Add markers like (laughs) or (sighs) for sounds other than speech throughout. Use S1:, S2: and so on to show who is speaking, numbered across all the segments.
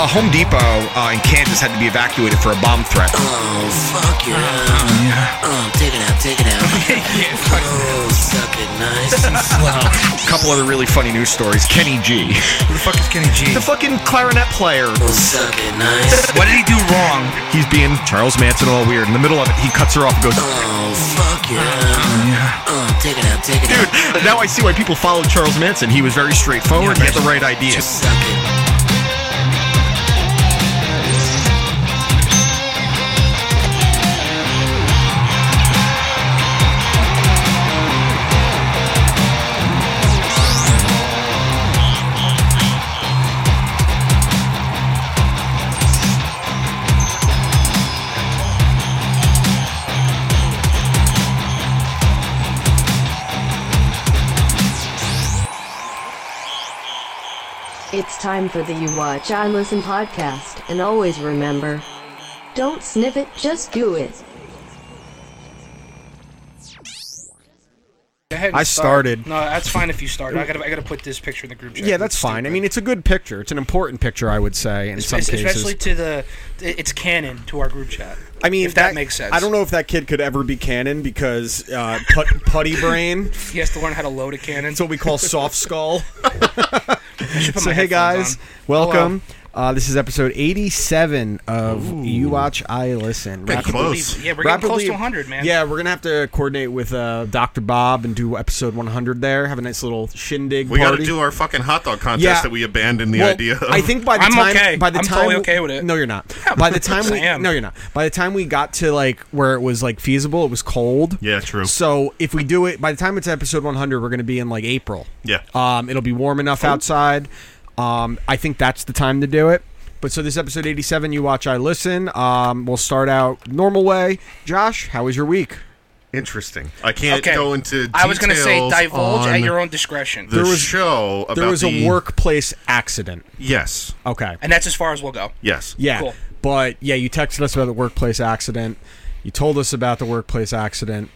S1: a Home Depot uh, in Kansas had to be evacuated for a bomb threat.
S2: Oh, fuck your ass.
S1: yeah.
S2: Oh, take it out, take it out. Oh, suck it nice and slow.
S1: A couple other really funny news stories. Kenny G,
S3: Who the fuck is Kenny G?
S1: the fucking clarinet player.
S2: Oh, suck it
S4: (laughs)
S2: nice.
S3: What did he do wrong?
S1: He's being Charles Manson all weird. In the middle of it, he cuts her off and goes,
S2: Oh, fuck your ass. Oh, take it out, take it out.
S1: "Dude, now I see why people followed Charles Manson. He was very straightforward. he had the right ideas."
S2: Suck it.
S5: It's time for the You Watch I Listen podcast, and always remember don't sniff it, just do it.
S3: Go ahead and
S1: I
S3: start.
S1: started.
S3: No, that's fine if you start. I gotta, I gotta put this picture in the group chat.
S1: Yeah, that's
S3: It's
S1: fine. I
S3: stupid.
S1: mean, it's a good picture. It's an important picture, I would say, in some
S3: Es-
S1: cases.
S3: especially to the, it's canon to our group chat.
S4: I mean,
S3: if that, makes sense.
S4: I don't know if that kid could ever be canon because uh, put, putty brain.
S3: He has to learn how to load a cannon.
S4: That's what we call soft skull.
S3: (laughs) I should put
S4: so
S3: my
S4: hey guys,
S3: headphones on.
S4: welcome. Uh, this is episode 87 of You Watch, I Listen.
S1: Pretty
S4: Rapidly-
S1: close.
S3: Yeah, we're getting close
S4: rapidly-
S3: to 100, man.
S4: Yeah, we're gonna have to coordinate with uh, Dr. Bob and do episode 100 there. Have a nice little shindig
S6: We got
S4: party.
S6: to do our fucking hot dog contest
S4: Yeah.
S6: that we abandoned the
S4: Well,
S6: idea of.
S4: I think by the
S3: I'm
S4: time
S3: okay.
S4: by the
S3: I'm
S4: time
S3: totally okay with it.
S4: No, you're not. By the time we
S3: (laughs) I am.
S4: no, you're not. By the time we got to like where it was like feasible, it was cold.
S6: Yeah, true.
S4: So if we do it by the time it's episode 100, we're going to be in like April.
S6: Yeah.
S4: Um, it'll be warm enough outside. Um, I think that's the time to do it. But so this episode 87, you watch, I listen. Um, we'll start out normal way. Josh, how was your week?
S6: Interesting. I can't
S3: Okay.
S6: go into.
S3: I was gonna say
S6: details
S3: divulge
S6: on
S3: at your own discretion,
S6: The
S4: There was-
S6: show about
S4: There was
S6: the,
S4: a workplace accident.
S6: Yes,
S4: Okay.
S3: and that's as far as we'll go.
S6: yes.
S4: Yeah.
S3: Cool.
S4: But yeah, you texted us about the workplace accident. You told us about the workplace accident.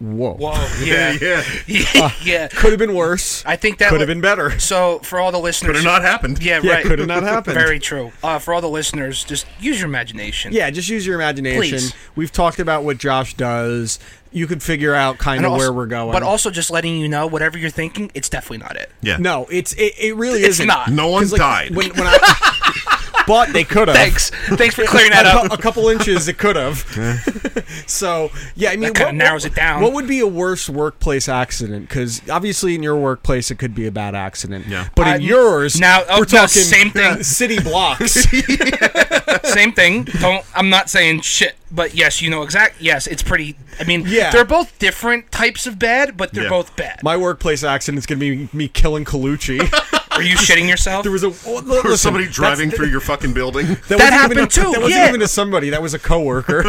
S4: Whoa.
S3: Whoa. Yeah.
S6: (laughs) yeah.
S3: (laughs) yeah. yeah.
S4: Uh, Could have been worse.
S3: I think that
S4: could have
S3: wa-
S4: been better.
S3: (laughs) So for all the listeners,
S6: Could have not happened.
S3: Yeah,
S4: Yeah,
S3: right.
S4: could have not happened.
S3: (laughs) Very true. Uh, for all the listeners, just use your imagination.
S4: Yeah, just use your imagination.
S3: Please.
S4: We've talked about what Josh does. You could figure out kind
S3: And
S4: of
S3: also-
S4: where we're going.
S3: But also just letting you know, whatever you're thinking, it's definitely not it.
S6: Yeah.
S4: no, it's it, it really
S3: It's
S4: isn't.
S3: not.
S6: No one
S4: 'Cause, like,
S6: died.
S4: When,
S3: (laughs)
S4: when I, but they could have. (laughs)
S3: Thanks. Thanks for clearing
S4: A,
S3: that
S4: cou-
S3: up.
S4: a couple inches, it could
S6: (laughs)
S4: have. so yeah, I mean,
S3: kinda
S4: what-
S3: narrows
S4: what-
S3: it down.
S4: What would be a worse workplace accident? Because obviously, in your workplace, it could be a bad accident.
S6: Yeah.
S4: But
S3: I-
S4: in yours,
S3: Uh, now-
S4: we're
S3: oh, no,
S4: talking (laughs)
S3: same thing.
S4: city
S6: (laughs)
S4: blocks.
S3: Same thing. Don't. I'm not saying shit. But yes, you know exact. Yes, it's pretty. I mean,
S4: Yeah.
S3: they're both different types of bad, but they're
S6: Yeah.
S3: both bad.
S4: My workplace accident's gonna be me killing
S6: (laughs)
S4: Colucci.
S3: Are you shitting yourself?
S4: There was a oh, li-
S6: Or
S4: listen,
S6: somebody
S4: that's
S6: driving
S4: the-
S6: through your
S4: (laughs)
S6: fucking building.
S4: That,
S3: That
S4: wasn't even
S3: happened
S4: a-
S3: too,
S4: That wasn't
S3: yeah.
S4: even to somebody. That was a coworker.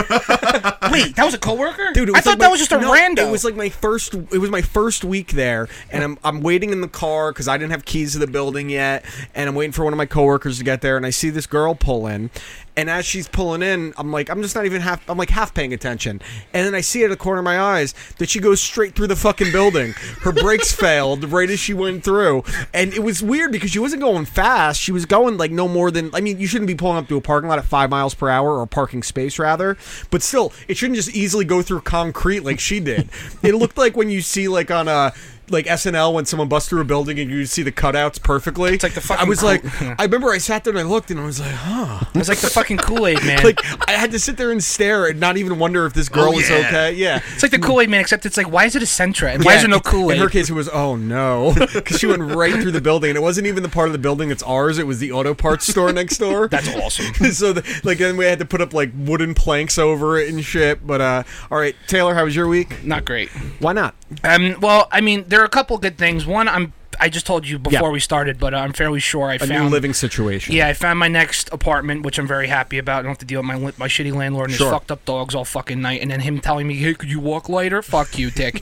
S3: Wait, that was a coworker.
S4: Dude, it was
S3: I thought
S4: like
S3: that
S4: my-
S3: was just a
S4: no,
S3: random.
S4: It was like my first. It was my first week there, and I'm I'm waiting in the car because I didn't have keys to the building yet, and I'm waiting for one of my coworkers to get there, and I see this girl pull in, and as she's pulling in, I'm like I'm just not even half. I'm like half paying attention, and then I see out of the corner of my eyes that she goes straight through the fucking building. Her
S3: (laughs)
S4: brakes failed right as she went through, and it was weird because she wasn't going fast. She was going like no more than I mean, you shouldn't be pulling up to a parking lot at five miles per hour or a parking space rather, but still, it shouldn't just easily go through concrete like she did. it looked like when you see like on a like SNL when someone busts through a building and you see the cutouts perfectly. It's
S3: like the
S4: I
S3: fucking
S4: was
S3: cool-
S4: like,
S3: yeah.
S4: I remember I sat there and I looked and I was like, huh.
S3: It's like
S4: (laughs)
S3: the fucking Kool Aid man.
S4: Like I had to sit there and stare and not even wonder if this girl
S6: Oh,
S4: was
S6: yeah.
S4: okay. Yeah.
S3: it's like the Kool Aid man, except it's like why is it a Sentra and why is there no Kool
S4: In her
S3: Aid?
S4: case, it was oh no, (laughs) because she went right through the building, and it wasn't even the part of the building that's ours. It was the auto parts store next
S3: (laughs)
S4: door.
S3: That's awesome.
S4: (laughs) so, the, like, then we had to put up like wooden planks over it and shit. But uh, all right, Taylor, how was your week?
S3: Not great.
S4: Why not?
S3: Um, well, I mean, there are a couple good things. One, I'm I just told you before
S4: Yeah.
S3: we started, but uh, I'm fairly sure I
S4: A
S3: found
S4: new living situation.
S3: Yeah, I found my next apartment, which I'm very happy about. I don't have to deal with my li- my shitty landlord and
S4: Sure.
S3: his fucked up dogs all fucking night, and then him telling me, "Hey, could you walk lighter?" Fuck you,
S4: (laughs)
S3: dick.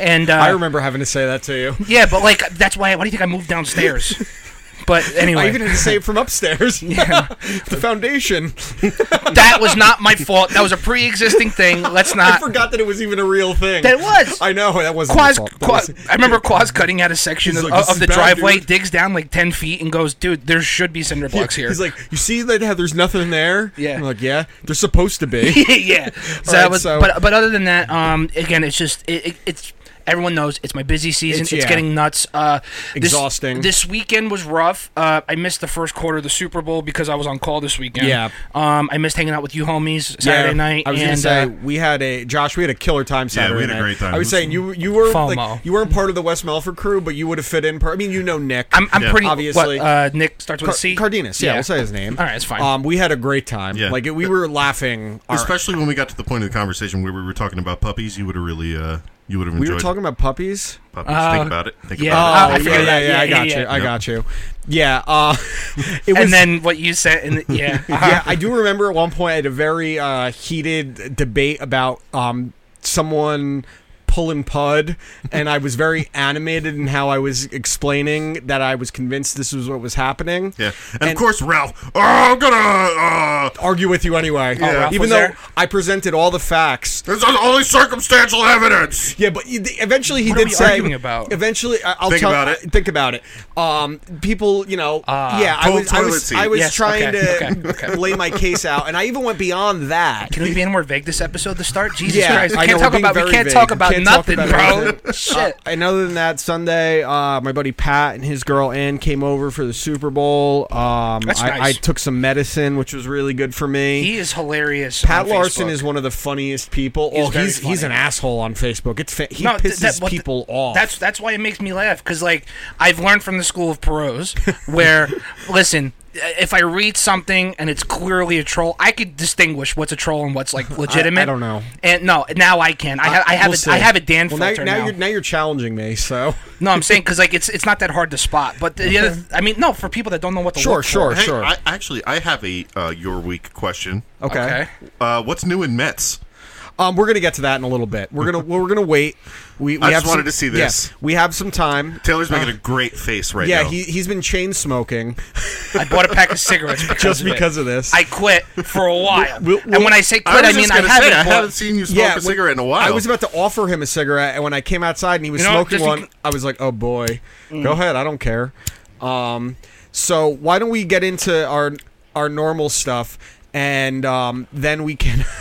S3: and uh,
S4: I remember having to say that to you. (laughs)
S3: Yeah, but like that's why. Why do you think I moved downstairs? but
S4: (laughs)
S3: anyway,
S4: I even had to say it from
S3: (laughs)
S4: upstairs. Yeah. (laughs) the foundation.
S3: that
S4: (laughs)
S3: was not my fault. That was a pre-existing thing. Let's
S4: I
S3: not.
S4: forgot that it was even a real thing.
S3: Uh, That was.
S4: I know that wasn't. your
S3: Quaz,
S4: fault. That
S3: Quaz,
S4: was-
S3: I remember Quaz cutting out a section
S4: He's
S3: of,
S4: like, "This
S3: of
S4: is
S3: the
S4: bad,
S3: driveway,
S4: dude."
S3: digs down like ten feet, and goes, "Dude, there should be cinder blocks
S4: (laughs)
S3: here."
S4: He's like, you see that how there's nothing there?
S3: Yeah.
S4: I'm like, yeah, they're supposed to
S3: (laughs)
S4: be. (laughs)
S3: yeah. So
S4: Alright,
S3: that was,
S4: so-
S3: but but other than that, um, again, it's just it, it, it's everyone knows it's my busy season.
S4: It's-
S3: It's,
S4: yeah.
S3: getting nuts. Uh, this-
S4: Exhausting.
S3: This, weekend was rough. Uh, I missed the first quarter of the Super Bowl because I was on call this weekend.
S4: Yeah.
S3: Um, I missed hanging out with you homies Saturday
S4: Yeah,
S3: night.
S4: I was
S3: and,
S4: gonna say
S3: uh,
S4: we had a Josh. We had a killer time Saturday.
S6: we had a
S4: night.
S6: great time.
S4: I was saying you you were
S3: FOMO.
S4: like you weren't part of the West Melford crew, but you would have fit in. Per- I mean, you know Nick.
S3: I'm, I'm
S6: Yeah.
S3: pretty
S4: obviously-
S3: What, uh, Nick starts with
S4: Car-
S3: a C.
S4: Cardenas. Yeah, we'll say his name.
S3: All right, it's fine.
S4: Um, we had a great time.
S6: Yeah.
S4: Like we were
S6: (laughs)
S4: laughing. our-
S6: Especially when we got to the point of the conversation where we were talking about puppies, you would have really, uh, you would have enjoyed
S4: we were talking about puppies.
S6: puppies. think about it. Think
S3: yeah.
S4: Oh,
S6: about
S3: Uh, I
S4: yeah,
S3: forgot
S4: yeah,
S3: that.
S4: yeah,
S3: Yeah,
S4: I
S3: yeah,
S4: got
S3: yeah.
S4: you. I got you. Yeah. Uh, (laughs) it was.
S3: and then what you said, and
S4: (laughs)
S3: yeah, uh-huh.
S4: yeah,
S3: (laughs)
S4: I do remember at one point I had a very uh, heated debate about um, someone pulling pud, and I was very
S3: (laughs)
S4: animated in how I was explaining that I was convinced this was what was happening.
S6: it. Yeah. And, of course, Ralph. Oh, I'm gonna. Uh,
S4: Argue with you anyway,
S3: Ralph
S4: even
S3: was
S4: though
S3: Oh, there?
S4: I presented all the facts.
S6: this is only circumstantial evidence.
S4: Yeah, but you- eventually he
S3: What are
S4: did
S3: we
S4: say.
S3: arguing about?
S4: Eventually, I- I'll
S6: Think
S4: tell.
S6: about it.
S4: Think about it. Um, people, you know.
S3: Ah,
S4: yeah, I
S6: Cold
S4: was, I
S6: toilet
S4: was,
S6: seat.
S4: I was
S3: Yes,
S4: trying
S3: okay,
S4: to
S3: okay, okay.
S4: lay my case out, and I even went beyond that.
S3: Can we be any more vague this episode to start? Jesus
S4: Yeah,
S3: Christ, we
S4: I know,
S3: can't
S4: we're
S3: talk
S4: being
S3: about we
S4: very
S3: can't
S4: vague.
S3: talk about
S4: Can't talk
S3: nothing,
S4: about
S3: bro.
S4: anything.
S3: (laughs) Shit.
S4: Uh, and other than that, Sunday, uh, my buddy Pat and his girl Ann came over for the Super Bowl. Um,
S3: That's
S4: I,
S3: nice.
S4: I took some medicine, which was really good for me.
S3: He is hilarious.
S4: Pat
S3: on
S4: Larson
S3: Facebook.
S4: is one of the funniest people.
S3: He's
S4: oh,
S3: very
S4: he's he's an
S3: funny.
S4: asshole on Facebook. It's fa- he
S3: th-
S4: pisses
S3: that- well, th-
S4: people off.
S3: That's that's why it makes me laugh because like I've learned from the school of pros (laughs) where listen, if I read something and it's clearly a troll, I could distinguish what's a troll and what's like
S4: (laughs)
S3: legitimate.
S4: I don't know.
S3: And no, now I can. I, ha- I have
S4: We'll
S3: a, I
S4: see.
S3: have a Dan
S4: well,
S3: filter
S4: now.
S3: now.
S4: You're, now you're challenging me, so
S3: no, I'm saying because like it's it's not that hard to spot. But the other, I mean, no, for people that don't know
S4: (laughs)
S3: what to
S4: sure,
S3: look for.
S4: sure,
S6: Hey,
S4: sure. Oh.
S6: I, actually, I have a uh, your week question.
S4: okay.
S3: Okay.
S6: Uh, what's new in Mets?
S4: Um, we're gonna get to that in a little bit. We're gonna we're gonna wait. We, we
S6: I
S4: have
S6: just wanted
S4: some-
S6: to see
S4: yeah,
S6: this.
S4: we have some time.
S6: Taylor's making a great face right
S4: Uh, Yeah,
S6: now.
S4: he he's been chain smoking
S3: I bought a pack of cigarettes
S4: (laughs)
S3: because
S4: just
S3: of it.
S4: because of this.
S3: I quit for a while.
S4: We'll- we'll-
S3: and when I say
S6: I
S3: quit, I,
S6: was
S3: mean
S6: just
S3: I
S6: gonna
S3: haven't.
S6: say, I
S3: bought-
S6: haven't seen you smoke a
S4: when-
S6: cigarette in a while.
S4: I was about to offer him a cigarette, and when I came outside and he was
S3: You know,
S4: smoking
S3: just Mm.
S4: one,
S3: bec-
S4: I was like, "Oh boy, go ahead, I don't care." Um, so why don't we get into our our normal stuff, and um, then we can (laughs)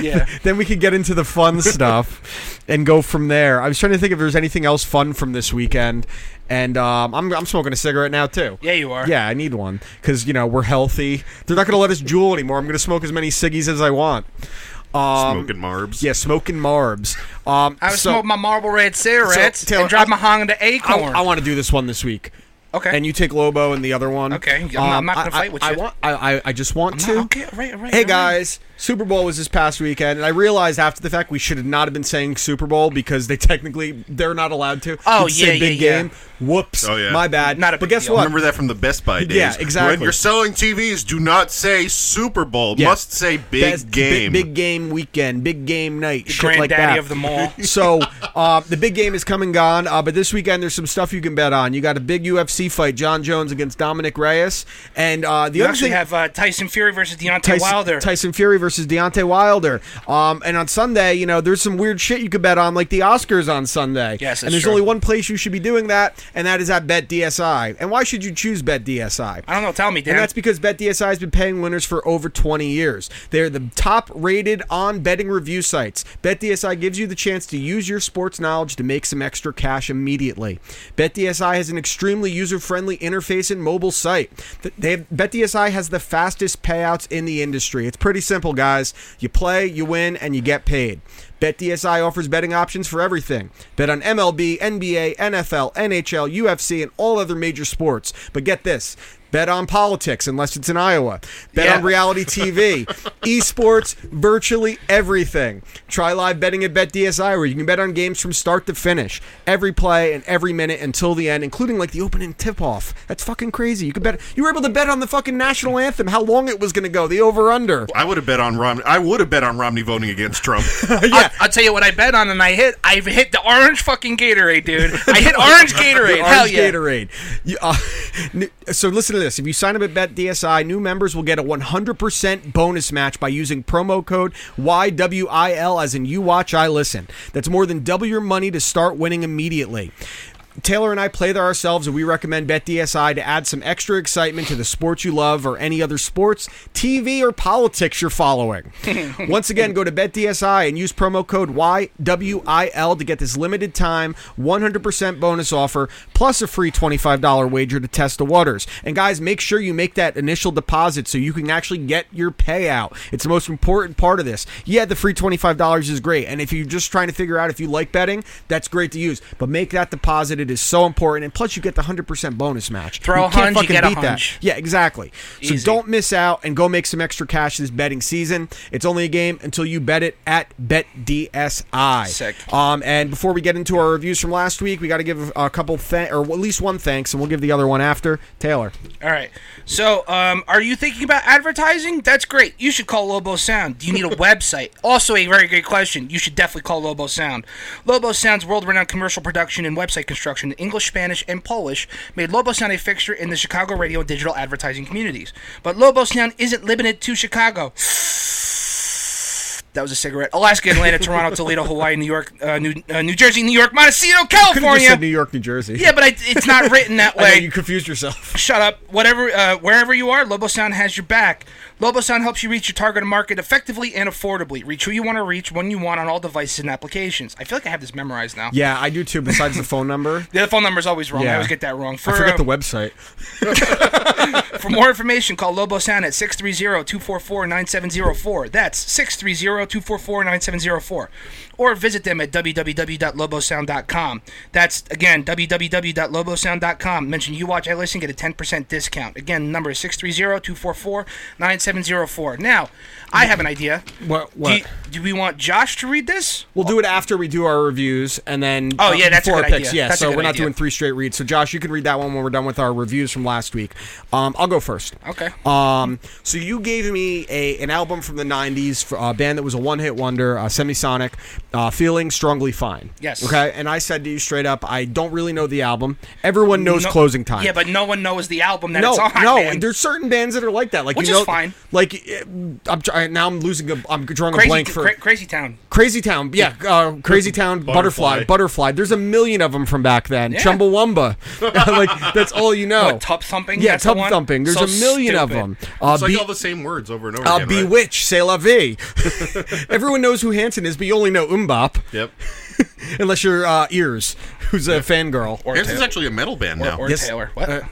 S3: yeah.
S4: then we can get into the
S3: (laughs)
S4: fun stuff and go from there. I was trying to think if there's anything else fun from this weekend, and um, I'm I'm smoking a cigarette now too.
S3: Yeah, you are.
S4: Yeah, I need one because you know we're healthy. They're not going to let us jewel anymore. I'm going to smoke as many ciggies as I want. Um,
S6: smoking marbs.
S4: yeah, smoking marbs. Um,
S3: I would
S4: so-
S3: smoke my Marlboro Red cigarettes
S4: Taylor,
S3: and drive
S4: I-
S3: my Honda Acorn.
S4: I, want to do this one this week.
S3: Okay.
S4: And you take Lobo and the other one. Um,
S3: Okay, I'm not- I'm not gonna
S4: I-
S3: fight with
S4: I, I
S3: you.
S4: want. I, I, I just want
S3: not-
S4: to.
S3: okay, all right, all right,
S4: Hey
S3: all right.
S4: guys, Super Bowl was this past weekend, and I realized after the fact we should have not have been saying Super Bowl because they technically they're not allowed to.
S3: Oh,
S4: You'd say
S3: yeah,
S4: big
S3: yeah, yeah.
S4: game. Whoops.
S6: Oh, yeah.
S4: My bad.
S3: Not a
S4: But
S3: big
S4: guess
S3: deal.
S4: what?
S6: Remember that from the Best Buy days.
S4: Yeah, exactly.
S6: When you're selling TVs, do not say Super Bowl.
S4: Yeah.
S6: Must say big
S4: Best-
S6: game.
S4: Big, game weekend. Big game night. shit
S3: Granddaddy
S4: like that.
S3: of
S4: (laughs)
S3: them all.
S4: So uh, the big game is come and gone, uh, but this weekend there's some stuff you can bet on. You got a big UFC fight, John Jones against Dominic Reyes, and uh, the
S3: You
S4: other
S3: actually
S4: thing
S3: have uh, Tyson Fury versus Deontay
S4: Tyson,
S3: Wilder.
S4: Tyson Fury versus Deontay Wilder. Um, and on Sunday, you know, there's some weird shit you could bet on, like the Oscars on Sunday.
S3: Yes, that's
S4: and there's
S3: true.
S4: only one place you should be doing that, and that is at Bet DSI. And why should you choose Bet DSI?
S3: I don't know. Tell me, Dan.
S4: And that's because BetDSI has been paying winners for over 20 years. They're the top rated on betting review sites. BetDSI gives you the chance to use your sportsbook sports knowledge to make some extra cash immediately. BetDSI has an extremely user-friendly interface and mobile site. Th- They have, BetDSI has the fastest payouts in the industry. It's pretty simple, guys. You play, you win, and you get paid. BetDSI offers betting options for everything. Bet on MLB, NBA, NFL, NHL, UFC, and all other major sports. But get this bet on politics, unless it's in Iowa. Bet
S3: Yeah.
S4: on reality TV, esports, virtually everything. Try live betting at BetDSI, where you can bet on games from start to finish, every play and every minute until the end, including like the opening tip off. That's fucking crazy. You could bet. You were able to bet on the fucking national anthem, how long it was going to go, the over under.
S6: I would have bet on Romney. I would have bet on Romney voting against
S4: (laughs)
S6: Trump.
S3: Yeah. I'll, I'll tell you what I bet on, and I hit. I hit the orange fucking Gatorade, dude. I (laughs) hit orange Gatorade.
S4: The
S3: Hell
S4: Orange
S3: yeah.
S4: Gatorade. You, uh, (laughs) n- so listen to this. If you sign up at BetDSI, new members will get a 100% bonus match by using promo code YWIL as in you watch, I listen. That's more than double your money to start winning immediately. Taylor and I play there ourselves, and we recommend BetDSI to add some extra excitement to the sports you love or any other sports, TV, or politics you're
S3: (laughs)
S4: following. Once again, go to BetDSI and use promo code YWIL to get this limited time 100% bonus offer plus a free $25 wager to test the waters. And guys, make sure you make that initial deposit so you can actually get your payout. It's the most important part of this. Yeah, the free $25 is great. And if you're just trying to figure out if you like betting, that's great to use. But make that deposit. It is so important. And plus, you get the 100% bonus match.
S3: Throw
S4: you
S3: a hunch, you get a hunch.
S4: yeah, exactly. So don't miss out and go make some extra cash this betting season. It's only a game until you bet it at BetDSI.
S3: Sick.
S4: Um, and before we get into our reviews from last week, we got to give a couple thank or at least one thanks, and we'll give the other one after Taylor.
S3: All right. So, um, are you thinking about advertising? That's great. You should call Lobo Sound. Do you need
S4: (laughs)
S3: a website? Also, a very great question. You should definitely call Lobo Sound. Lobo Sound's world renowned commercial production and website construction in English, Spanish, and Polish made Lobo Sound a fixture in the Chicago radio and digital advertising communities. But Lobo Sound isn't limited to Chicago. That was a cigarette.
S4: (laughs)
S3: Alaska, Atlanta, Toronto, Toledo, Hawaii, New York, uh, New, uh, New Jersey, New York, Montecito,
S4: Could have just said New
S3: California.
S4: York, New Jersey.
S3: Yeah, but I, it's not written that
S4: (laughs) I know,
S3: way
S4: you confused yourself. (laughs)
S3: shut up. Whatever, uh, wherever you are, Lobo Sound has your back. Lobo Sound helps you reach your target market effectively and affordably. Reach who you want to reach when you want on all devices and applications. I feel like I have this memorized now.
S4: Yeah, I do too. Besides the phone number,
S3: The phone number's always wrong. I
S4: Yeah.
S3: always get that wrong. (laughs) For,
S4: I forget
S3: uh,
S4: the website.
S3: for more information, call Lobo Sound at 630-244-9704. That's 630-244-9704. Or visit them at www.lobosound.com. That's, again, www.lobosound.com. Mention you watch I listen, get a 10% discount. Again, number is 630-244-9704. Now, I have an idea.
S4: What-
S3: Do,
S4: what?
S3: you- do we want Josh to read this?
S4: We'll do it after we do our reviews, and then
S3: Oh, yeah, that's a
S4: before
S3: good
S4: our picks.
S3: idea.
S4: Yeah,
S3: That's a
S4: so
S3: good
S4: we're not
S3: idea.
S4: doing three straight reads. So Josh, you can read that one when we're done with our reviews from last week. Um, I'll go first.
S3: Okay.
S4: Um, so you gave me a an album from the '90s, for a band that was a one hit wonder, uh, Semisonic, uh, "Feeling Strongly Fine."
S3: Yes.
S4: Okay, and I said to you straight up, I don't really know the album. Everyone knows
S3: No-
S4: Closing Time.
S3: Yeah, but no one knows the album that
S4: no,
S3: it's on,
S4: no,
S3: (laughs) man.
S4: there's certain bands that are like that. Like
S3: Which
S4: you
S3: is
S4: know,
S3: fine.
S4: Like eh, I'm try- now I'm losing a I'm drawing a
S3: Crazy,
S4: blank for
S3: Cra- Crazy Town.
S4: Crazy Town, yeah, uh, Crazy Town, Butterfly.
S6: Butterfly.
S4: Butterfly, There's a million of them from back then.
S3: (laughs)
S4: Chumbawamba, (laughs) like that's all you know.
S3: What, Tub Thumping?
S4: Oh. yeah,
S3: That's the
S4: tub
S3: one?
S4: thumping. There's
S3: So
S4: a million of
S3: stupid.
S4: them. Uh,
S6: It's like
S4: Be-
S6: all the same words over and over
S4: uh,
S6: again. right?
S4: Bewitch, C'est La Vie.
S3: (laughs)
S4: (laughs) Everyone knows who Hanson is, but you only know Umbop,
S6: Yep.
S4: unless you're uh, Ears, who's a fangirl.
S3: Or
S6: Harrison's
S3: Taylor.
S6: actually a metal band now.
S3: Or
S4: Yes. Uh,
S3: Taylor. What?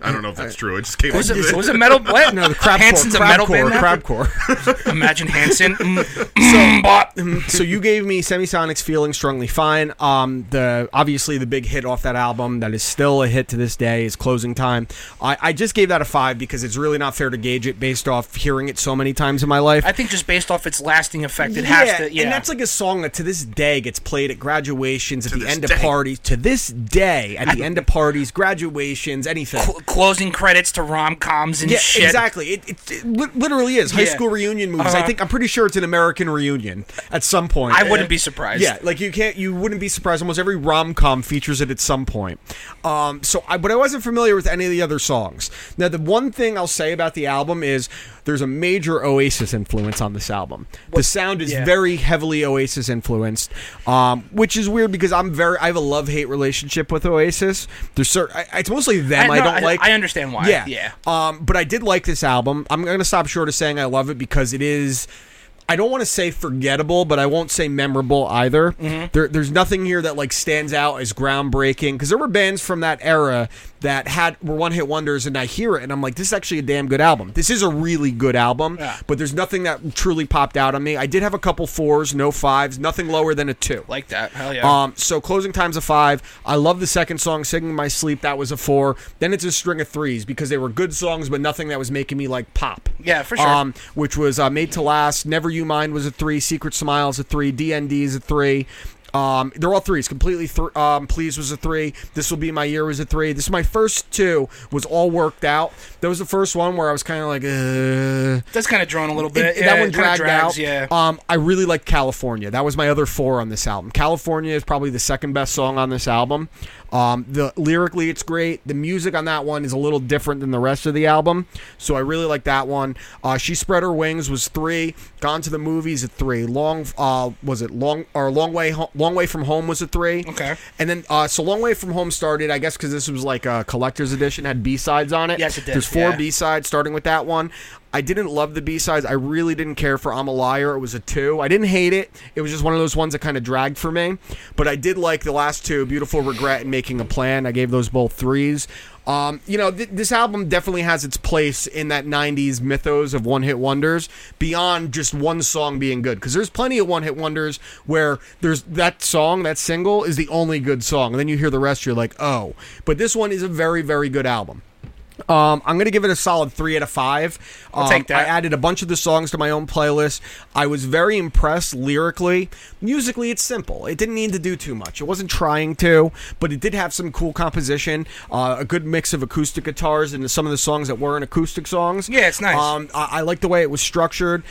S6: I don't know if that's true. I just came up
S3: was,
S6: with
S3: it,
S6: it.
S3: was it metal? What?
S4: no, the crabcore,
S3: Hansen's a metal band.
S4: crabcore,
S3: rapper?
S4: crabcore. (laughs)
S3: Imagine Hanson. Mm, bop.
S4: so you gave me Semisonic's "Feeling Strongly Fine." Um, the obviously the big hit off that album that is still a hit to this day is "Closing Time." I, I just gave that a five because it's really not fair to gauge it based off hearing it so many times in my life.
S3: I think just based off its lasting effect, it has to. Yeah,
S4: and that's like a song that to this day gets played at graduations, at the
S6: this
S4: end
S6: day.
S4: of parties, to this day at the
S6: (laughs)
S4: end of parties, graduations, anything.
S3: cl- closing credits to rom coms and
S4: Yeah,
S3: shit.
S4: exactly. It, it, it li- literally is high
S3: Yeah.
S4: school reunion movies. I
S3: Uh-huh.
S4: think I'm pretty sure it's an American reunion at some point.
S3: I wouldn't be surprised.
S4: Yeah, like you can't, you wouldn't be surprised. Almost every rom com features it at some point. Um, so, I, but I wasn't familiar with any of the other songs. Now, the one thing I'll say about the album is there's a major Oasis influence on this album. the sound is
S3: yeah.
S4: very heavily Oasis influenced, um, which is weird because I'm very, I have a love hate relationship with Oasis. There's certain, I, it's mostly them
S3: I-
S4: I,
S3: no,
S4: don't
S3: I-
S4: like.
S3: I understand why.
S4: Yeah,
S3: Yeah.
S4: Um, but I did like this album. I'm gonna stop short of saying I love it because it is. I don't want to say forgettable, but I won't say memorable either. There, there's nothing here that like stands out as groundbreaking because there were bands from that era that had were one hit wonders, and I hear it and I'm like, this is actually a damn good album. This is a really good album,
S3: Yeah.
S4: but there's nothing that truly popped out on me. I did have a couple fours, no fives, nothing lower than a two.
S3: Like that. Hell yeah.
S4: Um, so closing time's a five. I love the second song, "Singing My Sleep." That was a four. Then it's a string of threes because they were good songs, but nothing that was making me like pop.
S3: Yeah, for sure.
S4: Um, which was uh, "Made to Last," "Never You Mind" was a three, "Secret Smiles" a three, "DND" is a three. Um, they're all threes. Completely, thr um, please was a three. This will be my year was a three. This my first two was all worked out. That was the first one where I was kind of like, uh,
S3: That's kind of drawn a little
S4: it-
S3: bit.
S4: it-
S3: yeah,
S4: that one
S3: kinda
S4: dragged
S3: drags,
S4: out.
S3: Yeah.
S4: Um, I really like California. That was my other four on this album. California is probably the second best song on this album. Um, the lyrically, it's great. The music on that one is a little different than the rest of the album, so I really like that one. Uh, she spread her wings was three. Gone to the movies at three. Long uh, was it long or long way ho- long way from home was a three.
S3: Okay.
S4: And then uh, so long way from home started, I guess, because this was like a collector's edition had B sides on it.
S3: Yes, it did,
S4: There's four
S3: yeah.
S4: B B-side, starting with that one. I didn't love the B-sides. I really didn't care for I'm a Liar. It was a two. I didn't hate it. It was just one of those ones that kind of dragged for me. But I did like the last two, Beautiful Regret and Making a Plan. I gave those both threes. Um, you know, th- this album definitely has its place in that 90s mythos of one hit wonders beyond just one song being good. Because there's plenty of one hit wonders where there's that song, that single is the only good song. And then you hear the rest, you're like, oh. But this one is a very, very good album. Um, I'm gonna give it a solid three out of five. Um,
S3: take that.
S4: I added a bunch of the songs to my own playlist. I was very impressed lyrically. Musically, it's simple. It didn't need to do too much. It wasn't trying to, but it did have some cool composition, uh, a good mix of acoustic guitars and some of the songs that weren't acoustic songs.
S3: Yeah, it's nice.
S4: Um, I, I like the way it was structured.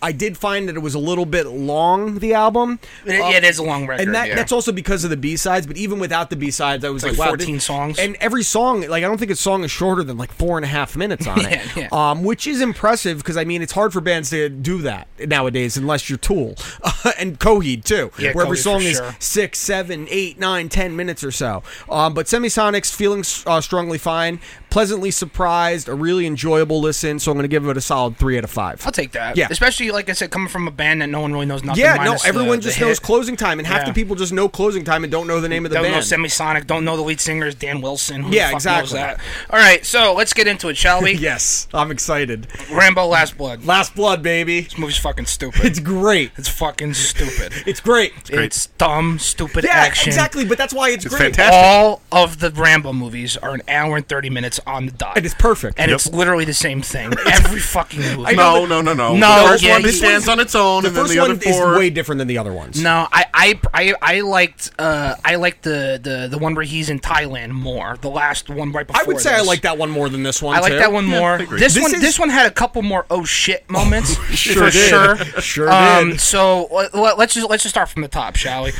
S4: I did find that it was a little bit long. The album,
S3: It- yeah, it is a long
S4: uh,
S3: record,
S4: and that,
S3: yeah.
S4: that's also because of the B sides. But even without the B sides, I was like,
S3: like
S4: wow,
S3: 14
S4: this-
S3: songs.
S4: and every song, like I don't think a song is shorter than like four and a half minutes
S3: (laughs)
S4: on it,
S3: Yeah, yeah.
S4: Um, which is impressive because I mean it's hard for bands to do that nowadays unless you're Tool (laughs) and Coheed too,
S3: Yeah,
S4: where every
S3: Coheed for
S4: song is
S3: sure.
S4: six, seven, eight, nine, ten minutes or so. Um, but Semisonics feeling uh, strongly fine, pleasantly surprised, a really enjoyable listen. So I'm going to give it a solid three out of five.
S3: I'll take that.
S4: Yeah.
S3: Especially like I said, coming from a band that no one really knows nothing.
S4: yeah, no,
S3: minus the-
S4: everyone
S3: the
S4: just knows
S3: hit.
S4: closing time, and half
S3: Yeah.
S4: the people just know closing time and don't know the name of the
S3: Don't
S4: band.
S3: know Semisonic. Don't know the lead singer is Dan Wilson. Who
S4: Yeah,
S3: the fuck knows
S4: exactly.
S3: that? All right, so let's get into it, shall we?
S4: (laughs) yes, I'm excited.
S3: Rambo: Last Blood. This
S4: Last Blood, baby.
S3: movie's fucking stupid.
S4: It's great.
S3: It's fucking stupid.
S4: It's (laughs) great.
S3: It's dumb, stupid
S4: Yeah,
S3: action.
S4: exactly. But that's why it's,
S6: It's
S4: great.
S6: fantastic.
S3: All of the Rambo movies are an hour and thirty minutes on the dot.
S4: And it's perfect.
S3: And
S6: Yep.
S3: it's literally the
S4: (laughs)
S3: same thing. Every fucking movie.
S6: No, no, no, no.
S3: No,
S6: the first
S3: yeah,
S6: one
S3: you-
S6: stands on its own,
S4: The
S6: and then
S4: first
S6: the other
S4: one
S6: four.
S4: is way different than the other ones.
S3: No, I I, I, I liked uh, I liked the, the the one where he's in Thailand more. The last one right before.
S4: I would say I
S3: this.
S4: like that one more than this one.
S3: I like
S4: too.
S3: that one more. this,
S4: This
S3: one
S4: is-
S3: this one had a couple more oh shit
S4: (laughs)
S3: moments
S4: Sure
S3: for
S4: did.
S3: sure.
S4: Sure
S3: um,
S4: did.
S3: So let- let, let's just let's just start from the top, shall we?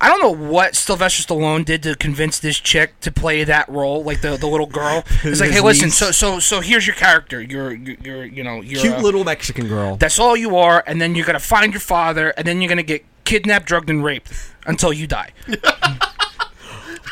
S3: I don't know what Sylvester Stallone did to convince this chick to play that role, like the, the little girl.
S4: (laughs)
S3: It's like,
S4: His
S3: hey, listen,
S4: niece.
S3: so so so here's your character. You're you're, you're you know you're
S4: Cute
S3: a-
S4: little Mexican girl.
S3: that's all you are, and then you're gonna find your father, and then you're gonna get kidnapped, drugged, and raped until
S4: (laughs)
S3: you die.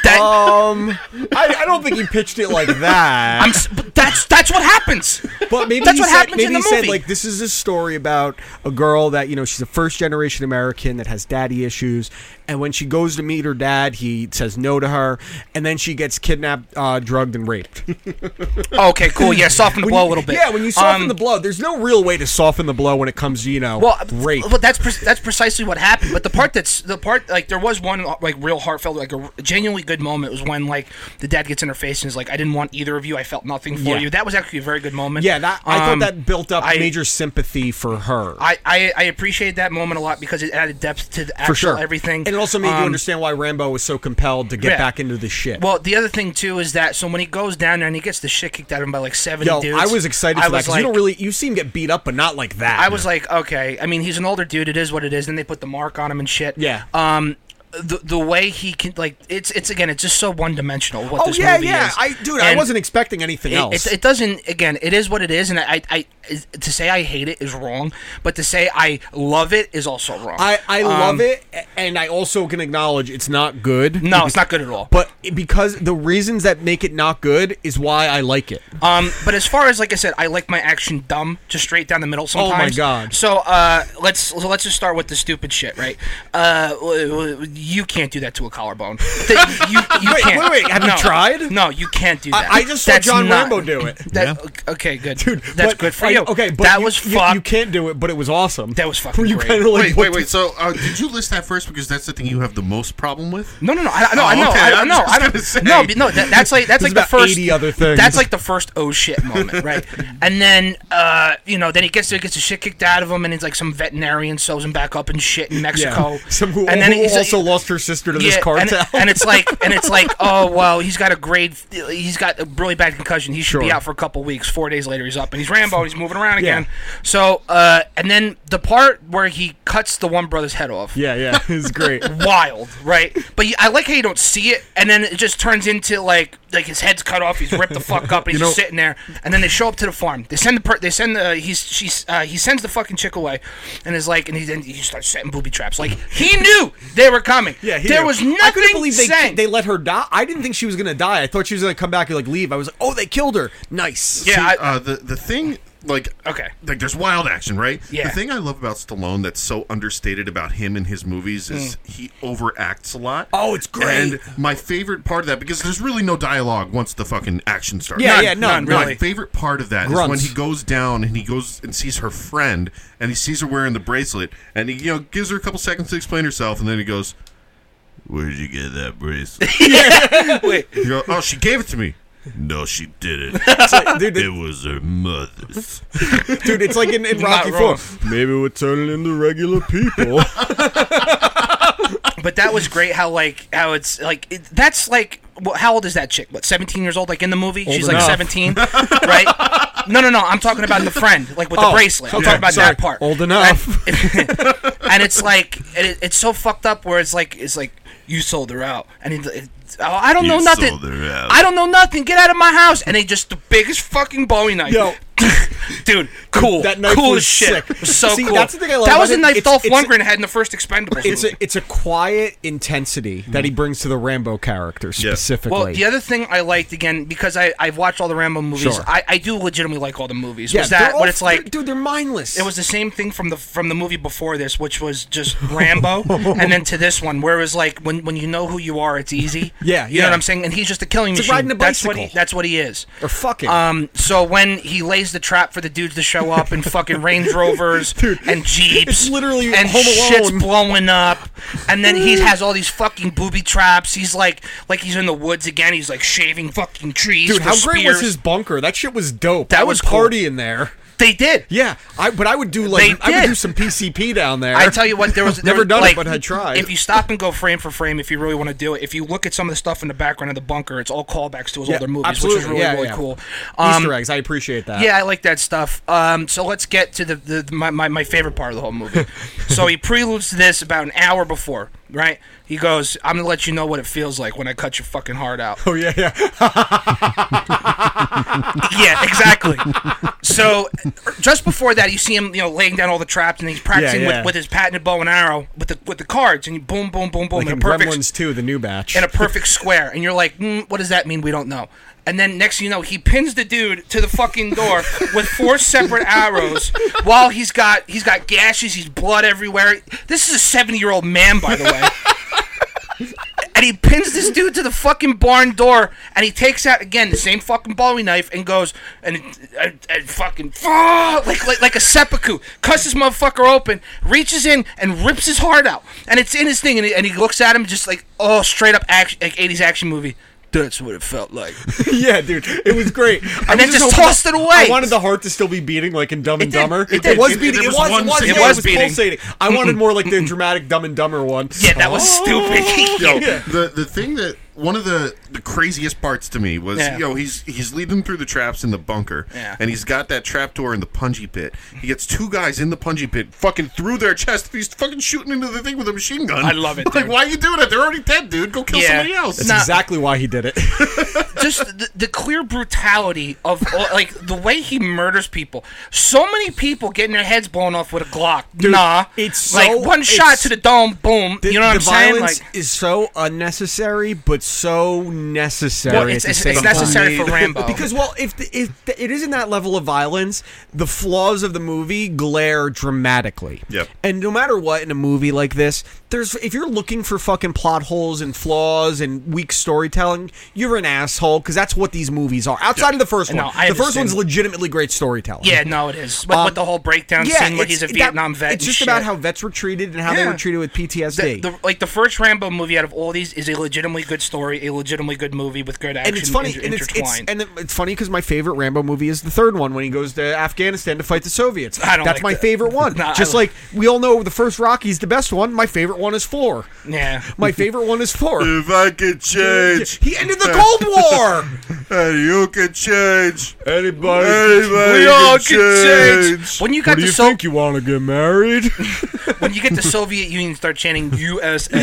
S3: that,
S4: um, I, I don't think he pitched it
S3: (laughs)
S4: like that.
S3: I'm s- but that's that's
S4: (laughs)
S3: what happens.
S4: But maybe
S3: That's
S4: he
S3: what
S4: said,
S3: happens
S4: maybe
S3: in the
S4: he said
S3: movie.
S4: like this is a story about a girl that you know she's a first generation American that has daddy issues, and when she goes to meet her dad, he says no to her, and then she gets kidnapped, uh, drugged, and raped.
S3: okay, cool. Yeah, soften the
S4: When
S3: blow
S4: you-
S3: a little bit.
S4: Yeah, when you soften
S3: Um,
S4: the blow, there's no real way to soften the blow when it comes to you know
S3: Well,
S4: rape.
S3: uh, well, that's pre- that's precisely what happened. But the part that's the part like there was one uh, like real heartfelt, like a r- genuinely good moment was when like the dad gets in her face and is like, "I didn't want either of you. I felt nothing for
S4: Yeah.
S3: you." That was actually a very good moment.
S4: yeah, that I
S3: Um,
S4: thought that built up
S3: I-
S4: major sympathy for her.
S3: I, I I appreciated that moment a lot because it added depth to the
S4: for
S3: actual
S4: sure,
S3: everything.
S4: and it also made you
S3: Um,
S4: understand why Rambo was so compelled to get
S3: yeah.
S4: back into the shit.
S3: Well, the other thing too is that so when he goes down there and he gets the shit kicked out of him by like seven
S4: Yo,
S3: dudes,
S4: I was excited for
S3: I
S4: that
S3: was
S4: because you
S3: like-
S4: don't really you see him get beat up, but not like that.
S3: I was like, okay. I mean, he's an older dude. It is what it is. Then they put the mark on him and shit.
S4: Yeah.
S3: Um, the the way he can like it's it's again it's just so one dimensional what
S4: Oh
S3: this
S4: yeah,
S3: movie
S4: yeah.
S3: is.
S4: I dude, I
S3: And
S4: wasn't expecting anything
S3: It,
S4: else.
S3: it, it doesn't. Again, it is what it is, and I, I, I, to say I hate it is wrong, but to say I love it is also wrong.
S4: I, I
S3: Um,
S4: love it, a- and I also can acknowledge it's not good.
S3: No, it's not good at all.
S4: But because the reasons that make it not good is why I like it.
S3: Um, but as far as like I said, I like my action dumb, just straight down the middle
S4: Oh my
S3: sometimes.
S4: God.
S3: So uh, let's so let's just start with the stupid shit, right? Uh, w- w- you can't do that to a collarbone. You, you,
S4: (laughs)
S3: you
S4: Wait,
S3: can't.
S4: wait, wait, have you
S3: No.
S4: tried?
S3: No, you can't do
S4: I-
S3: that.
S4: I just saw
S3: That's
S4: John
S3: not-
S4: Rambo do it.
S3: That, Okay, good. (laughs) That's
S4: But-
S3: good for
S4: I-
S3: you.
S4: Okay, but
S3: that
S4: you-
S3: was
S4: you,
S3: fucked.
S4: You can't do it, but it was awesome.
S3: That was fucking
S4: You
S3: great.
S4: kinda like
S6: Wait, wait, wait. So, uh, did you list that first because that's the thing you have the most problem with?
S3: No, no, no. I, I- no, I
S6: Oh,
S3: know.
S6: okay,
S3: I, I
S6: I'm
S3: know.
S6: just
S3: I don't.
S6: gonna say.
S3: No, but no. That, that's like that's
S4: There's
S3: like the
S4: about
S3: first
S4: 80 other things.
S3: That's like the first oh shit
S4: (laughs)
S3: moment, right? and then uh, you know, then he gets to gets the shit kicked out of him, and it's like some veterinarian sews him back up and shit in Mexico.
S4: Yeah. (laughs) Some who,
S3: and then
S4: who
S3: he's
S4: also
S3: like,
S4: lost her sister to this
S3: yeah, and,
S4: cartel.
S3: and it's like and
S4: (laughs)
S3: it's like oh well, he's got a grade, he's got a really bad concussion. He should be
S4: Sure.
S3: out for a couple weeks. Four days later, he's up and he's Rambo. He's moving around
S4: Yeah.
S3: again. So uh, and then the part where he cuts the one brother's head
S4: (laughs)
S3: off
S4: yeah, yeah, it's great.
S3: (laughs) wild, right? But you, I like how you don't see it, and then it just turns into like like his head's cut off, he's ripped the fuck up, and he's just sitting there. And then they show up to the farm. They send the per- they send the he's she's uh, he sends the fucking chick away, and is like and he then he starts setting booby traps. Like he knew they were coming.
S4: Yeah, he
S3: there
S4: did.
S3: was nothing
S4: I couldn't believe they
S3: saying.
S4: they let her die. I didn't think she was gonna die. I thought she was gonna come back and like leave. I was like, oh, they killed her. Nice.
S3: yeah, I,
S6: See, uh, the the thing like
S3: Okay.
S6: like there's wild action, right?
S3: Yeah.
S6: The thing I love about Stallone that's so understated about him and his movies is he overacts a lot.
S4: Oh, it's great.
S6: And my favorite part of that because there's really no dialogue once the fucking action starts.
S4: Yeah,
S3: None,
S4: yeah, no,
S3: none,
S4: no.
S3: really.
S6: My favorite part of that is
S4: Grunts.
S6: when he goes down and he goes and sees her friend and he sees her wearing the bracelet and he you know gives her a couple seconds to explain herself and then he goes, "Where'd you get that bracelet?" (laughs)
S3: wait,
S6: you go, "Oh, she gave it to me." No, she didn't.
S4: (laughs) dude,
S6: it was her mother's.
S4: dude, it's like in, in
S3: (laughs) You're
S4: Rocky
S3: not wrong.
S4: Four. (laughs) Maybe we're turning into regular people.
S3: (laughs) but that was great. How like how it's like it, that's like wh- how old is that chick? What seventeen years old? Like in the movie, she's like
S4: enough. (laughs)
S3: seventeen, right? No, no, no. I'm talking about the friend, like with
S4: Oh,
S3: the bracelet. I'm
S4: okay,
S3: talking about
S4: sorry.
S3: that part.
S4: Old enough.
S3: and, (laughs) and it's like and it, it's so fucked up where it's like it's like you sold her out, and it, it, oh, I don't
S6: You
S3: know nothing.
S6: sold her out.
S3: I don't know nothing. Get out of my house! And they just the biggest fucking Bowie
S4: (laughs)
S3: knife.
S4: Yo.
S3: (coughs) Dude, cool.
S4: That knife
S3: cool
S4: was
S3: as shit.
S4: sick.
S3: So
S4: See,
S3: cool.
S4: that's the thing I love
S3: that
S4: about
S3: was the
S4: it.
S3: knife
S4: It's-
S3: Dolph
S4: it's-
S3: Lundgren had in the first Expendables.
S4: it's
S3: movie.
S4: a it's a quiet intensity that he brings to the Rambo character specifically.
S3: Well, the other thing I liked again because I I've watched all the Rambo movies.
S4: Sure.
S3: I, I do legitimately like all the movies.
S4: yeah,
S3: was
S4: they're
S3: that
S4: all-
S3: what it's like?
S4: they're- dude? They're mindless.
S3: It was the same thing from the from the movie before this, which was just Rambo,
S4: (laughs)
S3: and then to this one, where it was like when when you know who you are, it's easy.
S4: (laughs) Yeah,
S3: you know
S4: yeah.
S3: what I'm saying. And he's just a killing
S4: It's like
S3: machine.
S4: riding a
S3: that's what he,
S4: bicycle.
S3: that's what he is.
S4: or fucking.
S3: Um, so when he lays the trap for the dudes to show up and fucking Range Rovers
S4: (laughs)
S3: and Jeeps,
S4: it's literally
S3: and
S4: Home
S3: shit's
S4: Alone.
S3: blowing up, and then he has all these fucking booby traps. He's like, like he's in the woods again. He's like shaving fucking trees.
S4: Dude,
S3: with
S4: how great was
S3: spears.
S4: his bunker? That shit was dope.
S3: That
S4: I
S3: was
S4: would
S3: cool.
S4: party in there.
S3: They did.
S4: Yeah, I but I would do like
S3: They
S4: I
S3: did.
S4: would do some PCP down there.
S3: I tell you what,
S4: (laughs)
S3: there was there
S4: Never
S3: was,
S4: done it,
S3: like,
S4: but I tried.
S3: If you stop and go frame for frame, if you really want to do it, if you look at some of the stuff in the background of the bunker, it's all callbacks to his
S4: Yeah,
S3: older movies, which is
S4: absolutely.
S3: really
S4: Yeah,
S3: really
S4: yeah.
S3: cool.
S4: Easter eggs. I appreciate that.
S3: um, Yeah, I like that stuff. Um, so let's get to the, the, my, my, my favorite part of the whole
S4: (laughs)
S3: movie. so he preludes to this about an hour before, right? He goes, "I'm gonna let you know what it feels like when I cut your fucking
S4: (laughs)
S3: heart out."
S4: Oh yeah, yeah.
S3: yeah, exactly. so just before that, you see him, you know, laying down all the traps, and he's practicing
S4: yeah.
S3: With, with his patented bow and arrow with the with the cards, and you boom, boom, boom, boom,
S4: Like
S3: in a
S4: in
S3: perfect
S4: Gremlins too, the new batch. (laughs)
S3: in a perfect square, and you're like, mm, "What does that mean? We don't know." And then next thing you know, he pins the dude to the fucking door with four separate arrows. While he's got he's got gashes, he's blood everywhere. This is a seventy year old man, by the way. and he pins this dude to the fucking barn door, and he takes out again the same fucking Bowie knife and goes and and, and fucking like, like like a seppuku, cuts this motherfucker open, reaches in and rips his heart out, and it's in his thing, and he, and he looks at him just like oh straight up action like eighties action movie. that's what it felt like.
S4: yeah, dude, it was
S3: (laughs)
S4: great. I
S3: And then
S4: was
S3: just
S4: hoping
S3: tossed
S4: that-
S3: it away.
S4: I wanted the heart to still be beating, like in Dumb and
S3: did.
S4: Dumber.
S3: It did.
S4: was
S3: It-
S4: beating.
S6: there
S4: It
S6: was
S4: was. It
S6: one
S4: was.
S6: scene-
S4: yeah,
S3: it
S4: It
S3: was
S4: was,
S3: beating.
S4: pulsating. I wanted more like the dramatic Dumb and Dumber one. Oh.
S3: Yeah, that was (laughs) stupid.
S6: (laughs) Yo, the the thing that one of the the craziest parts to me was
S3: Yeah.
S6: you know he's he's leading through the traps in the bunker
S3: Yeah.
S6: and he's got that trap door in the punji pit. He gets two guys in the punji pit fucking through their chest. He's fucking shooting into the thing with a machine gun.
S3: I love it,
S6: (laughs) Like
S3: dude.
S6: why are you doing it? They're already dead, dude. Go kill
S3: Yeah.
S6: somebody else.
S4: That's
S3: Nah.
S4: exactly why he did it.
S3: just the, the clear brutality of like the way he murders people. So many people getting their heads blown off with a Glock. nah,
S4: it's
S3: like
S4: so-
S3: one shot
S4: it's-
S3: to the dome, boom.
S4: The-
S3: you know what
S4: the
S3: I'm saying?
S4: violence
S3: Like,
S4: is so unnecessary, but so necessary.
S3: well, it's,
S4: at the
S3: it's,
S4: same
S3: it's
S4: time. (laughs)
S3: necessary for Rambo
S4: Because well, if the, if the, it isn't that level of violence, the flaws of the movie glare dramatically.
S6: Yep.
S4: And no matter what in a movie like this, there's if you're looking for fucking plot holes and flaws and weak storytelling, you're an asshole because that's what these movies are. Outside of the first
S3: No,
S4: one,
S3: I
S4: the first
S3: understand.
S4: one's legitimately great storytelling.
S3: yeah, no, it is. With,
S4: Um,
S3: with the whole breakdown scene where
S4: it's-
S3: he's a
S4: that-
S3: Vietnam vet.
S4: It's
S3: and
S4: just
S3: shit.
S4: about how vets were treated and how they
S3: Yeah.
S4: were treated with
S3: The,
S4: PTSD.
S3: the, like the first Rambo movie out of all these is a legitimately good story, a legitimately good movie with good action.
S4: and it's funny,
S3: inter-
S4: and it's, it's
S3: intertwined.
S4: and it- it's funny because my favorite Rambo movie is the third one when he goes to Afghanistan to fight the Soviets.
S3: I don't
S4: That's
S3: like
S4: my
S3: that.
S4: favorite
S3: (laughs)
S4: one.
S3: Nah, I
S4: Just
S3: like-
S4: like we all know, the first Rocky's the best one. My favorite one is four.
S3: yeah, (laughs)
S4: My favorite one is four.
S6: if I could change,
S4: He ended the Cold
S3: (laughs)
S4: War.
S6: and you could change.
S4: Anybody?
S6: Anybody
S3: we all
S6: can
S3: can
S6: change.
S3: change. When you got the so-
S4: you want to get married?
S3: when you get the Soviet Union, start chanting USA.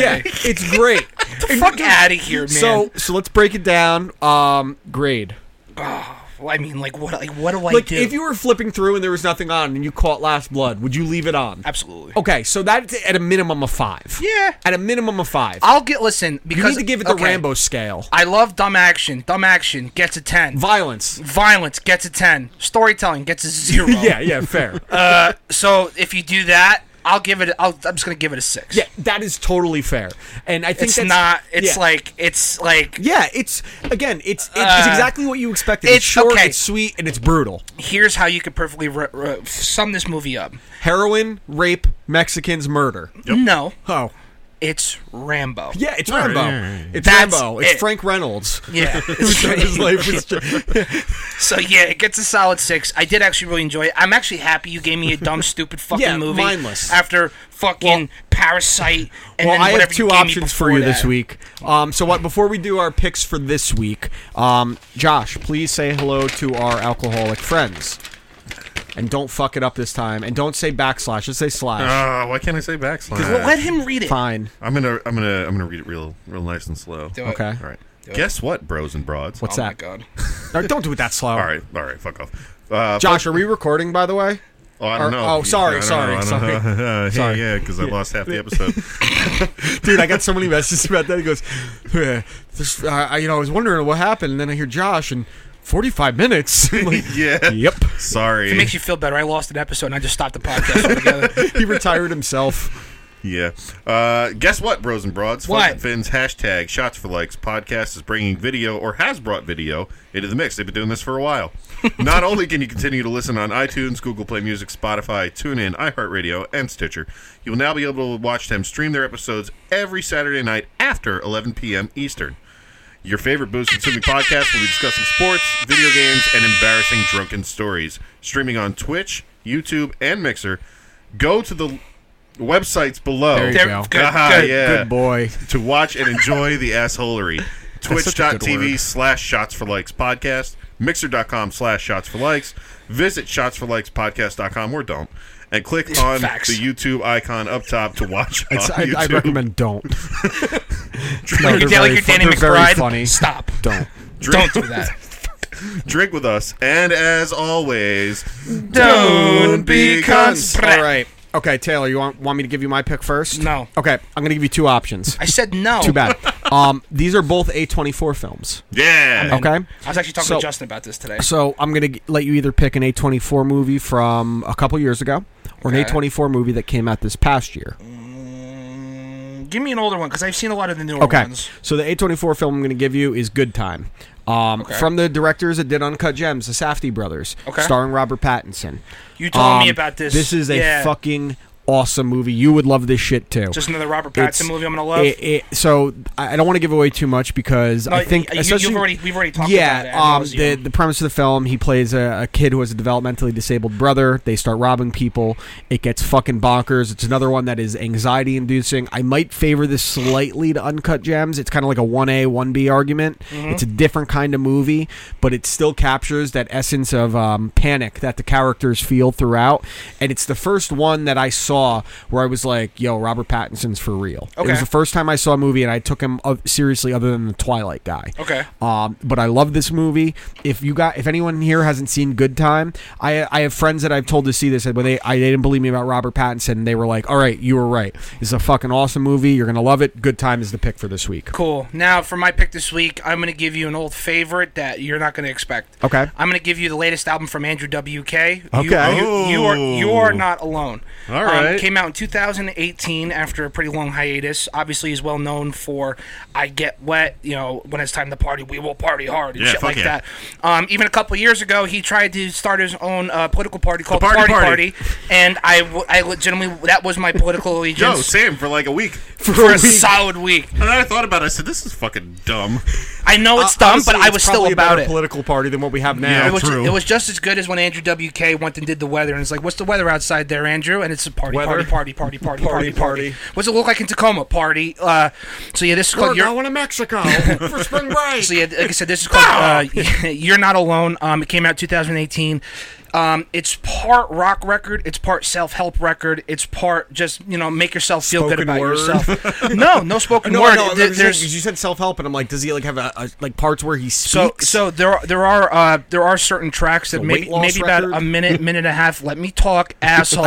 S4: (laughs) yeah, it's
S3: (laughs)
S4: great. And
S3: fuck
S4: you-
S3: out of here, man.
S4: So, so let's break it down. Um, grade.
S3: Well, I mean, like what? Like what do I
S4: Like,
S3: do?
S4: if you were flipping through and there was nothing on, and you caught Last Blood, would you leave it on?
S3: Absolutely.
S4: Okay, so that's at a minimum of five.
S3: Yeah.
S4: At a minimum of five.
S3: I'll get listen
S4: you
S3: because
S4: need to give it the
S3: okay.
S4: Rambo scale.
S3: I love dumb action. Dumb action gets a ten. (laughs)
S4: Violence. (laughs)
S3: Violence gets a ten. Storytelling gets a zero.
S4: Yeah, yeah,
S3: (laughs)
S4: fair.
S3: So if you do that, I'll give it. I'll, I'm just gonna give it a six.
S4: yeah, that is totally fair. And I think
S3: It's
S4: that's,
S3: not. It's
S4: yeah.
S3: like. It's like.
S4: yeah, it's again, it's it's, it's exactly what you expected. It's,
S3: it's-
S4: short,
S3: okay.
S4: it's sweet, and it's brutal.
S3: Here's how you could perfectly re- re- sum this movie up.
S4: Heroin, rape, Mexicans, murder.
S3: No,
S4: Oh,
S3: it's Rambo.
S4: yeah, it's
S6: Alright,
S4: Rambo.
S6: alright,
S4: It's
S3: That's
S4: Rambo. It's
S3: it.
S4: Frank Reynolds.
S3: (laughs)
S4: (laughs)
S3: Yeah.
S4: His life (laughs) was ju-
S3: so yeah, it gets a solid six. I did actually really enjoy it. I'm actually happy you gave me
S4: (laughs)
S3: a dumb, stupid fucking
S4: Yeah,
S3: movie.
S4: mindless.
S3: After fucking Parasite and
S4: well,
S3: then
S4: I
S3: whatever
S4: have two
S3: you gave me
S4: options for
S3: before
S4: you this
S3: that.
S4: week. Um, so what? Before we do our picks for this week, um, Josh, please say hello to our alcoholic friends, and don't fuck it up this time. And don't say backslash. Just say slash.
S6: Ah, why can't I say backslash?
S3: Well, let him read it.
S4: Fine.
S6: I'm gonna I'm gonna I'm gonna read it real real nice and slow.
S3: Do it.
S4: Okay.
S6: All right. Guess what, bros and broads?
S4: What's
S3: Oh my
S4: that?
S3: god.
S4: No, don't do it that slow.
S6: All right, all right, fuck off. Uh,
S4: Josh, are we recording? By the way.
S6: Oh, I don't
S4: Or-
S6: know.
S4: oh, sorry,
S6: I don't
S4: sorry,
S6: know, (laughs) I don't
S4: sorry.
S6: know. hey,
S4: Sorry.
S6: yeah, because I lost half the episode.
S4: Dude, I got so many messages about that. He goes, "Eh, this, I, I- you know, I was wondering what happened, and then I hear Josh in 45 minutes. (laughs) I'm
S3: (laughs)
S4: like,
S6: yeah.
S4: Yep.
S3: It
S6: (laughs) Sorry.
S3: makes you feel better. I lost an episode and I just stopped the
S4: (laughs)
S3: podcast altogether.
S4: He retired himself.
S6: Yeah. Uh, guess what, bros and broads?
S3: What?
S6: Fuzz and Fins hashtag Shots for Likes podcast is bringing video or has brought video into the mix. They've been doing this for a while. Not only can you continue to listen on iTunes, Google Play Music, Spotify, TuneIn, iHeartRadio, and Stitcher, you will now be able to watch them stream their episodes every Saturday night after 11 p.m. Eastern. Your favorite booze consuming podcast will be discussing sports, video games, and embarrassing drunken stories. Streaming on Twitch, YouTube, and Mixer. Go to the websites below.
S4: There you
S3: There,
S4: go.
S3: good, good.
S6: Ah, yeah.
S4: Good boy.
S6: To watch and enjoy
S4: (laughs)
S6: the assholery.
S4: such a good
S6: Twitch.tv
S4: word.
S6: slash shots for likes podcast, mixer.com slash shots for likes, visit shots for likes podcast.com or don't, and click on
S3: Facts.
S6: the YouTube icon up top to watch on
S4: It's- I,
S6: YouTube.
S4: I recommend
S3: (laughs)
S4: don't.
S3: You're,
S4: they're
S3: da- like
S4: very
S3: you're
S4: fun-
S3: Danny
S4: they're very
S3: McBride.
S4: funny.
S3: (laughs) Stop.
S4: Don't.
S3: Don't
S4: (laughs)
S3: do that.
S6: Drink with us, and as always,
S3: Don't be
S6: cons-
S3: conspiracy.
S4: All right. Okay, Taylor, you want, want me to give you my pick first?
S3: No.
S4: Okay, I'm going to give you two options.
S3: I said no.
S4: Too bad.
S3: (laughs)
S4: um, these are both A24 films.
S6: yeah.
S4: Okay.
S3: I was actually talking
S4: So-
S3: to Justin about this today.
S4: So I'm going to let you either pick an A24 movie from a couple years ago or an
S3: Okay.
S4: A24 movie that came out this past year.
S3: Mm, give me an older one because I've seen a lot of the newer
S4: Okay.
S3: ones.
S4: So the A24 film I'm going to give you is Good Time. Um, From the directors that did Uncut Gems, the Safdie brothers,
S3: Okay.
S4: starring Robert Pattinson.
S3: You told me
S4: Um,
S3: about this.
S4: This is a
S3: Yeah.
S4: fucking awesome movie. You would love this shit too.
S3: Just another Robert Pattinson
S4: It's-
S3: movie I'm gonna love.
S4: it- it- so I I don't want to give away too much because
S3: No,
S4: I think
S3: you- you've
S4: especially-
S3: already- we've already talked
S4: yeah,
S3: about it, ad
S4: um, the
S3: nauseam.
S4: the premise of the film, he plays a, a kid who has a developmentally disabled brother. They start robbing people. It gets fucking bonkers. It's another one that is anxiety inducing. I might favor this slightly to Uncut Gems. It's kind of like a one A one B argument. It's a different kind of movie, but it still captures that essence of um, panic that the characters feel throughout. And it's the first one that I saw where I was like, "Yo, Robert Pattinson's for real." It
S3: Okay.
S4: was the first time I saw a movie and I took him uh, seriously, other than the Twilight guy.
S3: Okay.
S4: Um, but I love this movie. If you got, if anyone here hasn't seen Good Time, I I have friends that I've told to see this, but they I, they didn't believe me about Robert Pattinson. And they were like, "All right, you were right. This is a fucking awesome movie. You're gonna love it. Good Time is the pick for this week."
S3: Cool. Now, for my pick this week, I'm going to give you an old favorite that you're not going to expect.
S4: Okay.
S3: I'm going to give you the latest album from Andrew WK. Okay. You,
S4: Okay.
S3: you, you are you are
S6: Oh.
S3: not alone. Um,
S6: All right.
S3: came out in 2018 after a pretty long hiatus. Obviously, he's well known for "I Get Wet." You know, when it's time to party, we will party hard and
S6: Yeah,
S3: shit
S6: fuck
S3: like
S6: yeah.
S3: that. Um, even a couple years ago, he tried to start his own uh, political party called the
S6: Party
S3: Party,
S6: Party.
S3: and I, w- I legitimately that was my political
S6: (laughs) Yo,
S3: allegiance
S6: Sam, for like a week.
S3: for a solid week.
S6: And then I thought about it. I said, this is fucking dumb.
S3: I know it's dumb, but I was still about it.
S4: political party than what we have
S6: now.
S4: now.
S6: Yeah.
S3: It was,
S6: True.
S3: it was just as good as when Andrew WK went and did the weather, and it's like, "What's the weather outside there, Andrew?" And it's a party,
S4: Weather.
S3: party, party, party, party, party,
S4: (laughs) Party,
S3: party,
S4: party.
S3: What's it look like in Tacoma? Party. Uh, so yeah, this is called. You're,
S4: to (laughs) Mexico for spring break.
S3: so yeah, like I said, this is
S4: (laughs)
S3: called. Uh, (laughs) You're not alone. Um, it came out 2018. Um, it's part rock record. It's part self help record. It's part just you know make yourself feel good
S4: Spoken
S3: about
S4: word. (laughs)
S3: yourself. no, no spoken
S4: No,
S3: word.
S4: no,
S3: There-
S4: there's,
S3: there's-
S4: you said self help, and I'm like, does he like have a, a like parts where he
S3: So,
S4: speaks?
S3: so there are, there are uh, there are certain tracks that
S4: The
S3: maybe
S4: weight loss
S3: maybe about
S4: record?
S3: a minute minute and a half. Let me talk, asshole.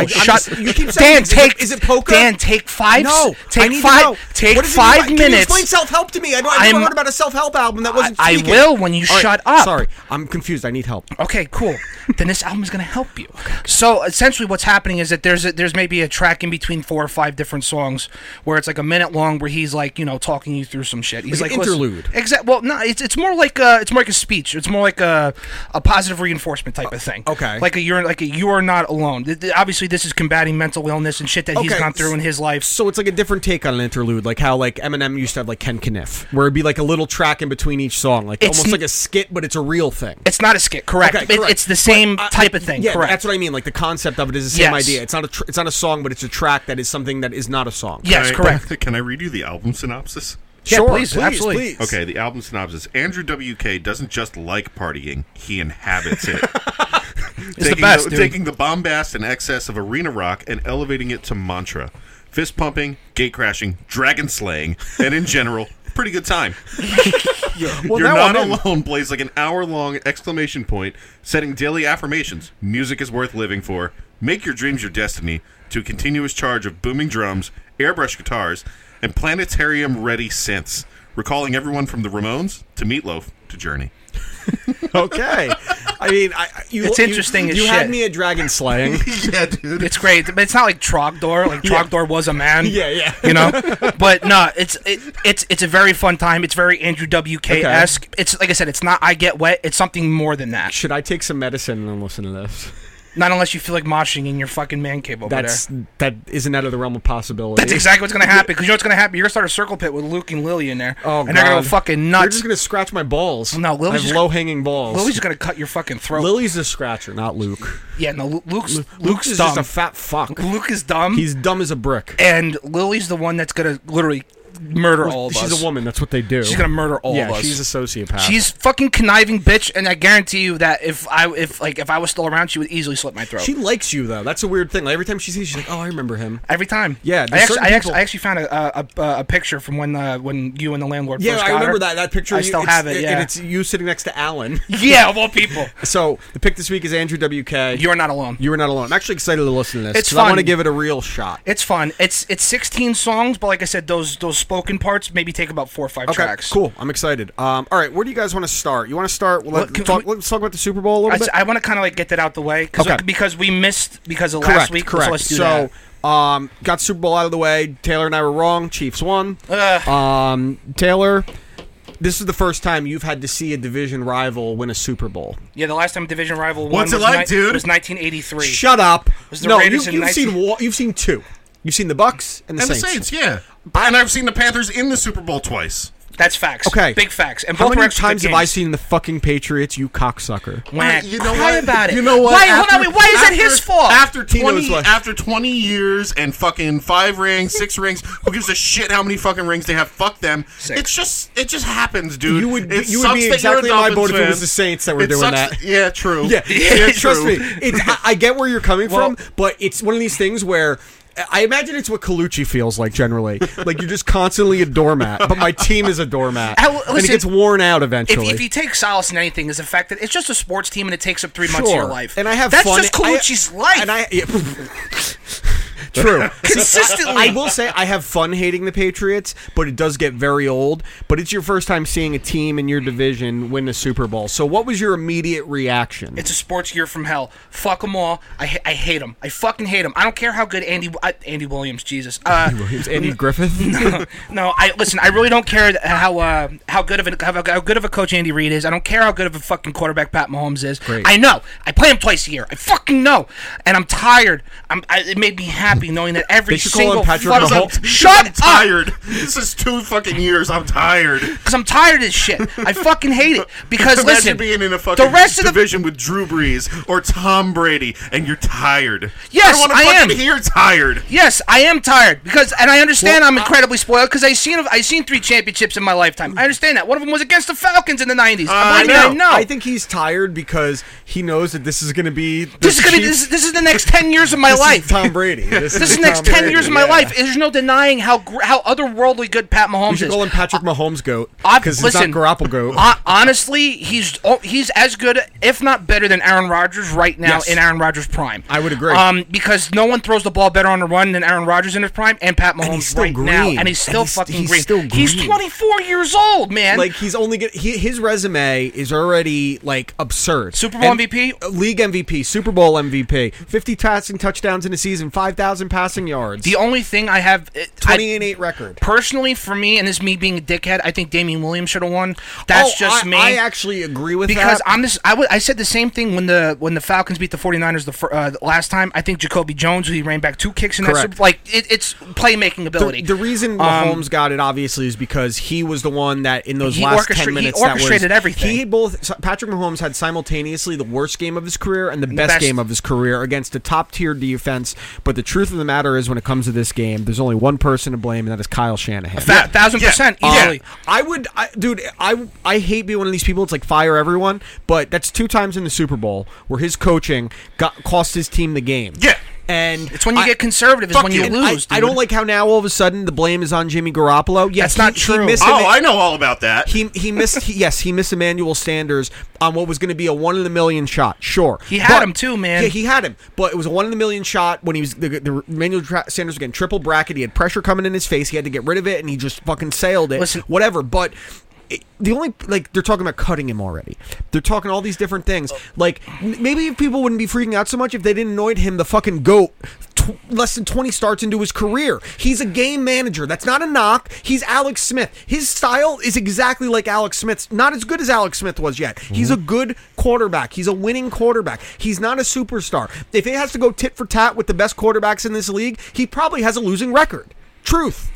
S4: (laughs) I'm
S3: Shut.
S4: just- you keep saying,
S3: Dan,
S4: is it-
S3: take
S4: is it poker?
S3: Dan, take five.
S4: no,
S3: take
S4: I need
S3: five.
S4: To know.
S3: Take
S4: What does it mean
S3: five
S4: by- can you
S3: minutes.
S4: explain self help to me. I, don't, I
S3: I'm-
S4: never heard about a self help album that wasn't.
S3: I- I
S4: speaking.
S3: will when you
S4: All right,
S3: shut up.
S4: Sorry, I'm confused. I need help.
S3: Okay, cool.
S4: (laughs)
S3: then this album is going to help you. So essentially, what's happening is that there's a, there's maybe a track in between four or five different songs where it's like a minute long, where he's like you know talking you through some shit. He's
S4: Like
S3: like,
S4: an interlude.
S3: Exactly. Well, no, it's, it's more like a, it's more like a speech. It's more like a, a positive reinforcement type of thing.
S4: Uh, okay.
S3: Like a you're like a you are not alone. Th- th- Obviously, this is combating mental illness and shit that he's
S4: Okay,
S3: gone through in his life.
S4: So it's like a different take on an interlude, like how like Eminem used to have like Ken Kniff, where it'd be like a little track in between each song, like
S3: It's
S4: almost
S3: n-
S4: like a skit, but it's a real thing.
S3: It's not a skit, correct?
S4: Okay,
S3: It-
S4: correct.
S3: it's the same
S4: But, uh,
S3: type of thing,
S4: Yeah,
S3: correct?
S4: that's what I mean. Like the concept of it is the same
S3: Yes.
S4: idea. It's not a tr- it's not a song, but it's a track that is something that is not a song.
S3: yes,
S6: Can I-
S3: correct.
S6: (laughs) Can I read you the album synopsis?
S3: Yeah,
S4: sure,
S3: please, absolutely.
S4: please.
S6: Okay, the album synopsis. Andrew WK doesn't just like partying, he inhabits
S3: (laughs)
S6: it. (laughs)
S3: the
S6: taking,
S3: best, dude.
S6: taking the bombast and excess of arena rock and elevating it to mantra. Fist pumping, gate crashing, dragon slaying, and in general, pretty good time.
S4: Well,
S6: You're
S4: now
S6: not
S4: I'm in.
S6: alone plays like an hour long exclamation point, setting daily affirmations. Music is worth living for. Make your dreams your destiny. To a continuous charge of booming drums, airbrush guitars, and planetarium ready synths, recalling everyone from the Ramones to Meatloaf to Journey.
S4: Okay. I mean, I, I- you,
S3: It's
S4: you-
S3: interesting
S4: You,
S3: as shit.
S4: had me at dragon
S3: (laughs)
S4: slaying. (laughs)
S6: yeah, dude.
S3: It's great, but it's not like Trogdor. Like Trogdor was a
S4: (laughs)
S3: man.
S4: Yeah, yeah.
S3: You know, but no, it's it, it's it's a very fun time. It's very Andrew WK esque. It's like I said, it's not I get wet. It's something more than that.
S4: Should I take some medicine and listen to this?
S3: Not unless you feel like moshing in your fucking man cave over
S4: That's
S3: there.
S4: that isn't out of the realm of possibility.
S3: That's exactly what's gonna happen. Because you know what's gonna happen? You're gonna start a circle pit with Luke and Lily in there,
S4: Oh,
S3: and they're gonna go
S4: God.
S3: fucking
S4: You're
S3: nuts.
S4: just gonna scratch my balls.
S3: No, Lily's
S4: I have
S3: just-
S4: low hanging balls.
S3: Lily's just gonna cut your fucking throat.
S4: Lily's a scratcher, not Luke.
S3: yeah, no, Lu- Luke's
S4: Luke's
S3: Luke's
S4: is
S3: dumb.
S4: just a fat fuck.
S3: Luke is dumb,
S4: He's dumb as a brick.
S3: and Lily's the one that's gonna literally murder all of us.
S4: She's a woman. That's what they do.
S3: She's gonna murder all
S4: yeah,
S3: of us.
S4: she's a sociopath.
S3: She's fucking conniving bitch, and I guarantee you that if I if like if I was still around, she would easily slit my throat
S4: she likes you though. That's a weird thing. Like, every time she sees, you, she's like, "Oh, I remember him."
S3: every time.
S4: Yeah,
S3: I
S4: there's
S3: actually,
S4: certain
S3: I, actually,
S4: people-
S3: I actually found a a, a a picture from when uh, when you and the landlord
S4: Yeah,
S3: first
S4: I
S3: got
S4: remember
S3: her.
S4: that that picture.
S3: I
S4: you-
S3: still
S4: it's-
S3: have it. Yeah,
S4: and it's you sitting next to Alan.
S3: (laughs) yeah, of
S4: (laughs)
S3: all people,
S4: So the pick this week is Andrew WK.
S3: you are not alone.
S4: You were not alone. I'm actually excited to listen to this.
S3: It's
S4: 'cause I want to
S3: fun.
S4: give it a real shot.
S3: it's fun. It's it's 16 songs, but like I said, those those spoken parts maybe take about four or five
S4: Okay,
S3: tracks.
S4: cool. I'm excited. Um, all right, where do you guys want to start? You want to start? Well,
S3: Well,
S4: let,
S3: can-
S4: talk,
S3: can we-
S4: let's talk about the Super Bowl a little
S3: I,
S4: bit.
S3: want to kind of like get that out the way 'cause-
S4: Okay.
S3: because we missed because of
S4: correct.
S3: last week.
S4: correct.
S3: So let's do
S4: so, um, got Super Bowl out of the way. Taylor and I were wrong. Chiefs won.
S3: that. Uh,
S4: Um, Taylor, this is the first time you've had to see a division rival win a Super Bowl.
S3: Yeah, the last time division rival won
S6: What's it
S3: was,
S6: like,
S3: ni-
S6: dude?
S3: was 1983.
S4: Shut up!
S3: was the
S4: No, you,
S3: Raiders
S4: you've
S3: in 19
S4: seen wa- you've seen two. You've seen the Bucks and the
S6: And the
S4: Saints.
S6: Saints, yeah. And I've seen the Panthers in the Super Bowl twice.
S3: That's facts.
S4: Okay,
S3: big facts. And
S4: how
S3: both were
S4: many
S3: actually good
S4: times have I
S3: games.
S4: seen the fucking Patriots? You
S3: (laughs)
S4: cocksucker!
S3: Why
S6: You know
S3: cry
S6: what?
S3: about it?
S6: You know what?
S3: Why, hold
S6: After-
S3: on, wait, why is that
S6: after-
S3: his fault?
S6: After
S4: Tino's
S6: twenty,
S4: left.
S6: after twenty years and fucking five rings, six rings. Who gives a shit how many fucking rings they have? Fuck them.
S3: Six.
S6: It's just, it just happens, dude.
S4: You would-
S6: It
S4: you would
S6: sucks
S4: be
S6: that you're a
S4: exactly on my board if it
S6: Dolphins
S4: was the
S6: fan.
S4: Saints that were
S6: It
S4: doing
S6: sucks
S4: that.
S6: Yeah, true.
S4: Yeah, yeah, trust
S6: true.
S4: me. It's, I, I get where you're coming
S3: Well-
S4: from, but it's one of these things where I imagine it's what Colucci feels like generally. like you're just constantly a doormat, but my team is a doormat,
S3: I-
S4: and it
S3: listen,
S4: gets worn out
S3: if,
S4: eventually.
S3: if you take solace in anything, is the fact that it's just a sports team and it takes up three months of your life.
S4: and I have
S3: that's
S4: fun.
S3: just
S4: I-
S3: Colucci's life.
S4: And I, yeah. (laughs) true.
S3: (laughs) consistently.
S4: I will say I have fun hating the Patriots, but it does get very old. But it's your first time seeing a team in your division win a Super Bowl. So, what was your immediate reaction?
S3: It's a sports year from hell. Fuck them all. I, ha- I hate them. I fucking hate them. I don't care how good Andy uh, Andy Williams. Jesus. Uh,
S4: It's Andy Griffith.
S3: (laughs) no, I listen. I really don't care how uh, how good of a how, how good of a coach Andy Reid is. I don't care how good of a fucking quarterback Pat Mahomes is.
S4: Great.
S3: I know. I play him twice a year. I fucking know. And I'm tired. I'm, I, it made me happy knowing that every
S4: They should call
S3: single
S4: him Patrick
S3: fucking-
S4: Mahomes.
S3: Shut
S6: I'm
S3: up.
S6: tired. This is two fucking years. I'm tired.
S3: because I'm tired of this shit. I fucking hate it. Because
S6: Imagine
S3: listen,
S6: being in a fucking
S3: the rest of the
S6: division with Drew Brees or Tom Brady, and you're tired.
S3: Yes,
S6: I, don't wanna
S3: I
S6: fucking
S3: am.
S6: Hear tired.
S3: Yes, I am tired because, and I understand I'm incredibly spoiled because I seen I seen three championships in my lifetime. I understand that one of them was against the Falcons in the '90s.
S6: I
S3: I'm like,
S6: know.
S3: I know.
S4: I think he's tired because he knows that this is going to be the
S3: this is gonna
S4: Chiefs-
S3: this, is- this is the next ten years of my
S4: this is
S3: life.
S4: Tom
S3: (laughs)
S4: Brady. This,
S3: This is the next
S4: Tom
S3: ten
S4: Brady,
S3: years of my
S4: yeah.
S3: life. There's no denying how gr- how otherworldly good Pat
S4: You
S3: Mahomes
S4: should
S3: is.
S4: call him Patrick Mahomes goat
S3: I-
S4: because he's not
S3: listen,
S4: Garoppolo goat.
S3: hon- honestly, he's oh, he's as good, if not better, than Aaron Rodgers right now
S4: Yes.
S3: in Aaron Rodgers' prime.
S4: I would agree.
S3: Um, because no one throws the ball better on the run than Aaron Rodgers in his prime and Pat Mahomes
S4: he's still
S3: right now,
S4: green.
S3: and he's still
S4: And he's-
S3: fucking
S4: he's
S3: green.
S4: still
S3: He's
S4: green.
S3: 24 years old, man.
S4: like he's only get, he, his resume is already like absurd.
S3: Super Bowl MVP?
S4: league MVP, Super Bowl MVP, fifty passing touchdowns in a season, five thousand passing yards,
S3: the only thing I have, it- I-
S4: twenty and eight record.
S3: personally for me, and this is me being a dickhead, I think Damian Williams should have won. That's
S4: Oh,
S3: just
S4: I,
S3: me.
S4: I actually agree with
S3: because
S4: that.
S3: I'm this. I wa- I said the same thing when the when the Falcons beat the 49ers the fir- uh, the last time. I think Jacoby Jones, who he ran back two kicks in that,
S4: Correct.
S3: Super- like it, it's playmaking ability.
S4: the, the reason
S3: Um,
S4: Mahomes got it obviously is because he was the one that in those
S3: He
S4: last
S3: orchestra-
S4: ten
S3: he
S4: minutes that
S3: orchestrated
S4: was,
S3: everything.
S4: He both so- Patrick Mahomes had simultaneously the worst game of his career and the best,
S3: best.
S4: game of his career against a top tier defense. But the truth of the matter is, when it comes to this game, there's only one person to blame, and that is Kyle Shanahan.
S3: Fa- thousand
S6: yeah,
S3: percent
S6: yeah.
S3: easily.
S4: I would, I, dude. I I hate being one of these people. It's like fire everyone, but that's two times in the Super Bowl where his coaching got cost his team the game.
S6: Yeah.
S4: and
S3: It's when you
S4: I-
S3: get conservative is
S6: fuck
S3: when you,
S6: you.
S4: I-
S3: lose.
S4: I,
S3: dude.
S4: don't like how now all of a sudden the blame is on Jimmy Garoppolo. Yes,
S3: That's not
S4: he, He
S3: true.
S4: missed
S6: Oh,
S4: Emma-
S6: I know all about that.
S4: He, he missed he- yes he missed Emmanuel Sanders on what was going to be a one in a million shot sure
S3: He had him too, man.
S4: yeah he had him but it was a one in a million shot when he was the, the Emmanuel Tra- Sanders was getting triple bracket he had pressure coming in his face he had to get rid of it and he just fucking sailed it
S3: Listen-
S4: whatever but it, the only like they're talking about cutting him already they're talking all these different things like m- maybe if people wouldn't be freaking out so much if they didn't anoint him the fucking goat tw- less than 20 starts into his career he's a game manager that's not a knock he's alex smith his style is exactly like alex smith's not as good as alex smith was yet he's a good quarterback he's a winning quarterback he's not a superstar if it has to go tit for tat with the best quarterbacks in this league he probably has a losing record truth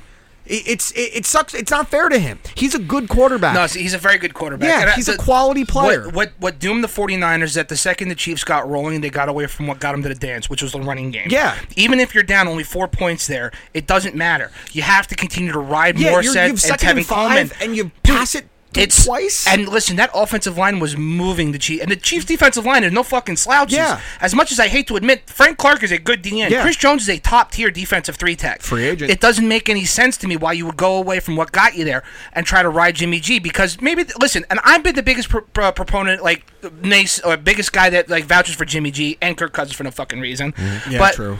S4: It- it's it, it sucks it's not fair to him he's a good quarterback
S3: No, see, he's a very good quarterback.
S4: Yeah,
S3: And I-
S4: he's a
S3: the-
S4: quality player.
S3: What, what what doomed the 49ers that the second the Chiefs got rolling, they got away from what got them to the dance, which was the running game.
S4: Yeah.
S3: Even if you're down only four points there, it doesn't matter. You have to continue to ride
S4: Yeah,
S3: more
S4: you're-
S3: sets
S4: you've
S3: and
S4: second
S3: Tevin
S4: and five,
S3: Coleman.
S4: and you pass it to
S3: it's,
S4: twice?
S3: And listen, that offensive line was moving the Chiefs. And the Chiefs' defensive line is no fucking slouches.
S4: Yeah.
S3: As much as I hate to admit, Frank Clark is a good DN.
S4: Yeah.
S3: Chris Jones is a top tier defensive three tech.
S4: Free agent.
S3: It doesn't make any sense to me why you would go away from what got you there and try to ride Jimmy G because maybe listen, and I've been the biggest pro- pro- proponent, like nace or biggest guy that like vouches for Jimmy G and Kirk Cousins for no fucking reason.
S4: Mm-hmm. yeah
S3: but
S4: true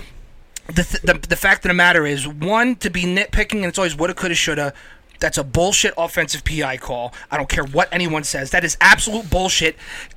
S3: The, th- the the fact of the matter is, one to be nitpicking, and it's always woulda, coulda, shoulda. That's a bullshit offensive PI call. I don't care what anyone says. That is absolute bullshit.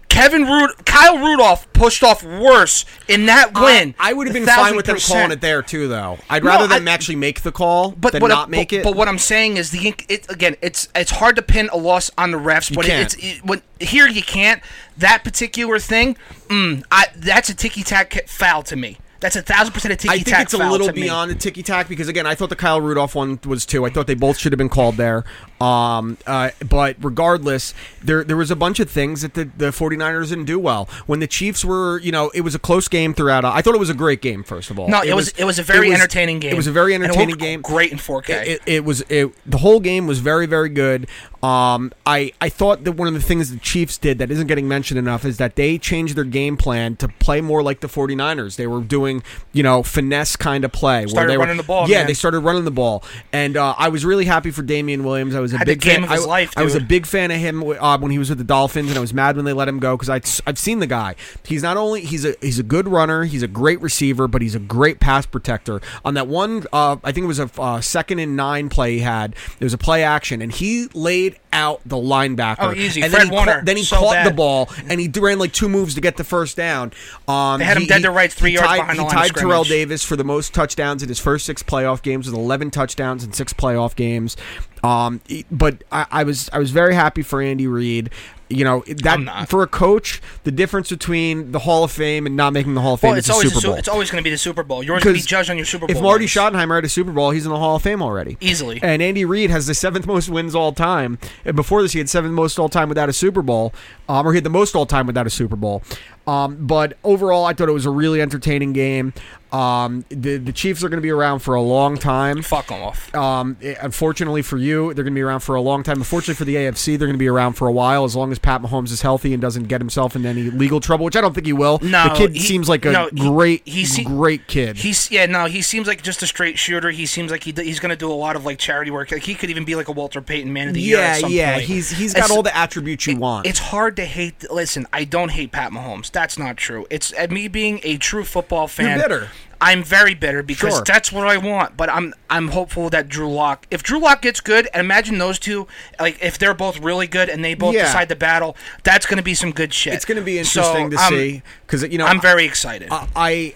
S3: Kevin Rud- Kyle Rudolph pushed off worse in that win.
S4: I would have been
S3: A thousand
S4: fine with them calling
S3: percent.
S4: it there too, though. I'd rather
S3: I-
S4: them actually make the call
S3: but
S4: than
S3: what I-
S4: not make
S3: but,
S4: it.
S3: But what I'm saying is the inc- it, again, it's it's hard to pin a loss on the refs, but
S4: can't.
S3: it's it, when here you can't. That particular thing, mm, I, that's a ticky tack foul to me. That's a thousand percent a
S4: I
S3: ticky
S4: think
S3: tack
S4: it's a
S3: foul.
S4: little
S3: to me.
S4: beyond the ticky tack because again, I thought the Kyle Rudolph one was too. I thought they both should have been called there. Um, uh, but regardless, there there was a bunch of things that the, the 49ers didn't do well. When the Chiefs were, you know, it was a close game throughout. I thought it was a great game. First of all,
S3: No, it, was, it was a very
S4: was-
S3: entertaining game.
S4: It was a very
S3: And it
S4: entertaining
S3: looked
S4: game.
S3: Great in 4K.
S4: It, it, it was it, the whole game was very very good. Um, I I thought that one of the things the Chiefs did that isn't getting mentioned enough is that they changed their game plan to play more like the 49ers. They were doing you know finesse kind of play
S3: Started
S4: they were-
S3: running the ball,
S4: Yeah,
S3: man.
S4: they started running the ball, and uh, I was really happy for Damian Williams. I was a
S3: Had the
S4: big
S3: game
S4: fan.
S3: of his
S4: I,
S3: life,
S4: I was a
S3: dude.
S4: big fan of him uh, when he was with the Dolphins, and I was mad when they let him go because I I've seen the guy. He's not only he's a he's a good runner, he's a great receiver, but he's a great pass protector. On that one, uh, I think it was a uh, second and nine play he had. There was a play action, and he laid out the linebacker.
S3: Oh, easy.
S4: And
S3: Fred
S4: then he
S3: Warner,
S4: Caught, then he
S3: so
S4: caught
S3: bad.
S4: the ball, and he ran like two moves to get the first down. Um,
S3: They had him
S4: he-
S3: dead
S4: he-
S3: to rights, three
S4: he
S3: yards
S4: tied,
S3: behind the
S4: he
S3: line of
S4: tied Terrell
S3: scrimmage.
S4: Davis for the most touchdowns in his first six playoff games with 11 touchdowns in six playoff games. Um, e- but I, I was I was very happy for Andy Reid. You know that for a coach, the difference between the Hall of Fame and not making the Hall of Fame
S3: well,
S4: is
S3: Oh, it's
S4: the
S3: always
S4: Super
S3: a su-
S4: Bowl.
S3: it's always going to be the Super Bowl. You're always going to be
S4: Because
S3: judged on your Super Bowl.
S4: if Marty
S3: wins.
S4: Schottenheimer had a Super Bowl, he's in the Hall of Fame already.
S3: Easily.
S4: And Andy Reid has the seventh most wins all time. And before this, he had seventh most all time without a Super Bowl, um, or he had the most all time without a Super Bowl. Um, but overall, I thought it was a really entertaining game. Um, the the Chiefs are going to be around for a long time.
S3: fuck 'em off.
S4: Um, eh, unfortunately for you, they're going to be around for a long time. Unfortunately for the AFC, they're going to be around for a while as long as Pat Mahomes is healthy and doesn't get himself in any legal trouble, which I don't think he will.
S3: No,
S4: the kid
S3: he-
S4: seems like a
S3: no, he-
S4: great,
S3: he se-
S4: great kid.
S3: He's yeah, no, he seems like just a straight shooter. He seems like he d- he's going to do a lot of like charity work. Like he could even be like a Walter Payton Man of the Year.
S4: yeah,
S3: at some
S4: yeah.
S3: point.
S4: He's he's
S3: It's-
S4: got all the attributes you want.
S3: It's hard to hate. Listen, I don't hate Pat Mahomes. That's not true. It's at me being a true football fan.
S4: bitter.
S3: I'm very bitter because
S4: Sure.
S3: that's what I want. But I'm I'm hopeful that Drew Lock. If Drew Lock gets good, and imagine those two, like if they're both really good and they both
S4: Yeah.
S3: decide to battle, that's going to be some good shit.
S4: it's going to be
S3: So,
S4: interesting to
S3: I'm-
S4: see Uh, because you know
S3: I'm very excited.
S4: I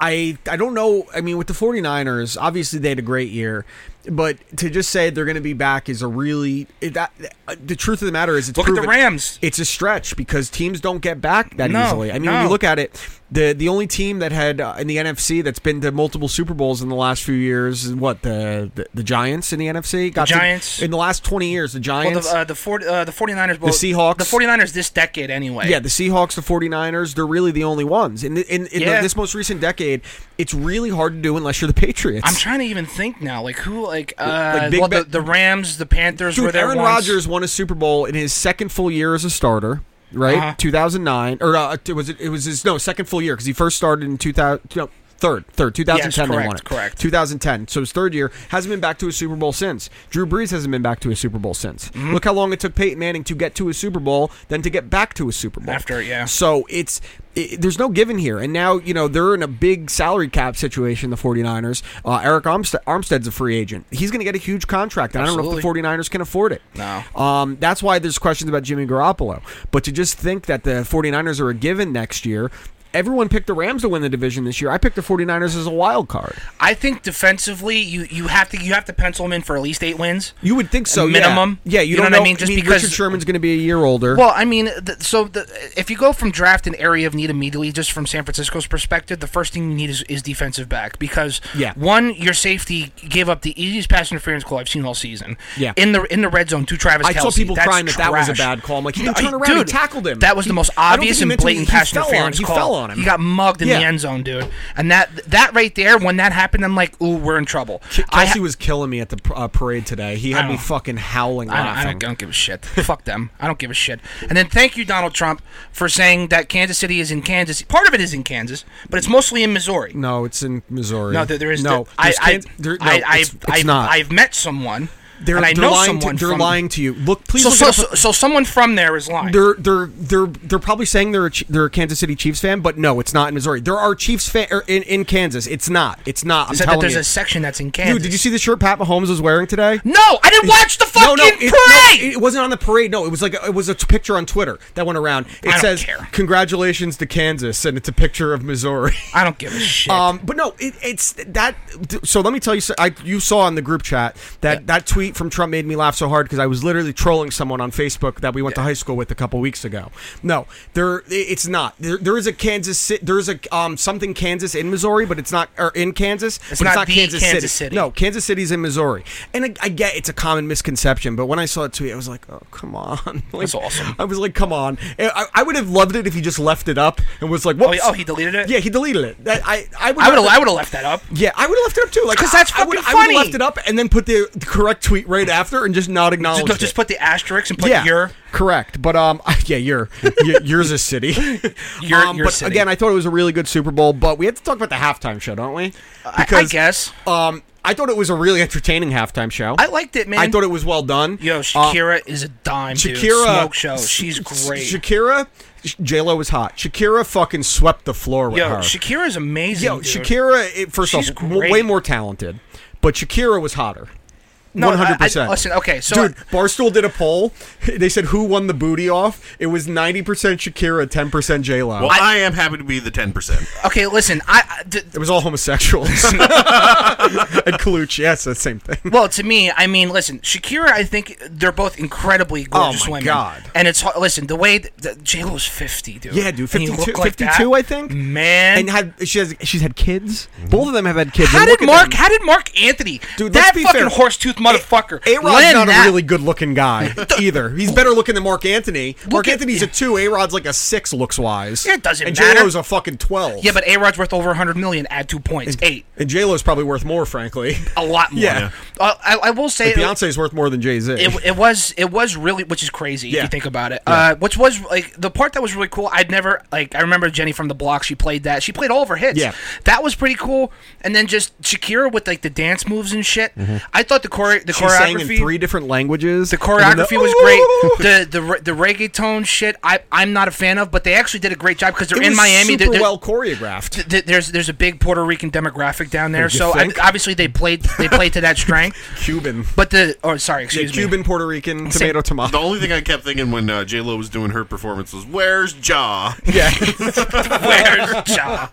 S4: I I don't know. I mean, with the 49ers, obviously they had a great year, but to just say they're going to be back is a really it, that the truth of the matter is it's
S3: Look at the
S4: proven-
S3: Rams.
S4: It's a stretch because teams don't get back that
S3: No,
S4: easily. I mean, when
S3: no.
S4: you look at it, the the only team that had uh, in the NFC that's been to multiple Super Bowls in the last few years is what the the, the Giants in the NFC got to-
S3: Giants.
S4: in the last 20 years. The Giants
S3: well, the, uh, the, 40, uh, the 49ers, well,
S4: Seahawks.
S3: The 49ers this decade, anyway.
S4: Yeah, the Seahawks, the 49ers, they're really the only ones. In, the, in, in the-
S3: Yeah.
S4: this most recent decade, it's really hard to do unless you're the Patriots.
S3: I'm trying to even think now. Like, who, like, uh,
S4: Like Big
S3: well, the,
S4: Ben-
S3: the Rams, the Panthers were
S4: Dude,
S3: there
S4: Aaron
S3: once.
S4: Rodgers won a Super Bowl in his second full year as a starter, right?
S3: Uh-huh.
S4: 2009. Or uh, it was it, it was his, no, second full year because he first started in 2000. No, Third, third, 2010 they won
S3: correct,
S4: it.
S3: correct.
S4: 2010. So his third year hasn't been back to a Super Bowl since. Drew Brees hasn't been back to a Super Bowl since.
S3: Mm-hmm.
S4: Look how long it took Peyton Manning to get to a Super Bowl, then to get back to a Super Bowl.
S3: After, yeah.
S4: So it's it, there's no given here. And now, you know, they're in a big salary cap situation, the 49ers. Uh, Eric Armstead, Armstead's a free agent. He's going to get a huge contract. And I don't know if the
S3: Absolutely.
S4: 49ers can afford it.
S3: No.
S4: Um, that's why there's questions about Jimmy Garoppolo. But to just think that the 49ers are a given next year, everyone picked the Rams to win the division this year. I picked the 49ers as a wild card.
S3: I think defensively, you, you have to you have to pencil them in for at least eight wins.
S4: You would think so, yeah.
S3: minimum?
S4: Yeah, you,
S3: You
S4: don't
S3: know what I mean? Just because-
S4: Richard Sherman's going to be a year older.
S3: Well, I mean, th- so the, if you go from draft an area of need immediately, just from San Francisco's perspective, the first thing you need is, is defensive back because
S4: Yeah.
S3: one, your safety gave up the easiest pass interference call I've seen all season.
S4: Yeah.
S3: in the in the red zone to Travis.
S4: I saw
S3: Kelce.
S4: people
S3: That's
S4: crying that that was a
S3: trash.
S4: bad call. I'm like, he didn't
S3: No,
S4: turn around, he
S3: dude,
S4: tackled him.
S3: That was the most
S4: I don't think
S3: obvious
S4: he
S3: and
S4: meant to-
S3: blatant
S4: he
S3: pass
S4: fell on-
S3: interference
S4: he
S3: call.
S4: fell on him.
S3: He got mugged in
S4: Yeah.
S3: the end zone, dude. And that that right there, when that happened, I'm like, ooh, we're in trouble. I
S4: Kelsey
S3: ha-
S4: was killing me at the uh, parade today. He
S3: I
S4: had me
S3: don't-
S4: fucking howling
S3: I don't,
S4: laughing.
S3: I, don't, I don't give a shit. Fuck them. I don't give a shit. And then thank you, Donald Trump, for saying that Kansas City is in Kansas. Part of it is in Kansas, but it's mostly in Missouri.
S4: no, it's in Missouri.
S3: No, there, there is
S4: no.
S3: I,
S4: there's
S3: I,
S4: Kan- there- no,
S3: I, I've,
S4: it's, it's
S3: I've,
S4: not.
S3: I've met someone
S4: They're,
S3: and I
S4: they're
S3: know
S4: lying
S3: someone.
S4: to, they're
S3: from,
S4: lying to you. Look, please
S3: So,
S4: look
S3: so,
S4: it up.
S3: so, so someone from there is lying.
S4: they're they're they're they're probably saying they're a, Ch- they're a Kansas City Chiefs fan, but no, it's not in Missouri. There are Chiefs fan er, in in Kansas. It's not. It's not. I'm
S3: Said that
S4: telling
S3: there's
S4: you.
S3: a section that's in Kansas.
S4: Dude, did you see the shirt Pat Mahomes was wearing today?
S3: No, I didn't watch the fucking
S4: no, no, it,
S3: parade.
S4: no, it wasn't on the parade. No, it was like it was a t- picture on Twitter that went around. It
S3: I don't
S4: says
S3: care.
S4: congratulations to Kansas, and it's a picture of Missouri.
S3: I don't give a shit.
S4: Um, but no, it, it's that. So let me tell you, so- I, you saw on the group chat that that tweet from Trump made me laugh so hard because I was literally trolling someone on Facebook that we went to high school with a couple weeks ago. No, there, it's not. There, there is a Kansas, Ci- there's a um something Kansas in Missouri, but it's not or in Kansas. It's,
S3: not
S4: it's not
S3: the
S4: Kansas,
S3: Kansas City.
S4: City. No, Kansas City's in Missouri, and I, I get it's a common misconception. But when I saw that tweet, I was like, oh come on, (laughs) like,
S3: That's awesome.
S4: I was like, come on. I, I- I would have loved it if he just left it up and was like, whoops.
S3: oh, he deleted it?
S4: Yeah, he deleted it. That, I I would
S3: I would have I would have left that up.
S4: yeah, I would have left it up too. Like
S3: 'Cause that's
S4: I- I would-
S3: fucking
S4: I would
S3: funny.
S4: have left it up and then put the, the correct tweet right after and just not acknowledge
S3: Just,
S4: it.
S3: just put the asterisk and put
S4: yeah,
S3: your
S4: correct. But um, (laughs) yeah, you're y- yours is
S3: (laughs)
S4: city.
S3: Your-
S4: um,
S3: your
S4: but
S3: city.
S4: again, I thought it was a really good Super Bowl. But we had to talk about the halftime show, don't we?
S3: I, I guess.
S4: um, I thought it was a really entertaining halftime show.
S3: I liked it, man.
S4: I thought it was well done.
S3: Yo,
S4: Uh,
S3: Shakira is a dime, dude.
S4: Shakira
S3: Smoke show. She's great.
S4: Shakira, J Lo was hot. Shakira fucking swept the floor with
S3: Yo,
S4: her.
S3: Shakira's amazing.
S4: Yo,
S3: dude.
S4: Shakira. It, first
S3: She's
S4: off, w-
S3: great.
S4: way more talented, but Shakira was hotter.
S3: No, I-
S4: One hundred
S3: I-
S4: percent.
S3: listen, okay, so
S4: dude, Barstool did a poll. (laughs) They said who won the booty off. It was ninety percent Shakira, ten percent J Lo.
S6: Well, I, am happy to be the ten percent.
S3: Okay, listen. I, I d-
S4: it was all homosexuals.
S3: (laughs)
S4: and Kaluch, yes, the same thing.
S3: well, to me, I mean, listen, Shakira. I think they're both incredibly gorgeous
S4: Oh my
S3: women.
S4: God.
S3: And it's hard- listen the way th- th- J Lo's fifty, dude.
S4: Yeah, dude,
S3: And you
S4: 52,
S3: look like that,
S4: 52, I think.
S3: Man,
S4: And had she has she's had kids.
S3: Mm-hmm.
S4: Both of them have had kids.
S3: How
S4: And
S3: did
S4: look at
S3: Mark?
S4: them.
S3: How did Mark Anthony?
S4: Dude, let's
S3: that
S4: be
S3: fucking
S4: fair.
S3: horse tooth motherfucker.
S4: A Rod's
S3: land
S4: not
S3: that.
S4: a really good looking
S3: (laughs)
S4: guy either. He's better looking than Mark Anthony. Mark
S3: at-
S4: Anthony's a two. A Rod's like a six looks wise.
S3: It doesn't
S4: and
S3: matter.
S4: J Lo's a fucking twelve.
S3: Yeah, but A Rod's worth over 100 million. Add two points, eight,
S4: and J Lo's probably worth more, frankly.
S3: a lot more.
S4: Yeah.
S3: Uh, I, I
S4: (laughs)
S3: will say it,
S4: Beyonce's worth more than Jay Z.
S3: it, it was it was really which is crazy if
S4: Yeah.
S3: you think about it. Uh, which was like the part that was really cool. I'd never like I remember Jenny from the Block. She played that. She played all of her hits.
S4: Yeah.
S3: that was pretty cool. And then just Shakira with like the dance moves and shit. I thought the chore the
S4: Mm-hmm. She
S3: choreography
S4: sang in three different languages.
S3: The choreography was great. The the re- the reggaeton shit, I I'm not a fan of, but they actually did a great job because they're
S4: (laughs) It
S3: in
S4: was
S3: Miami. They're-
S4: super
S3: they're-
S4: well choreographed.
S3: th- th- there's there's a big Puerto Rican demographic down there,
S4: You
S3: so I,
S4: think?
S3: obviously they played they played to
S4: (laughs)
S3: that strength.
S4: Cuban,
S3: But the oh sorry,
S4: Yeah,
S3: excuse me.
S4: Cuban, Puerto Rican, tomato,
S6: The
S4: tomato.
S6: only thing I kept thinking when uh, J Lo was doing her performance was, "Where's Jaw?"
S4: (laughs) Yeah,
S3: Where's Ja?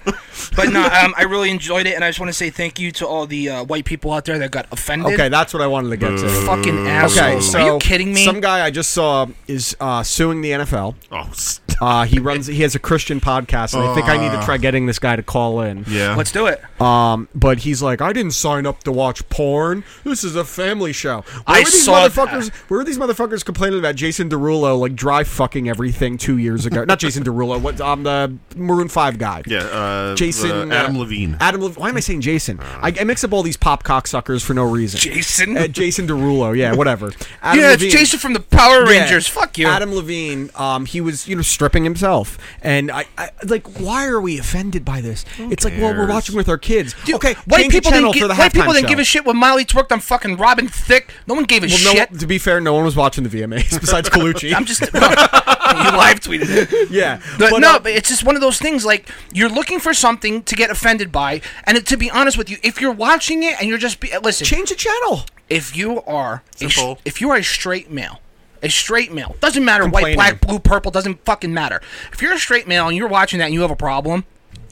S3: But no, um, I really enjoyed it, and I just want to say thank you to all the uh, white people out there that got offended.
S4: okay, that's what I wanted to get to.
S3: Fucking
S4: Okay,
S3: assholes.
S4: so
S3: Are you kidding me?
S4: Some guy I just saw is uh, suing the NFL.
S6: Oh, s-
S4: Uh, he runs. He has a Christian podcast, and I think I need
S3: Ah.
S4: to try getting this guy to call in.
S6: yeah.
S3: Let's do it.
S4: Um, but he's like, I didn't sign up to watch porn. This is a family show. Where
S3: I
S4: were these
S3: saw
S4: motherfuckers? Where were these motherfuckers complaining about Jason Derulo like dry fucking everything two years ago? Not Jason Derulo. What? Um, the Maroon Five guy.
S6: yeah, uh,
S4: Jason
S6: uh, Adam
S4: uh,
S6: Levine.
S4: Adam Levine. Why am I saying Jason? I, I mix up all these pop cocksuckers for no reason.
S3: Uh. Jason?
S4: Uh, Jason Derulo. Yeah, whatever. Adam
S3: (laughs) yeah,
S4: Levine-
S3: it's Jason from the Power
S4: yeah.
S3: Rangers. Fuck you.
S4: Adam Levine. Um, he was you know stripping himself, and I, I like why are we offended by this? it's like well we're
S6: cares?
S4: watching with our kids.
S3: Dude,
S4: okay,
S3: white
S4: change the
S3: people didn't
S4: channel
S3: give,
S4: for the
S3: white people
S4: halftime
S3: didn't give
S4: show.
S3: a shit when Miley twerked on fucking Robin Thicke. No one gave a
S4: Well, no,
S3: shit.
S4: one- to be fair, no one was watching the
S3: (laughs)
S4: VMAs besides Colucci.
S3: I'm just well, you live
S4: (laughs)
S3: tweeted it.
S4: yeah,
S3: But, no,
S4: uh,
S3: but it's just one of those things. Like you're looking for something to get offended by, and it, to be honest with you, if you're watching it and you're just be, listen,
S4: change the channel.
S3: if you are a, sh-
S6: Simple.
S3: if you are a straight male a straight male doesn't matter white
S4: Complaining.
S3: black blue purple doesn't fucking matter if you're a straight male and you're watching that and you have a problem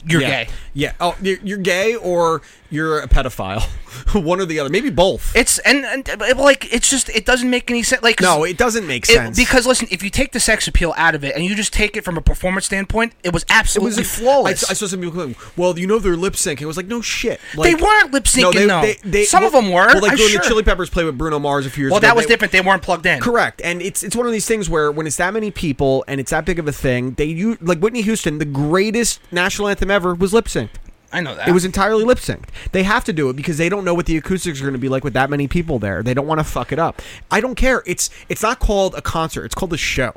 S3: you're
S4: yeah.
S3: gay
S4: Yeah. Oh, you're, you're gay or you're a pedophile. (laughs) one or the other. Maybe both.
S3: it's and, and uh, like it's just it doesn't make any sense like 'cause
S4: no, it doesn't make
S3: it-
S4: sense
S3: because listen if you take the sex appeal out of it and you just take it from a performance standpoint it was
S4: It was
S3: absolutely
S4: a-
S3: flawless
S4: Oh, I, I saw some people going, "Well, you know they're lip syncing." It was like, "No shit."
S3: They
S4: Like,
S3: weren't lip syncing, though. Some of 'em
S4: Well,
S3: were,
S4: like
S3: I'm
S4: when
S3: sure.
S4: the Chili Peppers played with Bruno Mars a few years.
S3: well
S4: ago,
S3: that was
S4: they-
S3: different they weren't plugged in
S4: Correct, and it's it's one of these things where when it's that many people and it's that big of a thing, they you like Whitney Houston, the greatest national anthem ever was lip synced.
S3: i know that
S4: It was entirely lip synced. They have to do it because they don't know what the acoustics are going to be like with that many people there. They don't want to fuck it up. I don't care. It's it's not called a concert. It's called a show.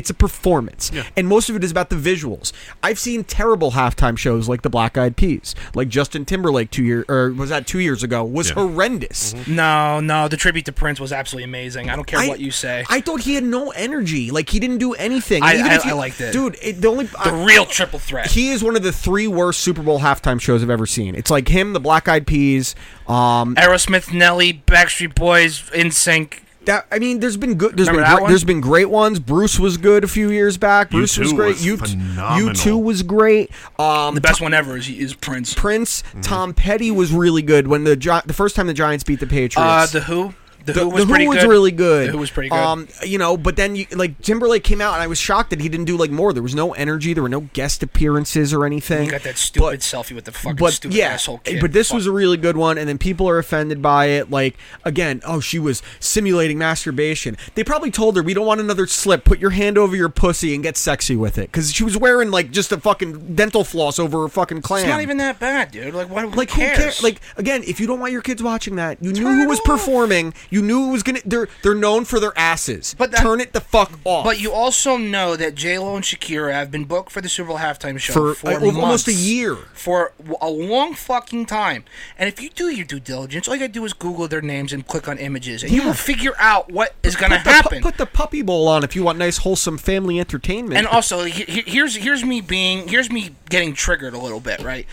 S4: it's a performance, and most of it is about the visuals. I've seen terrible halftime shows like the Black Eyed Peas, like Justin Timberlake two year or was that two years ago was
S6: Yeah.
S4: horrendous.
S3: No, no, the tribute to Prince was absolutely amazing. I don't care
S4: I-
S3: what you say.
S4: I thought he had no energy. Like he didn't do anything.
S3: I-
S4: Even
S3: I-
S4: if he-
S3: I liked it.
S4: dude. It, the only
S3: the real triple threat.
S4: he is one of the three worst Super Bowl halftime shows I've ever seen. It's like him, the Black Eyed Peas. Um,
S3: Aerosmith, Nelly, Backstreet Boys, In Sync.
S4: that I mean, there's been good. There's
S3: Remember
S4: been
S3: that
S4: great,
S3: one?
S4: there's been great ones. Bruce was good a few years back. Bruce was
S6: U2
S4: great.
S6: was
S4: U
S6: phenomenal.
S4: U two was great. Um,
S3: The best one ever is, is Prince.
S4: Prince,
S3: mm-hmm.
S4: Tom Petty was really good when the Gi- the first time the Giants beat the Patriots.
S3: Uh, the Who. The, Who was pretty good.
S4: really good.
S3: The Who was pretty good.
S4: Um, you know, but then you, like Timberlake came out, and I was shocked that he didn't do like more. There was no energy. There were no guest appearances or anything.
S3: you got that stupid
S4: But-
S3: selfie with the fucking
S4: but
S3: stupid
S4: yeah, eh,
S3: asshole kid.
S4: but this
S3: Fuck.
S4: was a really good one, and then people are offended by it. Like again, oh, she was simulating masturbation. They probably told her, "We don't want another slip. Put your hand over your pussy and get sexy with it," because she was wearing like just a fucking dental floss over her fucking clam.
S3: It's not even that bad, dude. Like, what? Who
S4: like
S3: cares?
S4: who cares? Like again, if you don't want your kids watching that, you
S3: Turn
S4: knew
S3: it
S4: who was
S3: off.
S4: performing. You knew it was gonna. They're they're known for their asses.
S3: But that-
S4: turn it the fuck off.
S3: But you also know that J Lo and Shakira have been booked for the Super Bowl halftime show
S4: For,
S3: for,
S4: uh, al- almost
S3: months.
S4: a year.
S3: for w- a long fucking time. And if you do your due diligence, all you gotta do is Google their names and click on images, and you
S4: Yeah.
S3: will figure out what is gonna
S4: put the, pu-
S3: happen.
S4: Put the puppy bowl on if you want nice wholesome family entertainment.
S3: and also, he- he- here's here's me being here's me getting triggered a little bit, right?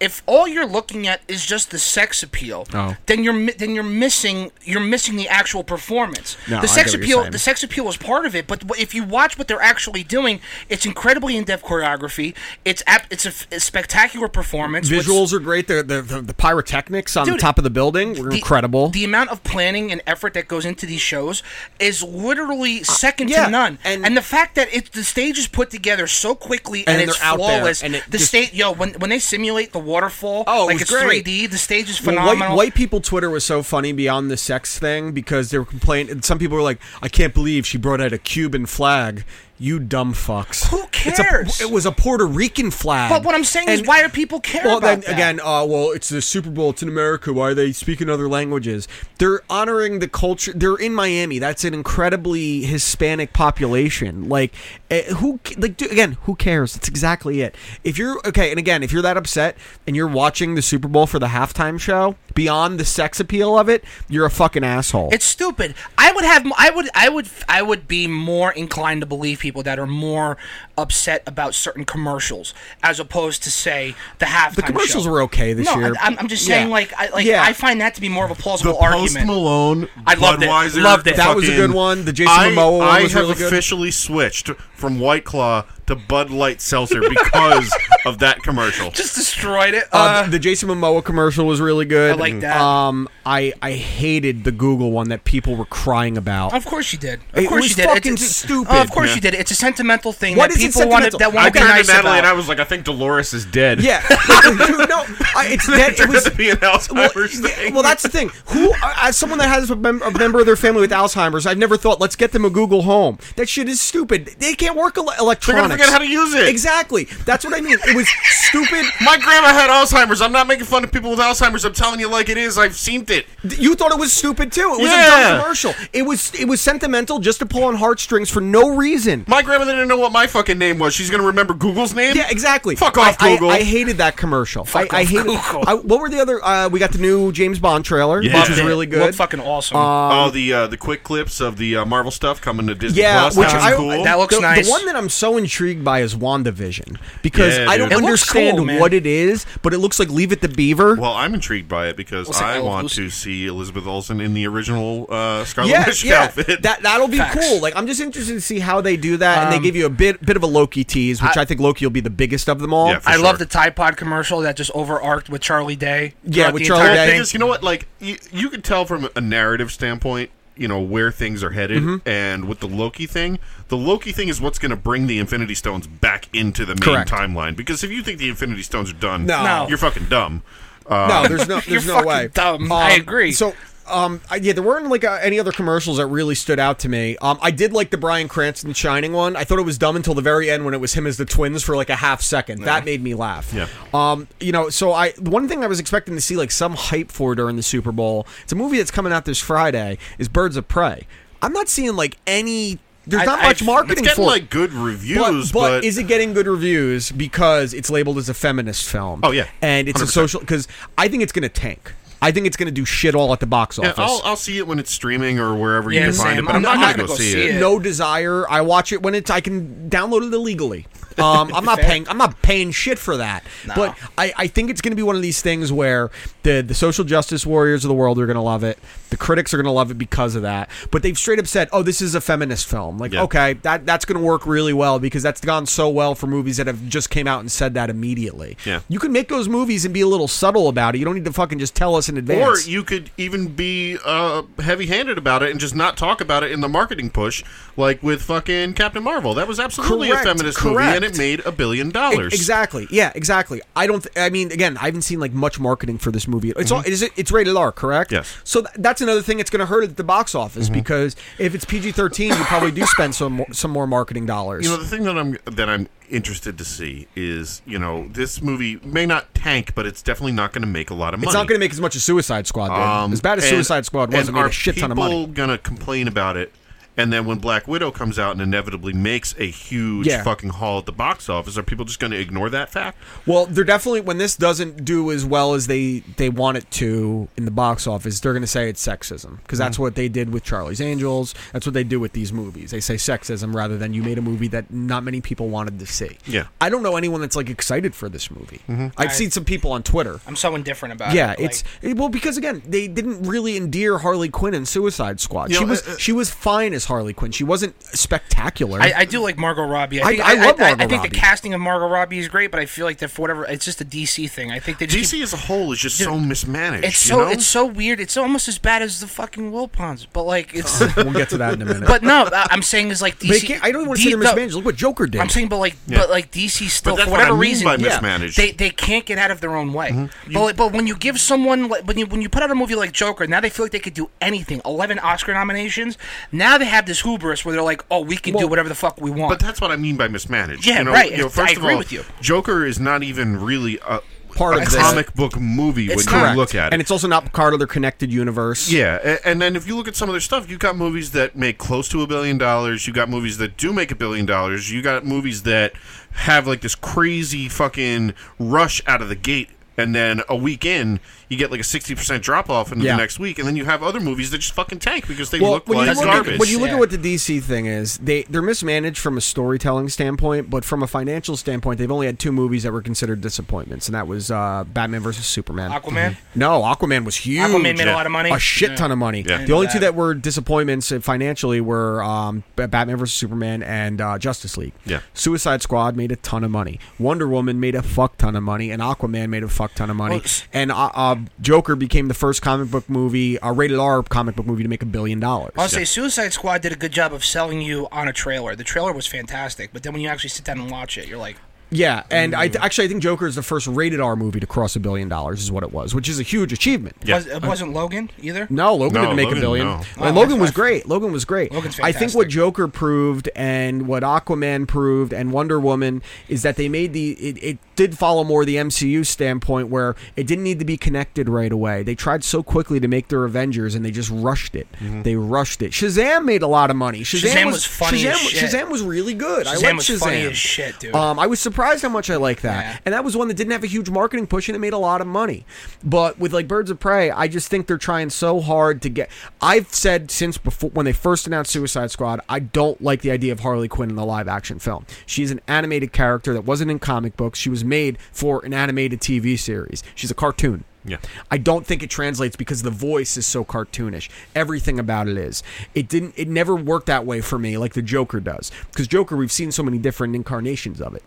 S3: If all you're looking at is just the sex appeal,
S4: Oh.
S3: then you're mi- then you're missing you're missing the actual performance.
S4: No, I
S3: the sex
S4: get what you're
S3: appeal
S4: saying.
S3: the sex appeal is part of it, but wh- if you watch what they're actually doing, it's incredibly in depth choreography. It's ap- it's a, f- a spectacular performance. with-
S4: Visuals are great. The, the, the, the pyrotechnics on
S3: Dude,
S4: top of the building were
S3: the-
S4: incredible.
S3: The amount of planning and effort that goes into these shows is literally second
S4: Uh, yeah,
S3: to none.
S4: and-
S3: And, the fact that it the stage is put together so quickly
S4: And
S3: and,
S4: then
S3: it's
S4: they're out there,
S3: flawless.
S4: and it
S3: the
S4: just-
S3: stage, yo, when when they simulate the waterfall,
S4: Oh, it
S3: like
S4: was
S3: it's
S4: great.
S3: 3D, the stage is
S4: Well,
S3: phenomenal.
S4: white, white people Twitter was so funny beyond the sex thing because they were complaining. Some people were like, "I can't believe she brought out a Cuban flag." You dumb fucks.
S3: Who
S4: It's a-
S3: cares?
S4: it was a Puerto Rican flag.
S3: But what I'm saying is,
S4: And-
S3: why do people care
S4: Well, then
S3: about that?
S4: again, uh, well, it's the Super Bowl. It's in America. Why are they speaking other languages? They're honoring the culture. They're in Miami. That's an incredibly Hispanic population. Like, eh, who? c- Like, dude, again, who cares? That's exactly it. If you're okay, and again, if you're that upset and you're watching the Super Bowl for the halftime show, beyond the sex appeal of it, you're a fucking asshole.
S3: It's stupid. I would have. I would. I would. I would be more inclined to believe people that are more upset about certain commercials as opposed to say the halftime.
S4: the commercials
S3: show.
S4: were okay this
S3: no,
S4: year.
S3: I, I'm, I'm just saying,
S4: Yeah.
S3: like, I, like
S4: Yeah.
S3: I find that to be more of a plausible
S6: The Post
S3: argument.
S6: Malone,
S3: I loved it.
S6: Budweiser,
S3: Loved it.
S4: That was a
S6: fucking-
S4: good one. The Jason
S6: I-
S4: Momoa one
S6: I
S4: was
S6: have
S4: really good.
S6: officially switched from White Claw to Bud
S4: (laughs)
S6: Light Seltzer because of that commercial.
S3: Just destroyed it.
S4: Uh,
S3: Uh,
S4: the Jason Momoa commercial was really good.
S3: I like that.
S4: Um, I I hated the Google one that people were crying about.
S3: of course you did. Of
S4: It
S3: course
S4: was
S3: you did.
S4: fucking stupid.
S3: Oh, of course
S6: Yeah.
S3: you did. It's a sentimental thing
S4: What
S3: that
S4: is it
S3: people want to
S4: sentimental?
S3: that
S6: I
S3: want to be
S6: turned
S3: nice
S6: to Natalie
S3: about.
S6: and I was like, I think Dolores is dead. (laughs)
S4: yeah, (laughs) Dude, no, I, it's that, it
S6: turned out
S4: was.
S6: to be an
S4: (laughs) Well,
S6: Alzheimer's
S4: yeah,
S6: thing.
S4: well, that's the thing. Who, as someone that has a, mem- a member of their family with Alzheimer's, I've never thought, let's get them a Google Home. That shit is stupid. They can't work ele- electronics.
S6: forget how to use it.
S4: Exactly. That's what I mean. It was stupid.
S6: My grandma had Alzheimer's. I'm not making fun of people with Alzheimer's. I'm telling you like it is. I've seen it.
S4: You thought it was stupid too. It was a
S6: Yeah.
S4: dumb commercial. It was it was sentimental just to pull on heartstrings for no reason.
S6: My grandma didn't know what my fucking name was. She's gonna remember Google's name.
S4: Yeah, exactly.
S6: Fuck
S4: I-
S6: off,
S4: I,
S6: Google.
S4: I, hated that commercial.
S3: Fuck
S4: I, I
S3: off,
S4: hated.
S3: Google.
S4: I, what were the other? Uh, we got the new James Bond trailer,
S6: Yeah.
S4: which is
S6: Loved it.
S4: really
S3: Looked
S4: good.
S3: fucking awesome.
S6: oh, the uh, the quick clips of the uh, Marvel stuff coming to Disney
S4: yeah,
S6: Plus.
S4: which
S6: That was
S4: I,
S6: cool.
S3: That looks
S4: the,
S3: nice.
S4: The one that I'm so intrigued by is WandaVision because
S6: Yeah,
S4: I don't
S6: dude.
S3: It looks cool,
S4: understand
S3: man.
S4: what it is, but it looks like Leave It to Beaver.
S6: well, I'm intrigued by it because
S3: like
S6: I
S3: Elf
S6: want
S3: Lucy.
S6: to see Elizabeth Olsen in the original uh, Scarlet
S4: yeah,
S6: Witch
S4: yeah,
S6: outfit.
S4: that that'll be
S3: Facts. Um,
S4: cool. Like, I'm just interested to see how they do that, and they give you a bit bit of a Loki tease, which I, think Loki will be the biggest of them all.
S6: Yeah, for
S3: I
S6: sure.
S3: love the Tide Pod commercial that just overarched with Charlie Day.
S4: Yeah,
S3: throughout
S4: with
S3: the
S4: Charlie
S3: entire
S4: Day.
S3: thing.
S6: thing is, you know what? Like you, you can tell from a narrative standpoint, you know where things are headed,
S4: Mm-hmm.
S6: and with the Loki thing, the Loki thing is what's going to bring the Infinity Stones back into the main
S4: Correct.
S6: timeline. Because if you think the Infinity Stones are done,
S4: No. No.
S6: you're fucking dumb. Uh,
S4: No, there's no,
S3: (laughs) You're
S4: there's no
S3: fucking
S4: way.
S3: dumb. I agree.
S4: So, um, I, yeah, there weren't like uh, any other commercials that really stood out to me. Um, I did like the Brian Cranston Shining one. I thought it was dumb until the very end when it was him as the twins for like a half second. That made me laugh.
S6: Yeah.
S4: Um, you know, so I the one thing I was expecting to see like some hype for during the Super Bowl. It's a movie that's coming out this Friday. Is Birds of Prey. I'm not seeing like any There's
S3: I-
S4: not
S3: I-
S4: much
S3: it's
S4: marketing
S6: It's getting
S4: for it.
S6: like good reviews,
S4: but, but
S6: but,
S4: is it getting good reviews because it's labeled as a feminist film?
S6: Oh, yeah.
S4: and it's a
S6: 100%.
S4: social because I think it's going to tank. I think it's going to do shit all at the box
S6: Yeah,
S4: office.
S6: I'll, I'll see it when it's streaming or wherever
S3: Yeah,
S6: you can find
S3: same.
S6: it, but I'm, not, going to go see it.
S4: no desire. I watch it when it's. I can download it
S6: (laughs)
S4: illegally. Um, I'm not paying. I'm not paying shit for that. But I, I think it's going to be one of these things where the the social justice warriors of the world are going to love it. The critics are going to love it because of that. But they've straight up said, "Oh, this is a feminist film." Like,
S6: Yeah.
S4: okay, that that's going to work really well because that's gone so well for movies that have just came out and said that immediately.
S6: Yeah.
S4: you can make those movies and be a little subtle about it. You don't need to fucking just tell us in
S6: Or
S4: advance.
S6: you could even be uh, heavy-handed about it and just not talk about it in the marketing push, like with fucking Captain Marvel. That was absolutely
S4: Correct,
S6: a feminist movie, and
S4: correct.
S6: it made a billion
S4: E-
S6: dollars.
S4: Exactly. Yeah. Exactly. I don't. Th- I mean, again, I haven't seen like much marketing for this movie. It's all. Is it, it's rated R, correct?
S6: Mm-hmm. Yes. Mm-hmm.
S4: So th- that's another thing that's going to hurt at the box office because if it's PG thirteen, you probably do spend some more, some more marketing dollars.
S6: You know, the thing that I'm that I'm interested to see is, you know, this movie may not tank, but it's definitely not going to make a lot of money.
S4: it's not going to make as much as Suicide Squad did.
S6: Um,
S4: as bad as
S6: and-
S4: Suicide Squad was,
S6: and
S4: it made
S6: are
S4: a shit ton of money.
S6: People gonna complain about it, and then when Black Widow comes out and inevitably makes a huge
S4: Yeah.
S6: fucking haul at the box office, are people just gonna ignore that fact?
S4: Well, they're definitely when this doesn't do as well as they they want it to in the box office, they're going to say it's sexism because
S6: Mm-hmm.
S4: that's what they did with Charlie's Angels. That's what they do with these movies. They say sexism rather than you made a movie that not many people wanted to see.
S6: Yeah. Mm-hmm.
S4: I don't know anyone that's like excited for this movie. I've seen some people on Twitter.
S3: I'm so indifferent about
S4: Yeah,
S3: it.
S4: it's it- well because again they didn't really endear Harley Quinn in Suicide Squad.
S6: You
S4: she
S6: know,
S4: was
S6: uh, uh,
S4: she was fine as Harley Quinn. She wasn't spectacular.
S3: I, I do like Margot Robbie. I,
S4: I-
S3: think,
S4: I love
S3: I,
S4: Margot
S3: think
S4: Robbie.
S3: the casting of Margot Robbie is great, but I feel like that for whatever, it's just a DC thing. I think they just
S6: DC
S3: keep-
S6: as a whole is just so mismanaged.
S3: it's
S6: you
S3: so
S6: know?
S3: it's so weird. It's almost as bad as the fucking Wilpons, but
S4: (laughs)
S3: like it's.
S4: we'll get to that in a
S6: (laughs)
S4: minute.
S3: but no, I- I'm saying is like DC.
S4: But it can't- I don't even want to
S3: D-
S4: see them
S3: no,
S4: mismanaged. Look what Joker did.
S3: I'm saying, but like, but like DC still
S6: that's
S3: for
S6: what I
S3: whatever
S6: mean
S3: reason,
S6: by
S3: yeah,
S6: mismanaged. Mm-hmm.
S3: they they can't get out of their own way. But like, but when you give someone like, when you when you put out a movie like Joker, now they feel like they could do anything. Eleven Oscar nominations. Now they have this hubris where they're like, oh, we can do whatever the fuck we want.
S6: But that's what I mean by mismanaged.
S3: Yeah,
S6: you know,
S3: right.
S6: You know,
S3: I
S6: first
S3: agree
S6: of all,
S3: with you.
S6: Joker is not even really a,
S4: Part
S6: a
S4: of this.
S6: comic book movie when
S3: It's
S6: you
S3: correct.
S6: look at it.
S4: and it's also not part of their connected universe.
S6: Yeah, a- and then if you look at some of their stuff, you got movies that make close to a billion dollars. You got movies that do make a billion dollars. You got movies that have like this crazy fucking rush out of the gate, and then a week in, you get like a sixty percent drop off into
S4: Yeah.
S6: the next week, and then you have other movies that just fucking tank because they look
S4: when
S6: like
S4: you look
S6: garbage.
S4: At, when you look
S3: Yeah.
S4: at what the DC thing is, they they're mismanaged from a storytelling standpoint, but from a financial standpoint, they've only had two movies that were considered disappointments, and that was uh, Batman versus Superman. Mm-hmm.
S3: Aquaman?
S4: No, Aquaman was huge.
S3: Aquaman made a lot of money.
S4: A shit
S3: Yeah.
S4: ton of money.
S6: Yeah.
S4: The only two that were disappointments uh, financially were um, B- Batman versus Superman and uh, Justice League.
S6: Yeah.
S4: Suicide Squad made a ton of money. Wonder Woman made a fuck ton of money, and Aquaman made a fuck ton of money.
S3: Well, s-
S4: and uh, uh, Joker became the first comic book movie, a rated R comic book movie, to make a billion dollars.
S3: I'll say Suicide Squad did a good job of selling you on a trailer. The trailer was fantastic, but then when you actually sit down and watch it, you're like,
S4: Yeah, and I th- actually I think Joker is the first rated R movie to cross a billion dollars, is what it was, which is a huge achievement.
S3: was, it wasn't Logan either.
S4: No, Logan
S6: No,
S4: didn't make
S6: Logan,
S4: a billion.
S6: no.
S4: And Logan was great. Logan was great.
S3: Logan's
S4: I think what
S3: fantastic.
S4: Joker proved and what Aquaman proved and Wonder Woman is that they made the it, it did follow more the MCU standpoint where it didn't need to be connected right away. They tried so quickly to make their Avengers and they just rushed it. They rushed it. Shazam made a lot of money. Shazam,
S3: Mm-hmm. Shazam
S4: was,
S3: was funny
S4: Shazam,
S3: as shit.
S4: Shazam was really good. I
S3: Shazam
S4: liked
S3: was
S4: Shazam.
S3: funny as shit, dude.
S4: Um, I was surprised how much I like that.
S3: Yeah.
S4: And that was one that didn't have a huge marketing push and it made a lot of money. But with like Birds of Prey, I just think they're trying so hard to get. I've said since before when they first announced Suicide Squad, I don't like the idea of Harley Quinn in the live action film. She's an animated character that wasn't in comic books. She was made for an animated TV series. She's a cartoon.
S6: Yeah.
S4: I don't think it translates because the voice is so cartoonish. Everything about it is. It didn't. It never worked that way for me, like the Joker does. Because Joker, we've seen so many different incarnations of it.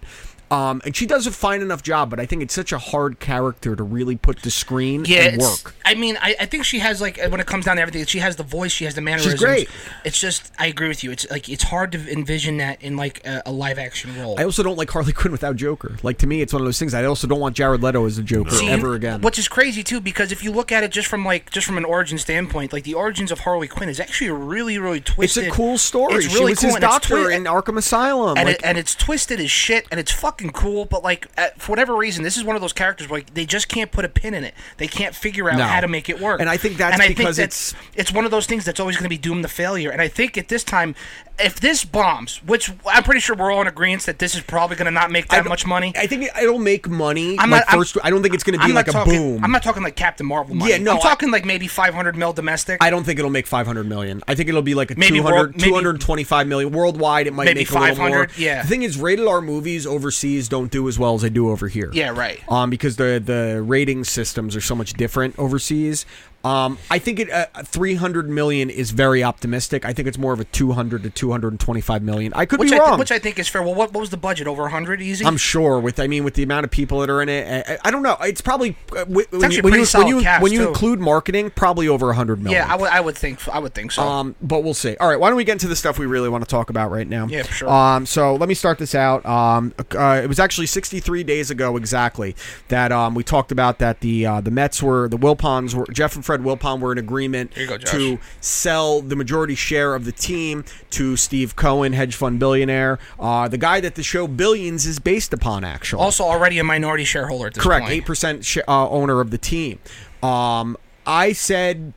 S4: Um, and she does a fine enough job, but I think it's such a hard character to really put to screen
S3: yeah,
S4: and
S3: it's-
S4: work.
S3: I mean, I, I think she has like when it comes down to everything, she has the voice, she has the mannerisms.
S4: great.
S3: It's just, I agree with you. It's like it's hard to envision that in like a, a live action role.
S4: I also don't like Harley (laughs) Quinn without Joker. Like to me, it's one of those things. I also don't want Jared Leto as a Joker
S3: See,
S4: ever again.
S3: Which is crazy too, because if you look at it just from like just from an origin standpoint, like the origins of Harley Quinn is actually a really really
S4: it's
S3: twisted.
S4: a cool story.
S3: It's
S4: she
S3: really
S4: was
S3: cool
S4: his
S3: and it's
S4: doctor
S3: twi-
S4: in Arkham Asylum.
S3: and,
S4: like,
S3: it, and it's twisted as shit, and it's fucking cool, but like at, for whatever reason, this is one of those characters where like, they just can't put a pin in it. They can't figure out
S4: No.
S3: how to make it work.
S4: And I think that's because
S3: that's- it's one of those things that's always going to be doomed to failure. And I think at this time, if this bombs, which I'm pretty sure we're all in agreement that this is probably going to not make that
S4: don't-
S3: much money.
S4: I think it'll make money.
S3: I'm
S4: like
S3: not- I'm-
S4: first, I don't think it's going to be
S3: I'm
S4: like a
S3: not talking,
S4: boom.
S3: I'm not talking like Captain Marvel money.
S4: Yeah, no,
S3: I'm
S4: I-
S3: talking like maybe 500 mil domestic.
S4: I don't think it'll make 500 million. I think it'll be like a
S3: Maybe
S4: 200,
S3: world- maybe-
S4: 225 million worldwide. It might
S3: Maybe
S4: make a little
S3: 500,
S4: more.
S3: yeah.
S4: The thing is, rated R movies overseas don't do as well as they do over here.
S3: Yeah, right.
S4: Um, because the the rating systems are so much different overseas. Um, I think it uh, 300 million is very optimistic. I think it's more of a 200 to 225 million. I could
S3: which
S4: be
S3: I,
S4: wrong.
S3: thi- which I think is fair. Well, what, what was the budget? Over 100 easy?
S4: I'm sure with I mean with the amount of people that are in it, I, I- I don't know. It's probably uh, wh- when,
S3: actually
S4: you, when
S3: a pretty
S4: you
S3: solid
S4: when you,
S3: cast,
S4: when you
S3: too.
S4: include marketing, probably over 100 million.
S3: yeah, I would I would think I would think so.
S4: Um, but we'll see. All right, why don't we get into the stuff we really want to talk about right now?
S3: Yeah, sure.
S4: Um, so let me start this out. Um, uh, it was actually 63 days ago exactly that um, we talked about that the uh, the Mets were the Wilpons were Jeff and Fred Wilpon were in agreement
S3: you go, Josh.
S4: to sell the majority share of the team to Steve Cohen, hedge fund billionaire, uh, the guy that the show Billions is based upon. Actually,
S3: also already a minority shareholder at this
S4: correct
S3: point.
S4: eight percent sh- uh, owner of the team. Um, I said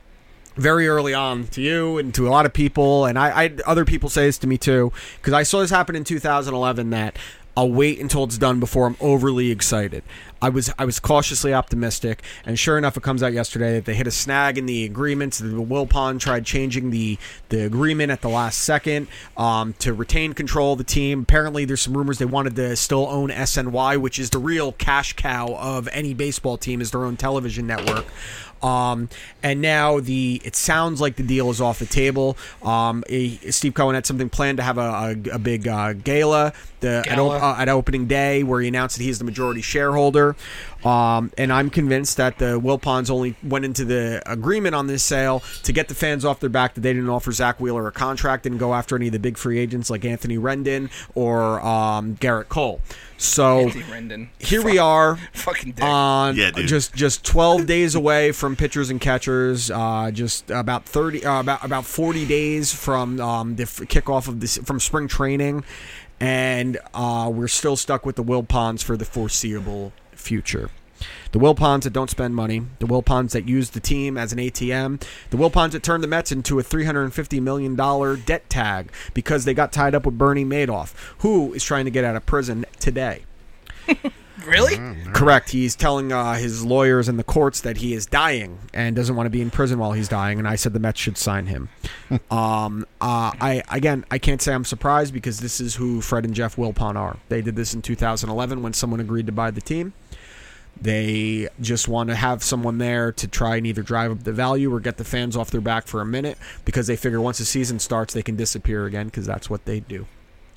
S4: very early on to you and to a lot of people, and I, I other people say this to me too because I saw this happen in 2011 that. I'll wait until it's done before I'm overly excited. I was I was cautiously optimistic, and sure enough, it comes out yesterday that they hit a snag in the agreements. The Wilpon tried changing the the agreement at the last second um, to retain control of the team. Apparently, there's some rumors they wanted to still own SNY, which is the real cash cow of any baseball team, is their own television network. Um, and now the it sounds like the deal is off the table. Um, eh, Steve Cohen had something planned to have a, a, a big uh, gala, the, At, o-
S3: Gala.
S4: uh, at opening day where he announced that he's the majority shareholder. Um, and I'm convinced that the Wilpons only went into the agreement on this sale to get the fans off their back that they didn't offer Zach Wheeler a contract and go after any of the big free agents like Anthony Rendon or um, Garrett Cole. So
S3: Anthony Rendon.
S4: here we
S3: (laughs)
S4: are
S3: (laughs) Fucking dick.
S4: on
S6: Yeah, dude.
S4: just just 12 (laughs) days away from pitchers and catchers uh, just about 30 uh, about about 40 days from um, the f- kickoff of this from spring training and uh, we're still stuck with the Wilpons for the foreseeable future the Wilpons that don't spend money, the Wilpons that use the team as an ATM, the Wilpons that turned the Mets into a $350 million debt tag because they got tied up with Bernie Madoff, who is trying to get out of prison today.
S3: really?
S4: mm-hmm. Correct. He's telling uh, his lawyers and the courts that he is dying and doesn't want to be in prison while he's dying. And I said the Mets should sign him. um, uh, I again, I can't say I'm surprised because this is who Fred and Jeff Wilpon are. They did this in 2011 when someone agreed to buy the team. They just want to have someone there to try and either drive up the value or get the fans off their back for a minute because they figure once the season starts they can disappear again because that's what they do.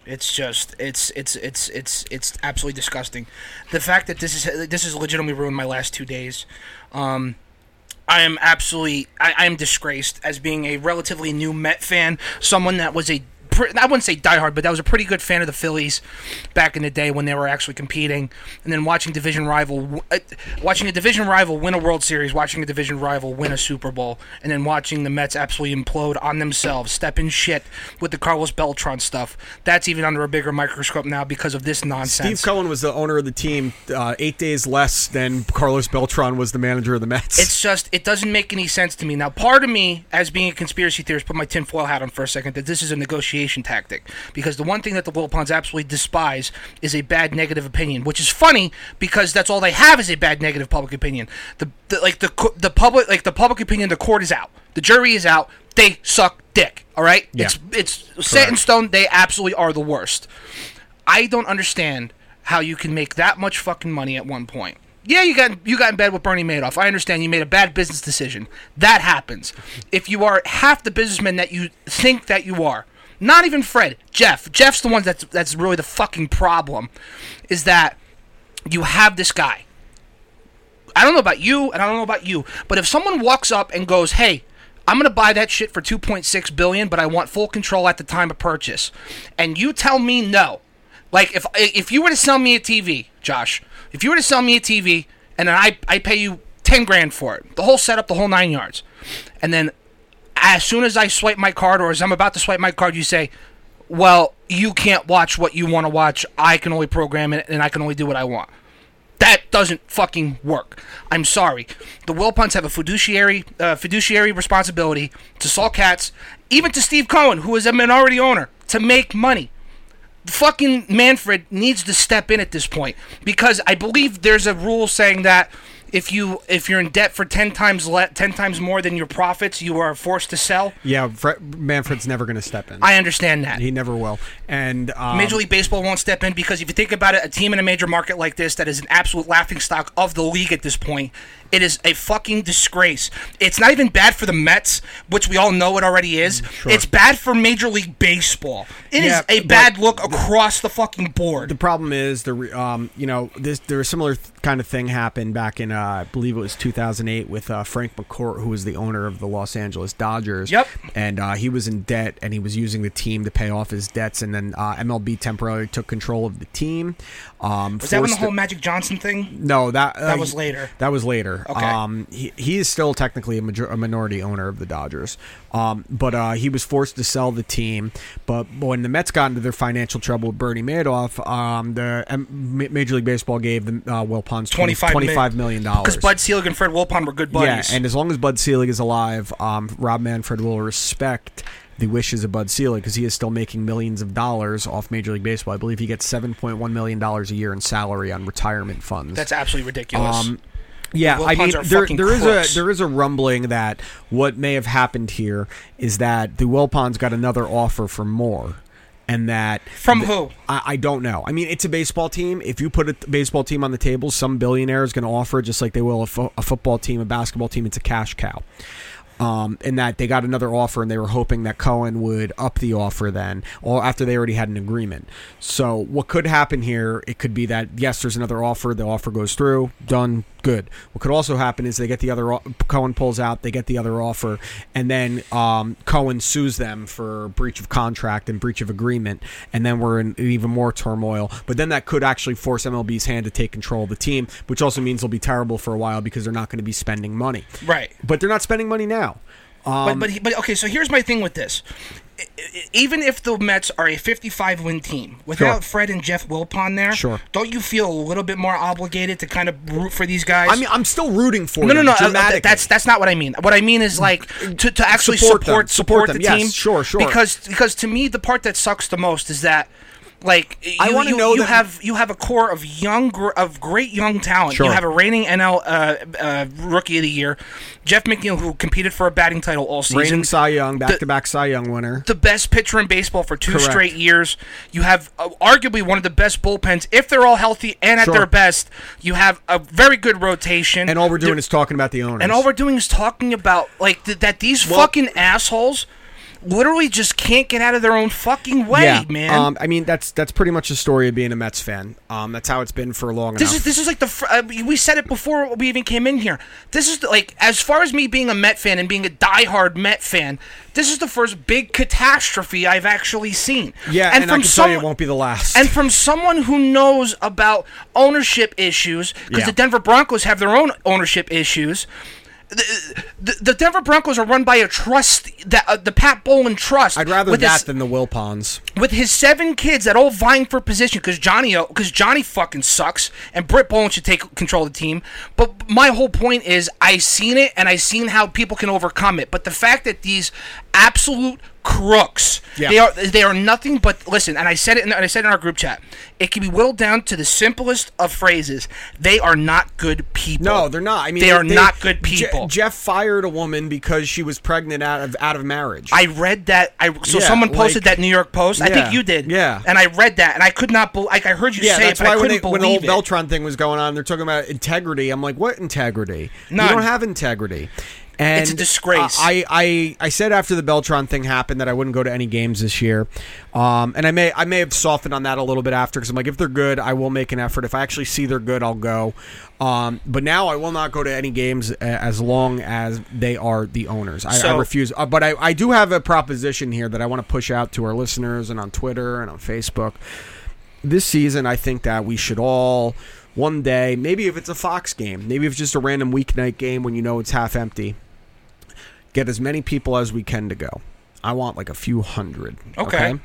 S3: It's just it's it's it's it's it's absolutely disgusting. The fact that this is this has legitimately ruined my last two days. Um, I am absolutely I, I am disgraced as being a relatively new Met fan, someone that was a pr- I wouldn't say diehard, but that was a pretty good fan of the Phillies back in the day when they were actually competing. And then watching division rival, w- uh, watching a division rival win a World Series, watching a division rival win a Super Bowl, and then watching the Mets absolutely implode on themselves, step in shit with the Carlos Beltran stuff. That's even under a bigger microscope now because of this nonsense.
S4: Steve Cohen was the owner of the team uh, eight days less than Carlos Beltran was the manager of the Mets.
S3: It's just it doesn't make any sense to me. Now, part of me, as being a conspiracy theorist, put my tinfoil hat on for a second that this is a negotiation tactic because the one thing that the Wilpons absolutely despise is a bad negative opinion, which is funny because that's all they have is a bad negative public opinion. The, the like the co- the public like the public opinion, the court is out, the jury is out. They suck dick. All right,
S4: Yeah.
S3: it's it's set in stone. They absolutely are the worst. I don't understand how you can make that much fucking money at one point. Yeah, you got you got in bed with Bernie Madoff. I understand you made a bad business decision. That happens. If you are half the businessman that you think that you are, not even Fred, Jeff. Jeff's the one that's that's really the fucking problem. Is that you have this guy. I don't know about you, and I don't know about you, but if someone walks up and goes, "Hey, I'm going to buy that shit for 2.6 billion, but I want full control at the time of purchase," and you tell me no, like if if you were to sell me a TV, Josh, if you were to sell me a TV, and then I I pay you 10 grand for it, the whole setup, the whole nine yards, and then as soon as I swipe my card or as I'm about to swipe my card, you say, "Well, you can't watch what you want to watch. I can only program it and I can only do what I want. That doesn't fucking work. I'm sorry. The Wilpons have a fiduciary uh, fiduciary responsibility to Saul Katz, even to Steve Cohen, who is a minority owner, to make money fucking Manfred needs to step in at this point because I believe there's a rule saying that if you if you're in debt for ten times le- ten times more than your profits, you are forced to sell.
S4: Yeah, Fre- Manfred's never going to step in.
S3: I understand that.
S4: he never will. And um,
S3: Major League Baseball won't step in because if you think about it, a team in a major market like this that is an absolute laughingstock of the league at this point, it is a fucking disgrace. It's not even bad for the Mets, which we all know it already is. It's bad for Major League Baseball. It is
S4: Mm, Yeah,
S3: a
S4: but
S3: bad look across the fucking board.
S4: the problem is the re- um, you know this there was a similar th- kind of thing happened back in uh, I believe it was 2008 with uh, Frank McCourt who was the owner of the Los Angeles Dodgers.
S3: Yep.
S4: And uh, he was in debt and he was using the team to pay off his debts and then uh, MLB temporarily took control of the team. Um,
S3: was that when the
S4: forced
S3: whole Magic Johnson thing?
S4: No, that uh,
S3: That was later.
S4: That was later.
S3: Okay.
S4: Um, he, he is still technically a, major- a minority owner of the Dodgers, um, but uh, he was forced to sell the team. But when the Mets got into their financial trouble with Bernie Madoff, um, the M- Ma- Major League Baseball gave the uh, Wilpons
S3: 25
S4: 25, $25 million dollars.
S3: Because Bud Selig and Fred Wilpon were good buddies.
S4: Yeah, and as long as Bud Selig is alive, um, Rob Manfred will respect the wishes of Bud Selig because he is still making millions of dollars off Major League Baseball. I believe he gets seven point one million dollars a year in salary on retirement funds.
S3: that's absolutely ridiculous.
S4: Um, yeah, I
S3: Wilpons
S4: mean,
S3: are
S4: there,
S3: fucking
S4: there is
S3: crooks.
S4: a there is a rumbling that what may have happened here is that the Wilpons got another offer for more, and that
S3: From who?
S4: I, I don't know. I mean, it's a baseball team. If you put a th- baseball team on the table, some billionaire is going to offer it just like they will a, fo- a football team, a basketball team. It's a cash cow. Um, and that they got another offer, and they were hoping that Cohen would up the offer then, or after they already had an agreement. So what could happen here? It could be that yes, there's another offer. The offer goes through. Done. Good. What could also happen is they get the other o- Cohen pulls out. They get the other offer, and then um, Cohen sues them for breach of contract and breach of agreement, and then we're in even more turmoil. But then that could actually force MLB's hand to take control of the team, which also means they'll be terrible for a while because they're not going to be spending money.
S3: Right.
S4: But they're not spending money now. Um,
S3: but but he- but okay. So here's my thing with this. I- I- Even if the Mets are a 55 win team, without
S4: Sure.
S3: Fred and Jeff Wilpon there,
S4: Sure.
S3: don't you feel a little bit more obligated to kind of root for these guys?
S4: I mean, I'm still rooting for
S3: no, no,
S4: them
S3: no. uh,
S4: dramatically.
S3: that- That's that's not what I mean. What I mean is like to, to actually
S4: Support them,
S3: support support,
S4: support
S3: the
S4: them, yes,
S3: team.
S4: sure, sure.
S3: Because because to me the part that sucks the most is that like you,
S4: I wanna
S3: you,
S4: know
S3: you
S4: that-
S3: have you have a core of young gr- of great young talent. You
S4: Sure.
S3: have a reigning NL uh, uh, rookie of the year, Jeff McNeil, who competed for a batting title all season.
S4: reigning Cy Young,
S3: The-
S4: back-to-back Cy Young winner.
S3: the best pitcher in baseball for two
S4: Correct.
S3: straight years. You have uh, arguably one of the best bullpens if they're all healthy and at
S4: Sure.
S3: their best. You have a very good rotation.
S4: and all we're doing
S3: There-
S4: is talking about the owners.
S3: and all we're doing is talking about like th- that these fucking assholes literally just can't get out of their own fucking way, man.
S4: Um, I mean, that's that's pretty much the story of being a Mets fan. Um, that's how it's been for long
S3: this
S4: enough.
S3: is this is like the fr- uh, we said it before we even came in here. This is the, like as far as me being a Met fan and being a diehard Met fan, this is the first big catastrophe I've actually seen.
S4: yeah, and, I can tell you it
S3: someone-
S4: won't be the last.
S3: And from someone who knows about ownership issues, because
S4: Yeah.
S3: the Denver Broncos have their own ownership issues. The, the, the Denver Broncos are run by a trust that uh, the Pat Bolin Trust.
S4: I'd rather
S3: with
S4: that
S3: his,
S4: than the Wilpons.
S3: with his seven kids that all vying for position because Johnny because Johnny fucking sucks and Britt Bolin should take control of the team. But my whole point is I seen it and I seen how people can overcome it. But the fact that these absolute crooks
S4: Yeah.
S3: they are they are nothing but listen and I said it in, and I said it in our group chat it can be whittled down to the simplest of phrases they are not good people
S4: No, they're not. I mean,
S3: they are not
S4: they-
S3: good
S4: Je-
S3: people
S4: Jeff fired a woman because she was pregnant out of out of marriage.
S3: I read that. I so
S4: Yeah,
S3: someone posted
S4: like-
S3: that New York Post. I
S4: Yeah,
S3: think you did.
S4: yeah.
S3: And I read that, and I could not. Be, like I heard you
S4: yeah,
S3: say
S4: that's
S3: it, but
S4: why
S3: I
S4: when,
S3: couldn't
S4: they,
S3: believe
S4: when the whole
S3: it.
S4: Beltron thing was going on, they're talking about integrity. I'm like, what integrity?
S3: None.
S4: You don't have integrity. And
S3: It's a disgrace.
S4: I, I I said after the Beltron thing happened that I wouldn't go to any games this year, um, and I may I may have softened on that a little bit after because I'm like, if they're good, I will make an effort. If I actually see they're good, I'll go. Um, but now I will not go to any games a- as long as they are the owners. I, I
S3: So-
S4: refuse. Uh, but I, I do have a proposition here that I want to push out to our listeners and on Twitter and on Facebook this season, I think that we should all one day, maybe if it's a Fox game, maybe if it's just a random weeknight game when you know it's half empty, get as many people as we can to go. I want like a few hundred.
S3: Okay.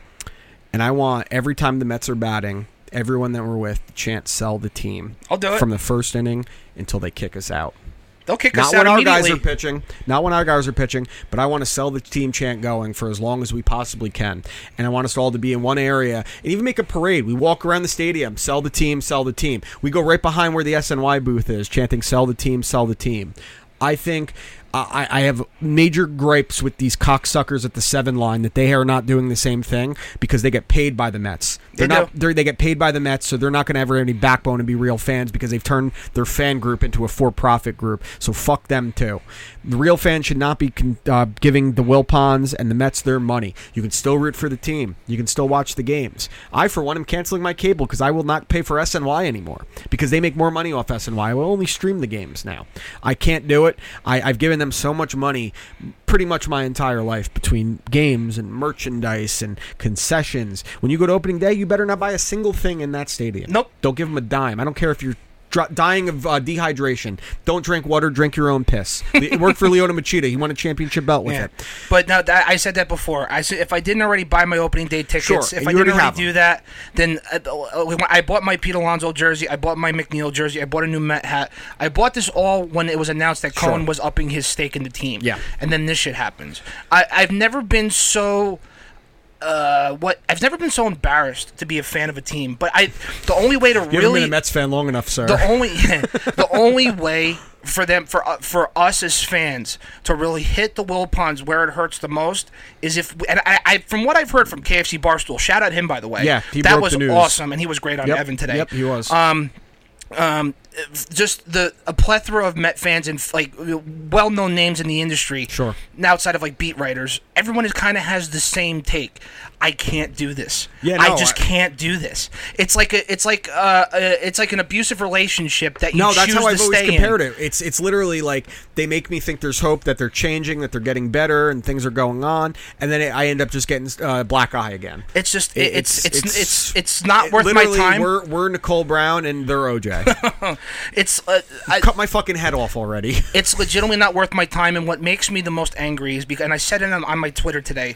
S4: and I want every time the Mets are batting, everyone that we're with to chant "sell the team."
S3: I'll do it.
S4: from the first inning until they kick us out.
S3: They'll kick
S4: Not
S3: us out
S4: when our
S3: immediately.
S4: guys are pitching. Not when our guys are pitching. But I want to sell the team chant going for as long as we possibly can, and I want us all to be in one area and even make a parade. We walk around the stadium, sell the team, sell the team. We go right behind where the SNY booth is, chanting "Sell the team, sell the team." I think I, I have major gripes with these cocksuckers at the seven line that they are not doing the same thing because they get paid by the Mets. They're
S3: They
S4: not.
S3: do.
S4: They're, they get paid by the Mets, so they're not going to ever have any backbone and be real fans because they've turned their fan group into a for-profit group. So fuck them too. The real fans should not be con- uh, giving the Wilpons and the Mets their money. You can still root for the team. You can still watch the games. I, for one, am canceling my cable because I will not pay for SNY anymore because they make more money off SNY. I will only stream the games now. I can't do it. I, I've given them so much money, pretty much my entire life between games and merchandise and concessions. When you go to opening day, you better not buy a single thing in that stadium.
S3: Nope.
S4: Don't give them a dime. I don't care if you're dr- dying of uh, dehydration. Don't drink water. Drink your own piss.
S3: (laughs)
S4: It worked for Leona Machida. He won a championship belt with
S3: Yeah.
S4: it.
S3: But no, that, I said that before. I said if I didn't already buy my opening day tickets,
S4: Sure,
S3: if
S4: and
S3: I
S4: you
S3: didn't
S4: already
S3: already
S4: have
S3: do
S4: them.
S3: that, then uh, uh, I bought my Pete Alonso jersey, I bought my McNeil jersey, I bought a new Met hat. I bought this all when it was announced that Cohen was upping his stake in the team.
S4: Yeah.
S3: and then this shit happens. I, I've never been so. Uh, what I've never been so embarrassed to be a fan of a team, but I the only way to
S4: You haven't
S3: really
S4: been a Mets fan long enough, sir.
S3: the only (laughs) the only way for them for uh, for us as fans to really hit the Wilpons where it hurts the most is if and I, I from what I've heard from KFC Barstool shout out him by the way
S4: Yeah, he
S3: that
S4: broke
S3: was
S4: the news.
S3: awesome and he was great on
S4: Yep,
S3: Evan today Uh,
S4: Yep, he was.
S3: um, just the a plethora of Met fans and like well-known names in the industry.
S4: Sure.
S3: Now outside of like beat writers, everyone is kind of has the same take. I can't do this.
S4: Yeah,
S3: I
S4: no,
S3: just
S4: I-
S3: can't do this. It's like a, it's like uh, uh it's like an abusive relationship that you
S4: no,
S3: choose
S4: that's how
S3: to
S4: I've always
S3: stay
S4: compared
S3: in.
S4: it. It's it's literally like they make me think there's hope that they're changing, that they're getting better, and things are going on, and then I end up just getting uh, black eye again.
S3: It's just it, it's, it's, it's it's not worth my
S4: literally,
S3: time.
S4: We're we're Nicole Brown and they're
S3: (laughs)
S4: OJ.
S3: It's uh, I,
S4: Cut my fucking head off already.
S3: it's legitimately not worth my time. And what makes me the most angry is because, and I said it on, on my Twitter today,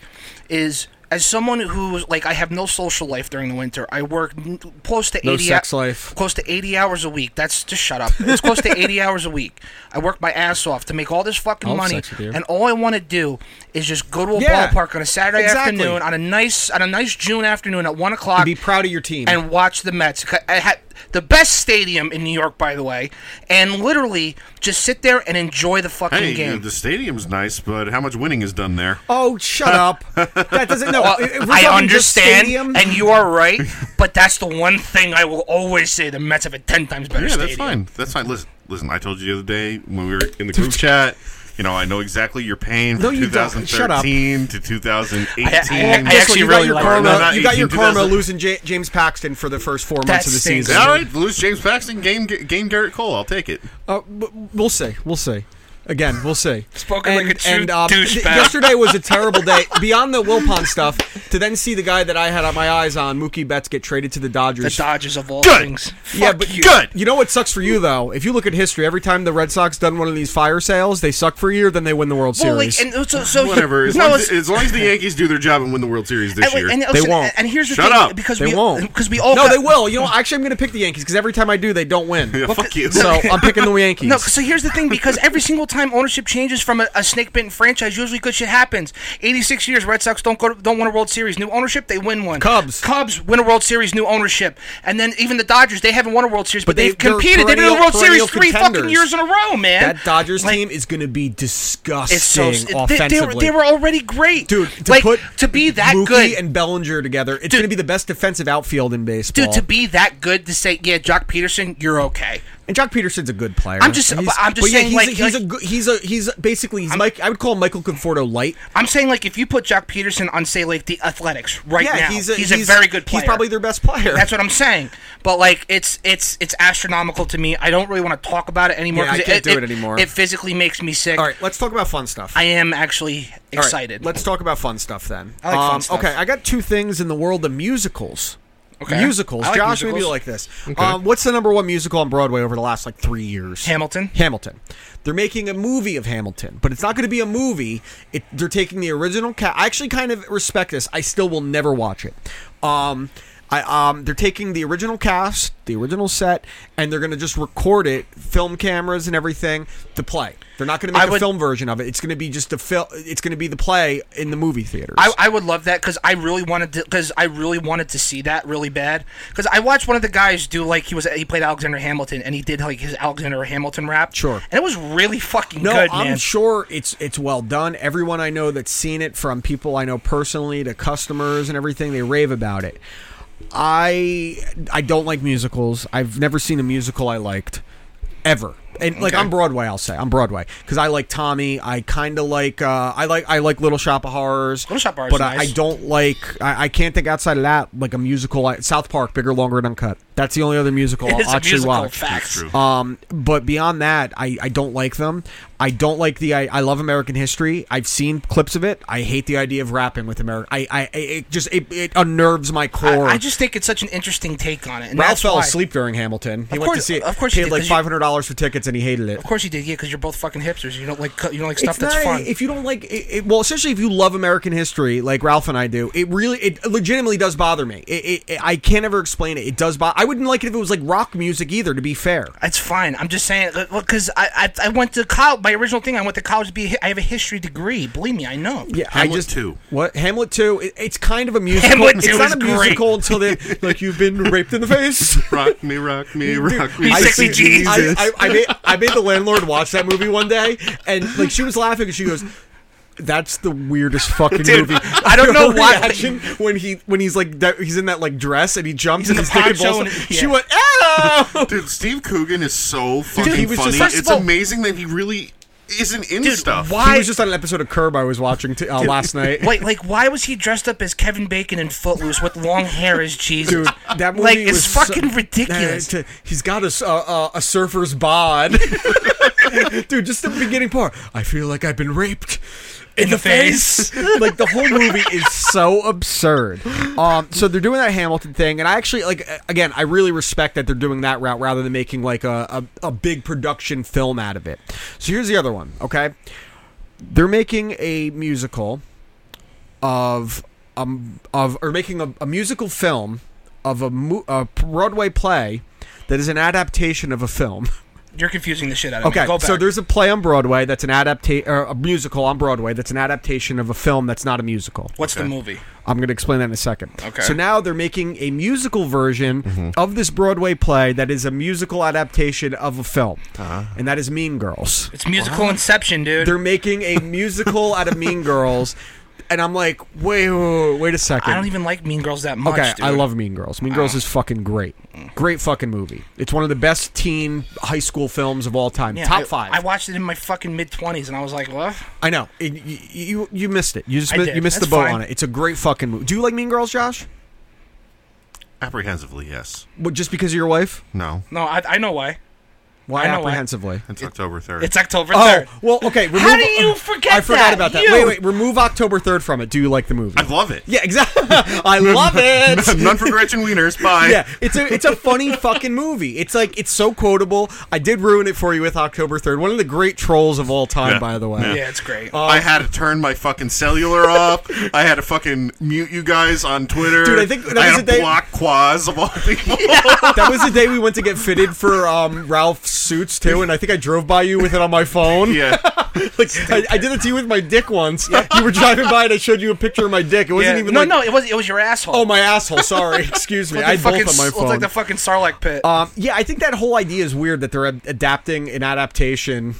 S3: is as someone who like I have no social life during the winter. I work n- close to
S4: No
S3: eighty
S4: sex life.
S3: close to eighty hours a week. That's just shut up. It's close to eighty (laughs) hours a week. I work my ass off to make all this fucking
S4: I'll have
S3: money,
S4: sex with you.
S3: and all I want to do is just go to a
S4: Yeah.
S3: ballpark on a Saturday
S4: Exactly.
S3: afternoon on a nice on a nice June afternoon at one o'clock.
S4: Be proud of your team.
S3: And watch the Mets. I had the best stadium in New York, by the way, and literally just sit there and enjoy the fucking
S6: Hey,
S3: game.
S6: the stadium's nice, but how much winning is done there?
S4: (laughs) oh, shut up. That doesn't no.
S3: Well,
S4: if- if we're
S3: Uh, I
S4: talking just
S3: understand,
S4: stadium-
S3: and you are right, but that's the one thing I will always say: the Mets have a ten times better
S6: Yeah,
S3: stadium.
S6: that's fine. That's fine. Listen, listen. I told you the other day when we were in the group chat. You know, I know exactly your pain
S4: No,
S6: from
S4: you don't. Shut up.
S6: 2013 to 2018.
S3: I- I- I
S4: Guess
S3: actually
S4: what, Oh, you
S3: really
S4: got
S3: like
S4: your
S6: it.
S4: karma.
S6: No, not
S4: You got your
S6: 18,
S4: karma
S6: 2000.
S4: losing J- James Paxton for the first four months of the
S3: stinks.
S4: season.
S6: All right, lose James Paxton, game game Garrett Cole. I'll take it.
S4: Uh, but we'll see. We'll see. Again, we'll see. um,
S3: Spoken like a true douchebag.
S4: yesterday was
S3: (laughs)
S4: a terrible day. Beyond the Wilpon stuff, to then see the guy that I had on my eyes on, Mookie Betts, get traded to the
S3: The
S4: Dodgers.
S3: Dodgers of all things.
S4: yeah,
S3: Fuck
S4: but
S3: you.
S6: Good.
S4: You know what sucks for you though? If you look at history, every time the Red Sox done one of these fire sales, they suck for a year, then they win the World
S3: Well,
S4: Series.
S3: like, and so, so
S6: Whatever. (laughs) As,
S3: No,
S6: long as,
S3: it's-
S6: as long as the Yankees do their job and win the World Series this
S3: and, like,
S6: year.
S3: and
S4: They
S3: listen,
S4: won't.
S3: And here's the
S6: Shut
S3: thing:
S6: up.
S3: because
S4: they
S3: we
S4: won't.
S3: because we all
S4: no,
S3: got-
S4: they will. You know, actually, I'm going to pick the Yankees because every time I do, they don't
S3: (laughs)
S4: win.
S6: yeah, fuck you.
S4: So I'm picking the Yankees.
S3: No, so here's the thing: because
S4: (laughs)
S3: every single time ownership changes from a, a snake bitten franchise, usually good shit happens. 86 years, Red Sox don't go, to, don't win a World Series. New ownership, they win one.
S4: Cubs.
S3: Cubs win a World Series. New ownership, and then even the Dodgers, they haven't won a World Series, but,
S4: But they-
S3: they've
S4: they're
S3: competed. They've been in the
S4: perennial-
S3: World Series
S4: perennial
S3: three fucking
S4: contenders.
S3: years in a row, man.
S4: that Dodgers
S3: Like,
S4: team is going to be disgusting
S3: It's so they-
S4: offensively.
S3: They, were, they were already great,
S4: dude. To
S3: like
S4: put
S3: to be that
S4: Mookie
S3: good
S4: and Bellinger together, it's
S3: Dude.
S4: going to be the best defensive outfield in baseball.
S3: dude, to be that good to say, yeah, Jock Peterson, you're okay.
S4: and Jock Peterson's a good player.
S3: I'm just- but I'm just
S4: but yeah,
S3: saying,
S4: he's
S3: like-
S4: a, he's
S3: like-
S4: a good, he's a he's a- basically he's Mike. I would call him Michael Conforto light.
S3: I'm saying like if you put Jock Peterson on say like the Athletics right
S4: yeah,
S3: now,
S4: he's a
S3: very good player.
S4: He's probably their best player.
S3: That's what I'm saying. But like, it's it's it's astronomical to me. I don't really want to talk about it anymore.
S4: Yeah, I
S3: 'cause
S4: can't do it anymore.
S3: It physically makes me sick.
S4: All right, let's talk about fun stuff.
S3: I am actually
S4: All right,
S3: excited.
S4: let's talk about fun stuff then. Um,
S3: I like fun stuff.
S4: Okay, I got two things in the world of musicals.
S3: Okay.
S4: Musicals.
S3: I like
S4: Josh, maybe
S3: musicals.
S4: you like this. Um, what's the number one musical on Broadway over the last like three years?
S3: Hamilton.
S4: Hamilton. They're making a movie of Hamilton, but it's not going to be a movie. It, they're taking the original cast. I actually kind of respect this. I still will never watch it. Um, I um, they're taking the original cast, the original set, and they're going to just record it, film cameras and everything, the play. They're not going to
S3: I
S4: make a
S3: would-
S4: film version of it. It's going to be just the film. It's going to be the play in the movie theaters.
S3: I, I would love that because I really wanted to because I really wanted to see that really bad because I watched one of the guys do like he was he played Alexander Hamilton and he did like his Alexander Hamilton rap
S4: Sure.
S3: and it was really fucking
S4: No,
S3: good
S4: I'm
S3: man
S4: sure it's it's well done. Everyone I know that's seen it, from people I know personally to customers and everything, they rave about it. I I don't like musicals. I've never seen a musical I liked ever. And like
S3: Okay.
S4: on Broadway, I'll say on Broadway because I like Tommy. I kind of like uh, I like I like Little Shop of Horrors.
S3: Little Shop of Horrors
S4: but
S3: is
S4: I,
S3: nice.
S4: I don't like I, I can't think outside of that like a musical. Like South Park, bigger, longer, and uncut. That's the only other musical I'll
S3: (laughs) it's a
S4: actually
S3: musical
S4: watch.
S3: facts
S6: True.
S4: Um, but beyond that, I, I don't like them. I don't like the. I, I love American history. I've seen clips of it. I hate the idea of rapping with America. I, I I- it just it, it unnerves my
S3: I,
S4: core.
S3: I just think it's such an interesting take on it and
S4: Ralph
S3: that's
S4: fell
S3: why-
S4: asleep during Hamilton. He went
S3: Of
S4: to
S3: course-
S4: see it.
S3: of course he
S4: paid
S3: did,
S4: like
S3: 'cause you-
S4: five hundred dollars for tickets, and he hated it.
S3: of course you did yeah because you're both fucking hipsters you don't like cu- you don't like stuff that's
S4: not,
S3: fun
S4: If you don't like, it, it, well, especially if you love American history, like Ralph and I do, it really, it legitimately does bother me. It, it, it- I can't ever explain it. It does bother. I wouldn't like it if it was like rock music either. To be fair,
S3: It's fine. I'm just saying because I, I I went to college. My original thing, I went to college to be. a hi- I have a history degree. Believe me, I know.
S4: Yeah,
S6: Hamlet
S4: I just
S6: 2.
S4: What Hamlet two? It, it's kind of a musical.
S3: Hamlet
S4: it's
S3: 2
S4: not
S3: is
S4: a musical until they like you've
S3: (laughs)
S4: been raped in the face.
S6: (laughs) Rock me, rock me, (laughs) rock me.
S3: He's sexy
S4: I-
S3: Jesus.
S4: I, I made, I made the landlord watch that movie one day, and like she was laughing, and she goes. That's the weirdest fucking
S3: Dude,
S4: movie.
S3: I don't know
S4: Her
S3: why-
S4: reaction when he when he's like that, he's in that like dress and he jumps
S3: He's
S4: and
S3: in
S4: he's
S3: the
S4: taking
S3: poncho
S4: balls.
S3: and-
S4: She
S3: yeah.
S4: went, "Oh!"
S3: (laughs)
S6: Dude, Steve Coogan is so fucking
S4: he was just-
S6: funny.
S4: first
S3: of
S6: it's
S3: all-
S6: amazing that he really isn't in
S3: Dude,
S6: stuff.
S3: why?
S4: He was just (laughs) on an episode of Curb I was watching t- uh, last night.
S3: Wait, like, why was he dressed up as Kevin Bacon in Footloose with long hair as Jesus?
S4: (laughs) Dude, that movie
S3: (laughs) like, it's
S4: was so- (laughs)
S3: fucking ridiculous.
S4: Uh, t- he's got a s- uh, uh, a surfer's bod, (laughs) dude. Just the beginning part. I feel like I've been raped in,
S3: the face.
S4: (laughs) like the whole movie is so absurd. Um, so they're doing that Hamilton thing, and I actually like uh, again. I really respect that they're doing that route rather than making like a a, a big production film out of it. So here's the other one. Okay, they're making a musical of um of or making a, a musical film of a, mo- a Broadway play that is an adaptation of a film. (laughs)
S3: You're confusing the shit out of me.
S4: Okay,
S3: Go back.
S4: so there's a play on Broadway that's an adaptation, a musical on Broadway that's an adaptation of a film that's not a musical.
S3: What's the movie?
S4: I'm going to explain that in a second.
S3: Okay.
S4: So now they're making a musical version of this Broadway play that is a musical adaptation of a film, and that is Mean Girls.
S3: It's musical Inception, dude.
S4: They're making a musical out of Mean Girls, and I'm like, wait, wait, wait, wait a second.
S3: I don't even like Mean Girls that much.
S4: Okay,
S3: dude. Oh.
S4: I love Mean Girls. Mean Girls is fucking great. Great fucking movie. It's one of the best teen high school films of all time.
S3: Yeah,
S4: Top
S3: I-
S4: five.
S3: I watched it in my fucking mid twenties, and I was like, "What?
S4: I know. It, you, you you missed it. You just
S3: I
S4: mi-
S3: did.
S4: you missed
S3: That's
S4: the boat
S3: fine.
S4: on it. It's a great fucking movie. Do you like Mean Girls, Josh?
S6: Apprehensively, yes.
S4: What, just because of your wife?
S6: No.
S3: No, I, I know why.
S4: Why
S3: I know why.
S4: apprehensively?
S6: It's October 3rd.
S3: It's October
S4: Oh,
S3: third.
S4: well, okay. Remove,
S3: do you forget
S4: I forgot
S3: that?
S4: about that.
S3: You-
S4: Wait, wait. Remove October 3rd from it. Do you like the movie?
S6: I love it. (laughs)
S4: yeah, exactly. (laughs) I love it.
S3: (laughs)
S6: None for Gretchen
S4: (laughs)
S6: Wieners. Bye.
S4: yeah, it's a it's a funny fucking movie. It's like it's so quotable. I did ruin it for you with October third. One of the great trolls of all time,
S6: Yeah.
S4: by the way.
S3: Yeah, it's great.
S4: Oh,
S6: I had to turn my fucking cellular off. I had to fucking mute you guys on Twitter.
S4: Dude, I think that
S6: I
S4: was
S6: had
S4: the
S6: to
S4: day-
S6: block
S4: (laughs)
S6: Quaz of all people.
S4: That was the day we went to get fitted for um, Ralph's suits too, and I think I drove by you with it on my phone.
S6: yeah.
S4: like I, I did it to you with my dick once. You were driving by and I showed you a picture of my dick. It wasn't
S3: Yeah.
S4: even
S3: no,
S4: like,
S3: no, it was it was your asshole.
S4: oh my asshole. Sorry, excuse me.
S3: Looked
S4: I
S3: like
S4: had
S3: fucking,
S4: both on my
S3: looked
S4: phone.
S3: like the fucking Sarlacc pit.
S4: Um, yeah, I think that whole idea is weird that they're ad- adapting an adaptation.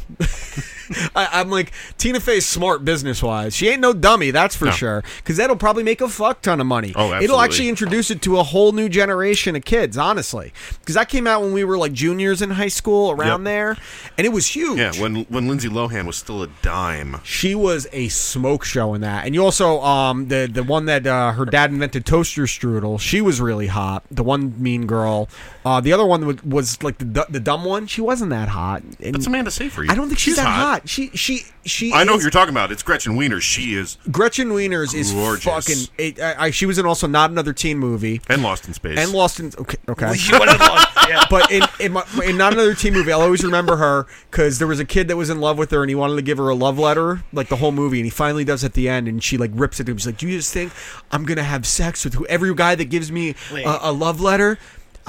S4: (laughs) I, I'm like Tina Fey's smart business wise. She ain't no dummy, that's for sure. Because that'll probably make a fuck ton of money.
S6: Oh,
S4: It'll
S6: absolutely.
S4: actually introduce it to a whole new generation of kids, honestly. Because that came out when we were like juniors in high school, around
S6: Yep.
S4: there, and it was huge.
S6: Yeah, when when Lindsay Lohan was still a dime.
S4: she was a smoke show in that, and you also um the the one that uh, her dad invented toaster strudel. She was really hot. The one mean girl. Uh, the other one was, was like the, du- the dumb one. She wasn't that hot. And
S6: That's Amanda Seyfried.
S4: I don't think she's, that hot. not. She she she.
S6: I know
S4: is-
S6: what you're talking about. It's Gretchen Wiener. She is
S4: Gretchen Wieners is
S6: Gorgeous.
S4: fucking. It, I, I, she was in also not another teen movie
S6: and Lost in Space.
S4: and Lost in. Okay, okay.
S3: (laughs) You would've lost- (laughs) yeah.
S4: but in in, my, in not another teen movie, I'll always remember her because there was a kid that was in love with her and he wanted to give her a love letter like the whole movie, and he finally does at the end, and she like rips it to him. She's like, "Do you just think I'm gonna have sex with who every guy that gives me a, a love letter?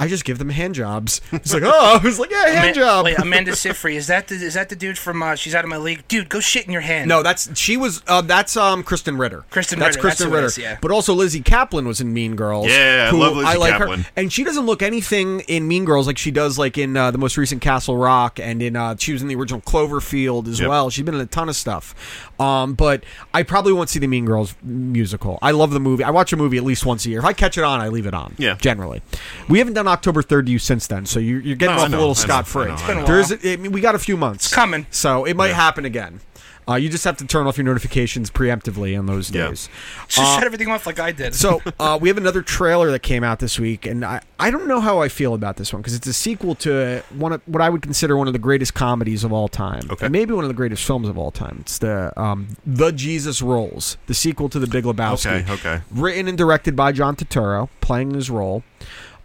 S4: I just give them hand jobs." It's like, oh, I was like, yeah, hand
S3: Ma-
S4: job.
S3: Wait, Amanda Seyfried is that the is that the dude from uh, She's Out of My League? Dude, go shit in your hand.
S4: No, that's she was. Uh, that's um Kristen Ritter.
S3: Kristen
S4: that's
S3: Ritter, that's
S4: Kristen
S3: who it
S4: Ritter.
S3: is, yeah.
S4: But also Lizzie Kaplan was in Mean Girls.
S6: Yeah, I
S4: who
S6: love Lizzie
S4: I like
S6: Kaplan.
S4: her, and she doesn't look anything in Mean Girls like she does like in uh, the most recent Castle Rock, and in uh, she was in the original Cloverfield as
S6: Yep.
S4: well. She's been in a ton of stuff. Um, but I probably won't see the Mean Girls musical. I love the movie. I watch a movie at least once a year. If I catch it on, I leave it on.
S6: Yeah.
S4: generally. We haven't done October third to you since then, so you're, you're getting
S6: No, I
S4: off a
S6: know, I know,
S4: little scot
S6: I
S4: free.
S6: know, I It's been a
S3: know.
S4: There's, I mean, we got a few months. It's
S3: coming.
S4: so it might
S6: Yeah.
S4: happen again. Uh, you just have to turn off your notifications preemptively on those
S6: Yeah.
S4: days.
S3: just shut everything off like I did.
S4: uh, So uh, we have another trailer that came out this week, and I, I don't know how I feel about this one because it's a sequel to one of what I would consider one of the greatest comedies of all time,
S6: Okay.
S4: and maybe one of the greatest films of all time. It's the um, The Jesus Rolls, the sequel to The Big Lebowski.
S6: Okay, okay.
S4: Written and directed by John Turturro, playing his role.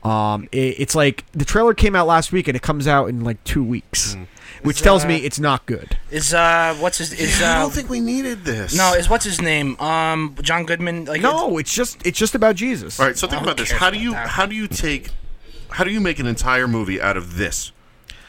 S4: Um, it, it's like the trailer came out last week, and it comes out in like two weeks,
S6: Mm.
S4: which tells me it's not good.
S3: is uh what's his is
S6: I
S3: uh
S6: don't think we needed this.
S3: no is what's his name um John Goodman like it's-
S4: No, it's just it's just about Jesus.
S6: All right, so think
S3: I don't
S6: about this.
S3: care
S6: How do
S3: about
S6: you
S3: that.
S6: how do you take how do you make an entire movie out of this?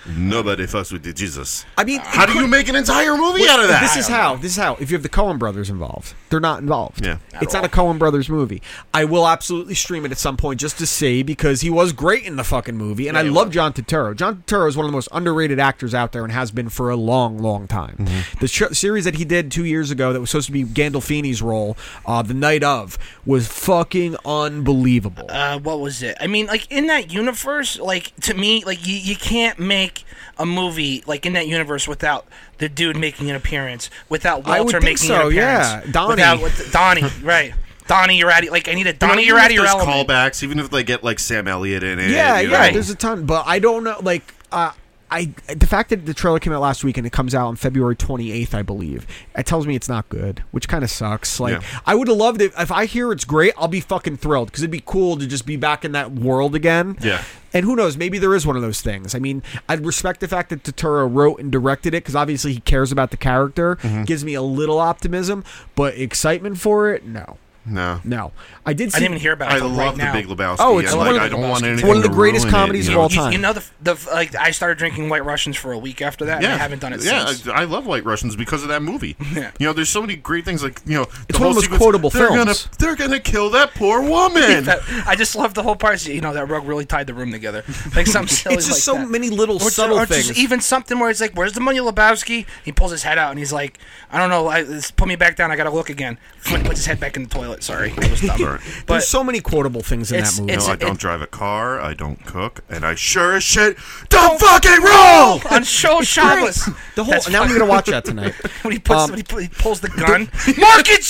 S6: Nobody fucks with the Jesus.
S4: I mean,
S6: How do you make an entire movie out of that?
S4: this is how this is how if you have the Cohen brothers involved, they're not involved.
S6: Yeah.
S4: it's not a Cohen brothers movie. I will absolutely stream it at some point just to see because he was great in the fucking movie, and I love John Turturro. John Turturro is one of the most underrated actors out there and has been for a long, long time.
S6: Mm-hmm.
S4: The sh- series that he did two years ago that was supposed to be Gandolfini's role, uh, the night of, was fucking unbelievable.
S3: uh, what was it? I mean, like in that universe, like to me, like you, you can't make a movie like in that universe without the dude making an appearance, without
S4: I would
S3: Walter
S4: think
S3: making
S4: so,
S3: an appearance,
S4: yeah. Donnie.
S3: without with, Donnie, right? Donnie, you're out. of- Like I need a
S6: You know,
S3: Donnie,
S6: even
S3: you're
S6: if
S3: out of your
S6: there's
S3: element.
S6: callbacks, even if they get like Sam Elliott in it.
S4: yeah,
S6: you
S4: yeah.
S6: know.
S4: There's a ton, but I don't know. Like, uh, I the fact that the trailer came out last week and it comes out on February 28th, I believe, it tells me it's not good, which kind of sucks. Like,
S6: Yeah.
S4: I would have loved it if I hear it's great. I'll be fucking thrilled because it'd be cool to just be back in that world again.
S6: Yeah.
S4: And who knows? Maybe there is one of those things. I mean, I'd respect the fact that Totoro wrote and directed it because obviously he cares about the character.
S3: Mm-hmm.
S4: Gives me a little optimism, but excitement for it, no,
S6: no.
S4: no. I did. See,
S3: I didn't even hear about
S6: I
S3: it. till
S6: love
S3: right
S6: the
S3: now.
S6: Big Lebowski.
S4: Oh, it's
S6: and,
S4: one of
S6: like,
S4: the-
S6: I don't want
S4: it's
S6: anything
S4: one of the
S6: to
S4: greatest
S6: ruin it,
S4: comedies
S6: you
S4: of
S6: know?
S4: all
S3: You,
S4: time.
S3: you know the the like I started drinking White Russians for a week after that. and I haven't done it (laughs)
S6: yeah,
S3: since.
S6: I, I love White Russians because of
S4: (laughs)
S6: that movie. You know, there's so many great things like you know.
S4: It's one of the most quotable
S6: they're
S4: films.
S6: Gonna, they're gonna kill that
S4: (laughs)
S6: poor woman.
S3: That- I just love the whole part. You know that rug really tied the room together. Like something
S4: (laughs)
S3: silly.
S4: It's just so
S3: like that.
S4: many little subtle
S3: or just
S4: things.
S3: even something where it's like, "Where's the money, Lebowski?" He pulls his head out and he's like, "I don't know. I, just put me back down. I gotta look again." When he puts his head back in the toilet. Sorry, I was dumb. but
S4: (laughs) There's so many quotable things in
S3: It's-
S4: that movie.
S6: no,
S3: it's-
S6: I
S3: it-
S6: don't drive a car. I don't cook, and I sure as shit don't fucking roll.
S4: (laughs)
S3: on show (laughs) Shabbos,
S4: The whole
S3: That's
S4: now I'm
S3: fucking-
S4: gonna watch that tonight.
S3: (laughs) when he
S4: Um,
S3: puts when he, pu- he pulls
S4: (laughs)
S3: the gun, market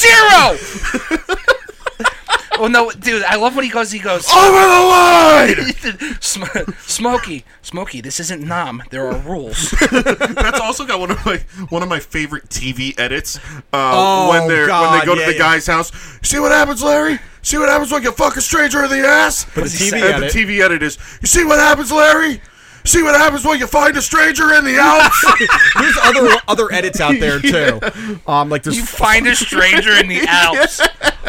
S3: zero. (laughs) oh no, dude! I love when he goes. He goes.
S4: Oh!
S6: Over the line.
S3: (laughs) Sm- Smokey, Smokey, this isn't Nom. There are rules.
S6: (laughs) That's also got one of my one of my favorite TV edits. Uh,
S4: Oh,
S6: when they're when
S4: God,
S6: they go
S4: yeah,
S6: to the
S4: yeah.
S6: guy's house. See what happens, Larry. See what happens when you fuck a stranger in the ass.
S4: But the
S3: he
S4: TV
S3: say?
S6: and
S4: edit,
S6: the TV edit is. You see what happens, Larry. See what happens when you find a stranger in
S4: (laughs)
S6: the Alps.
S4: there's
S3: (laughs)
S4: other other edits out there too. Um, like there's
S3: You find a stranger
S4: (laughs)
S3: in the Alps.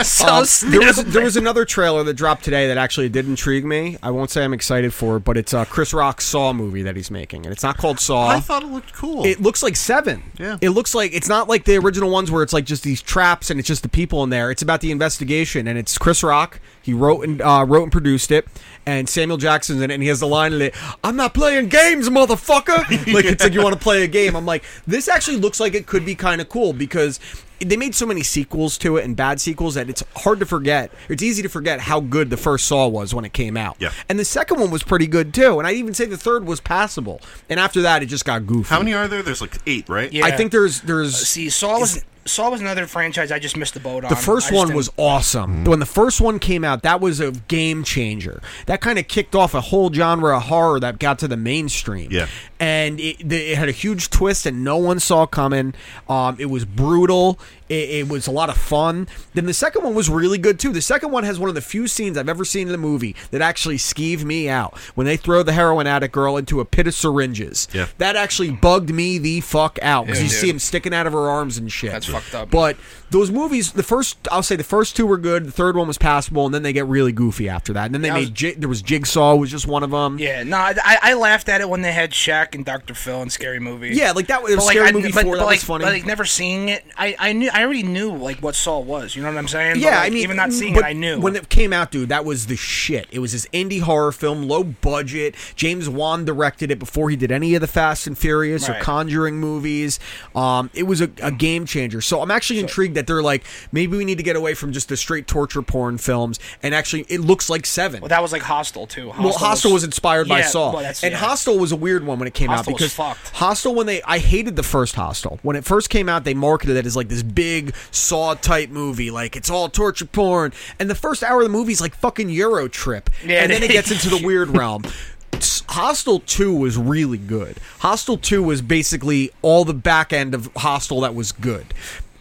S3: So
S4: um, there was
S3: stupid.
S4: there was another trailer that dropped today that actually did intrigue me. I won't say I'm excited for it, but it's uh, Chris Rock's Saw movie that he's making, and it's not called Saw.
S6: I thought it looked cool.
S4: it looks like Seven.
S6: Yeah.
S4: It looks like it's not like the original ones where it's like just these traps and it's just the people in there. It's about the investigation, and it's Chris Rock. He wrote and uh, wrote and produced it, and Samuel Jackson's in it, and he has the line in it: "I'm not playing games,
S6: (laughs)
S4: motherfucker." like it's like you want to play a game. I'm like, this actually looks like it could be kind of cool because. They made so many sequels to it and bad sequels that it's hard to forget. It's easy to forget how good the first Saw was when it came out.
S6: Yeah.
S4: And the second one was pretty good too. And I'd even say the third was passable. And after that, it just got goofy.
S6: How many are there? There's like eight, right?
S3: Yeah. Uh,
S4: I think there's there's
S3: See, Saw was Saw was another franchise I just missed the boat on.
S4: The first one was awesome. When the first one came out, that was a game changer. That kind of kicked off a whole genre of horror that got to the mainstream.
S6: Yeah.
S4: And it, the, it had a huge twist that no one saw coming. Um, it was brutal. It, it was a lot of fun. Then the second one was really good too. The second one has one of the few scenes I've ever seen in the movie that actually skeeved me out when they throw the heroin addict girl into a pit of syringes.
S6: Yeah.
S4: That actually bugged me the fuck out because
S3: Yeah,
S4: you
S3: dude.
S4: see him sticking out of her arms and shit.
S3: That's fucked up.
S4: But those movies, the first, I'll say the first two were good. The third one was passable, and then they get really goofy after that. And then they
S3: Yeah, I was-
S4: made J- there was Jigsaw was just one of them.
S3: Yeah, no, I, I laughed at it when they had Shaq and Dr. Phil and Scary Movie.
S4: Yeah, like that was-
S3: But,
S4: Scary
S3: I-
S4: Movie 4,
S3: but, but,
S4: that was
S3: like,
S4: funny.
S3: But like never seeing it, I, I knew I already knew like what Saw was. You know what I'm saying? But,
S4: Yeah, I
S3: like,
S4: mean,
S3: even not seeing it,
S4: but
S3: I knew.
S4: when it came out, dude. That was the shit. It was this indie horror film, low budget. James Wan directed it before he did any of the Fast and Furious
S3: Right.
S4: or Conjuring movies. Um, it was a, a game changer. So I'm actually intrigued that they're like, maybe we need to get away from just the straight torture porn films, and actually, it looks like Seven.
S3: well, that was like Hostile too. Hostile
S4: Well, Hostel was inspired by
S3: Yeah,
S4: Saw,
S3: well, that's-
S4: and
S3: yeah.
S4: Hostel was a weird one when it came
S3: Hostel
S4: out
S3: was
S4: because
S3: fucked.
S4: Hostel when they I hated the first Hostel when it first came out they marketed it as like this big Saw type movie like it's all torture porn and the first hour of the movie is like fucking Euro Trip
S3: Yeah,
S4: and then
S3: (laughs)
S4: it
S3: they-
S4: gets into the weird realm. S- Hostel 2 was really good. Hostel 2 was basically all the back end of Hostel that was good.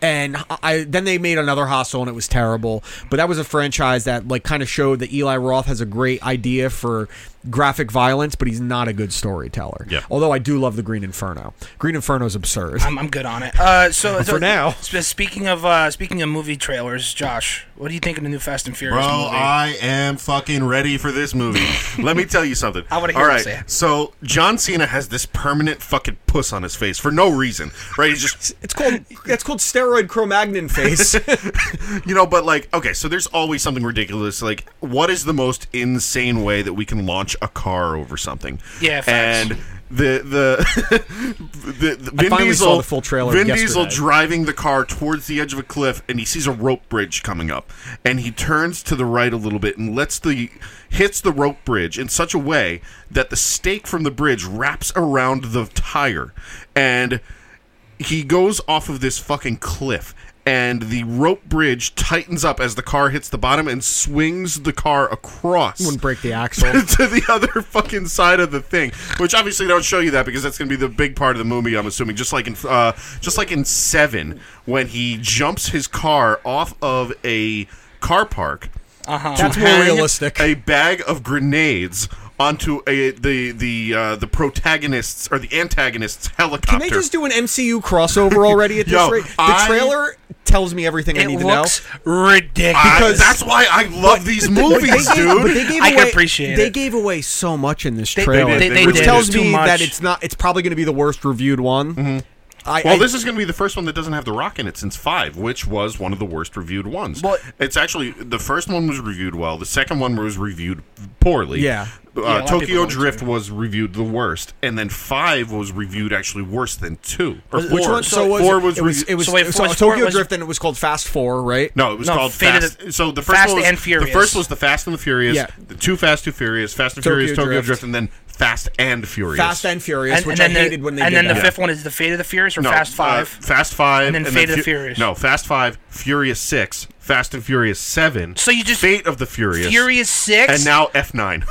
S4: And I- I then they made another Hostel and it was terrible. But that was a franchise that like kind of showed that Eli Roth has a great idea for graphic violence, but he's not a good storyteller.
S6: Yeah.
S4: Although I do love the Green Inferno. Green Inferno is absurd.
S3: I'm, I'm good on it. Uh, so, so
S4: For now.
S3: (laughs) sp- speaking of uh, speaking of movie trailers, Josh, what do you think of the new Fast and Furious
S6: Bro,
S3: movie?
S6: I am fucking ready for this movie.
S3: (laughs)
S6: Let me tell you something.
S3: I wanna hear
S6: All
S3: what you
S6: right,
S3: say.
S6: so John Cena has this permanent fucking puss on his face for no reason, right? He's just
S3: (laughs)
S4: it's called it's called steroid Cro-Magnon face.
S6: you know, but like, okay, so there's always something ridiculous. Like, what is the most insane way that we can launch a car over something?
S3: Yeah, facts.
S6: and the the (laughs) the, the Vin
S4: finally
S6: Diesel
S4: saw the full trailer
S6: Vin Diesel
S4: yesterday.
S6: driving the car towards the edge of a cliff, and he sees a rope bridge coming up, and he turns to the right a little bit and lets the hits the rope bridge in such a way that the stake from the bridge wraps around the tire, and he goes off of this fucking cliff and the rope bridge tightens up as the car hits the bottom and swings the car
S4: (laughs)
S6: across (laughs)
S4: Wouldn't break the axle.
S6: to the other fucking side of the thing which obviously don't show you that because that's going to be the big part of the movie i'm assuming just like in uh, just like in 7 when he jumps his car off of a car park uh-huh.
S4: That's more realistic.
S6: a bag of grenades onto a the the uh, the protagonist's or the antagonist's helicopter
S4: Can they just do an MCU crossover already at this
S6: (laughs) Yo,
S4: rate? The
S6: I-
S4: trailer tells me everything I
S3: it
S4: need to know.
S3: looks ridiculous.
S6: I-
S4: because-
S6: that's why I love these
S4: (laughs) But they
S6: movies,
S4: gave-
S6: dude.
S4: but they gave
S3: I can
S4: away-
S3: appreciate
S4: They
S3: it.
S4: gave away so much in this trailer,
S6: did, they- they
S4: which
S6: did.
S4: tells
S3: There's too
S4: me
S3: much.
S4: that it's not. It's probably going to be the worst reviewed one. I,
S6: Mm-hmm. well,
S4: I-
S6: this is going to be the first one that doesn't have The Rock in it since five, which was one of the worst reviewed ones.
S3: Well-
S6: it's actually the first one was reviewed well. The second one was reviewed poorly.
S4: Yeah.
S6: Uh,
S3: lot of people
S6: Tokyo
S3: don't
S6: Drift was reviewed the worst, and then five was reviewed actually worse than two or four.
S4: which one? So was
S6: four
S4: it,
S6: was,
S4: it was,
S6: reviewed-
S4: it was,
S3: so wait,
S4: it was
S3: four-
S4: called
S3: four
S4: Tokyo
S3: was-
S4: Drift, and it was called Fast Four, right?
S6: No, it was
S3: No,
S6: called
S3: Fate of the-
S6: Fast. so the first
S3: Fast
S6: one was,
S3: and Furious.
S6: The first was the Fast and the Furious.
S4: Yeah.
S6: The two Fast, two Furious. Fast and
S4: Tokyo
S6: Furious, Tokyo
S4: Drift.
S6: Drift, and then Fast and Furious.
S4: Fast and Furious,
S3: and,
S4: which
S3: and then
S4: I hated
S3: the,
S4: when they
S3: and
S4: did
S3: then the
S4: that.
S3: fifth one is the Fate of the Furious or Fast
S6: uh,
S3: Five.
S6: Fast Five,
S3: And then Fate of the Furious.
S6: No, Fast Five, Furious Six, Fast and Furious Seven.
S3: So you just-
S6: Fate of the Furious,
S3: Furious Six.
S6: and now
S3: (laughs)
S6: F Nine.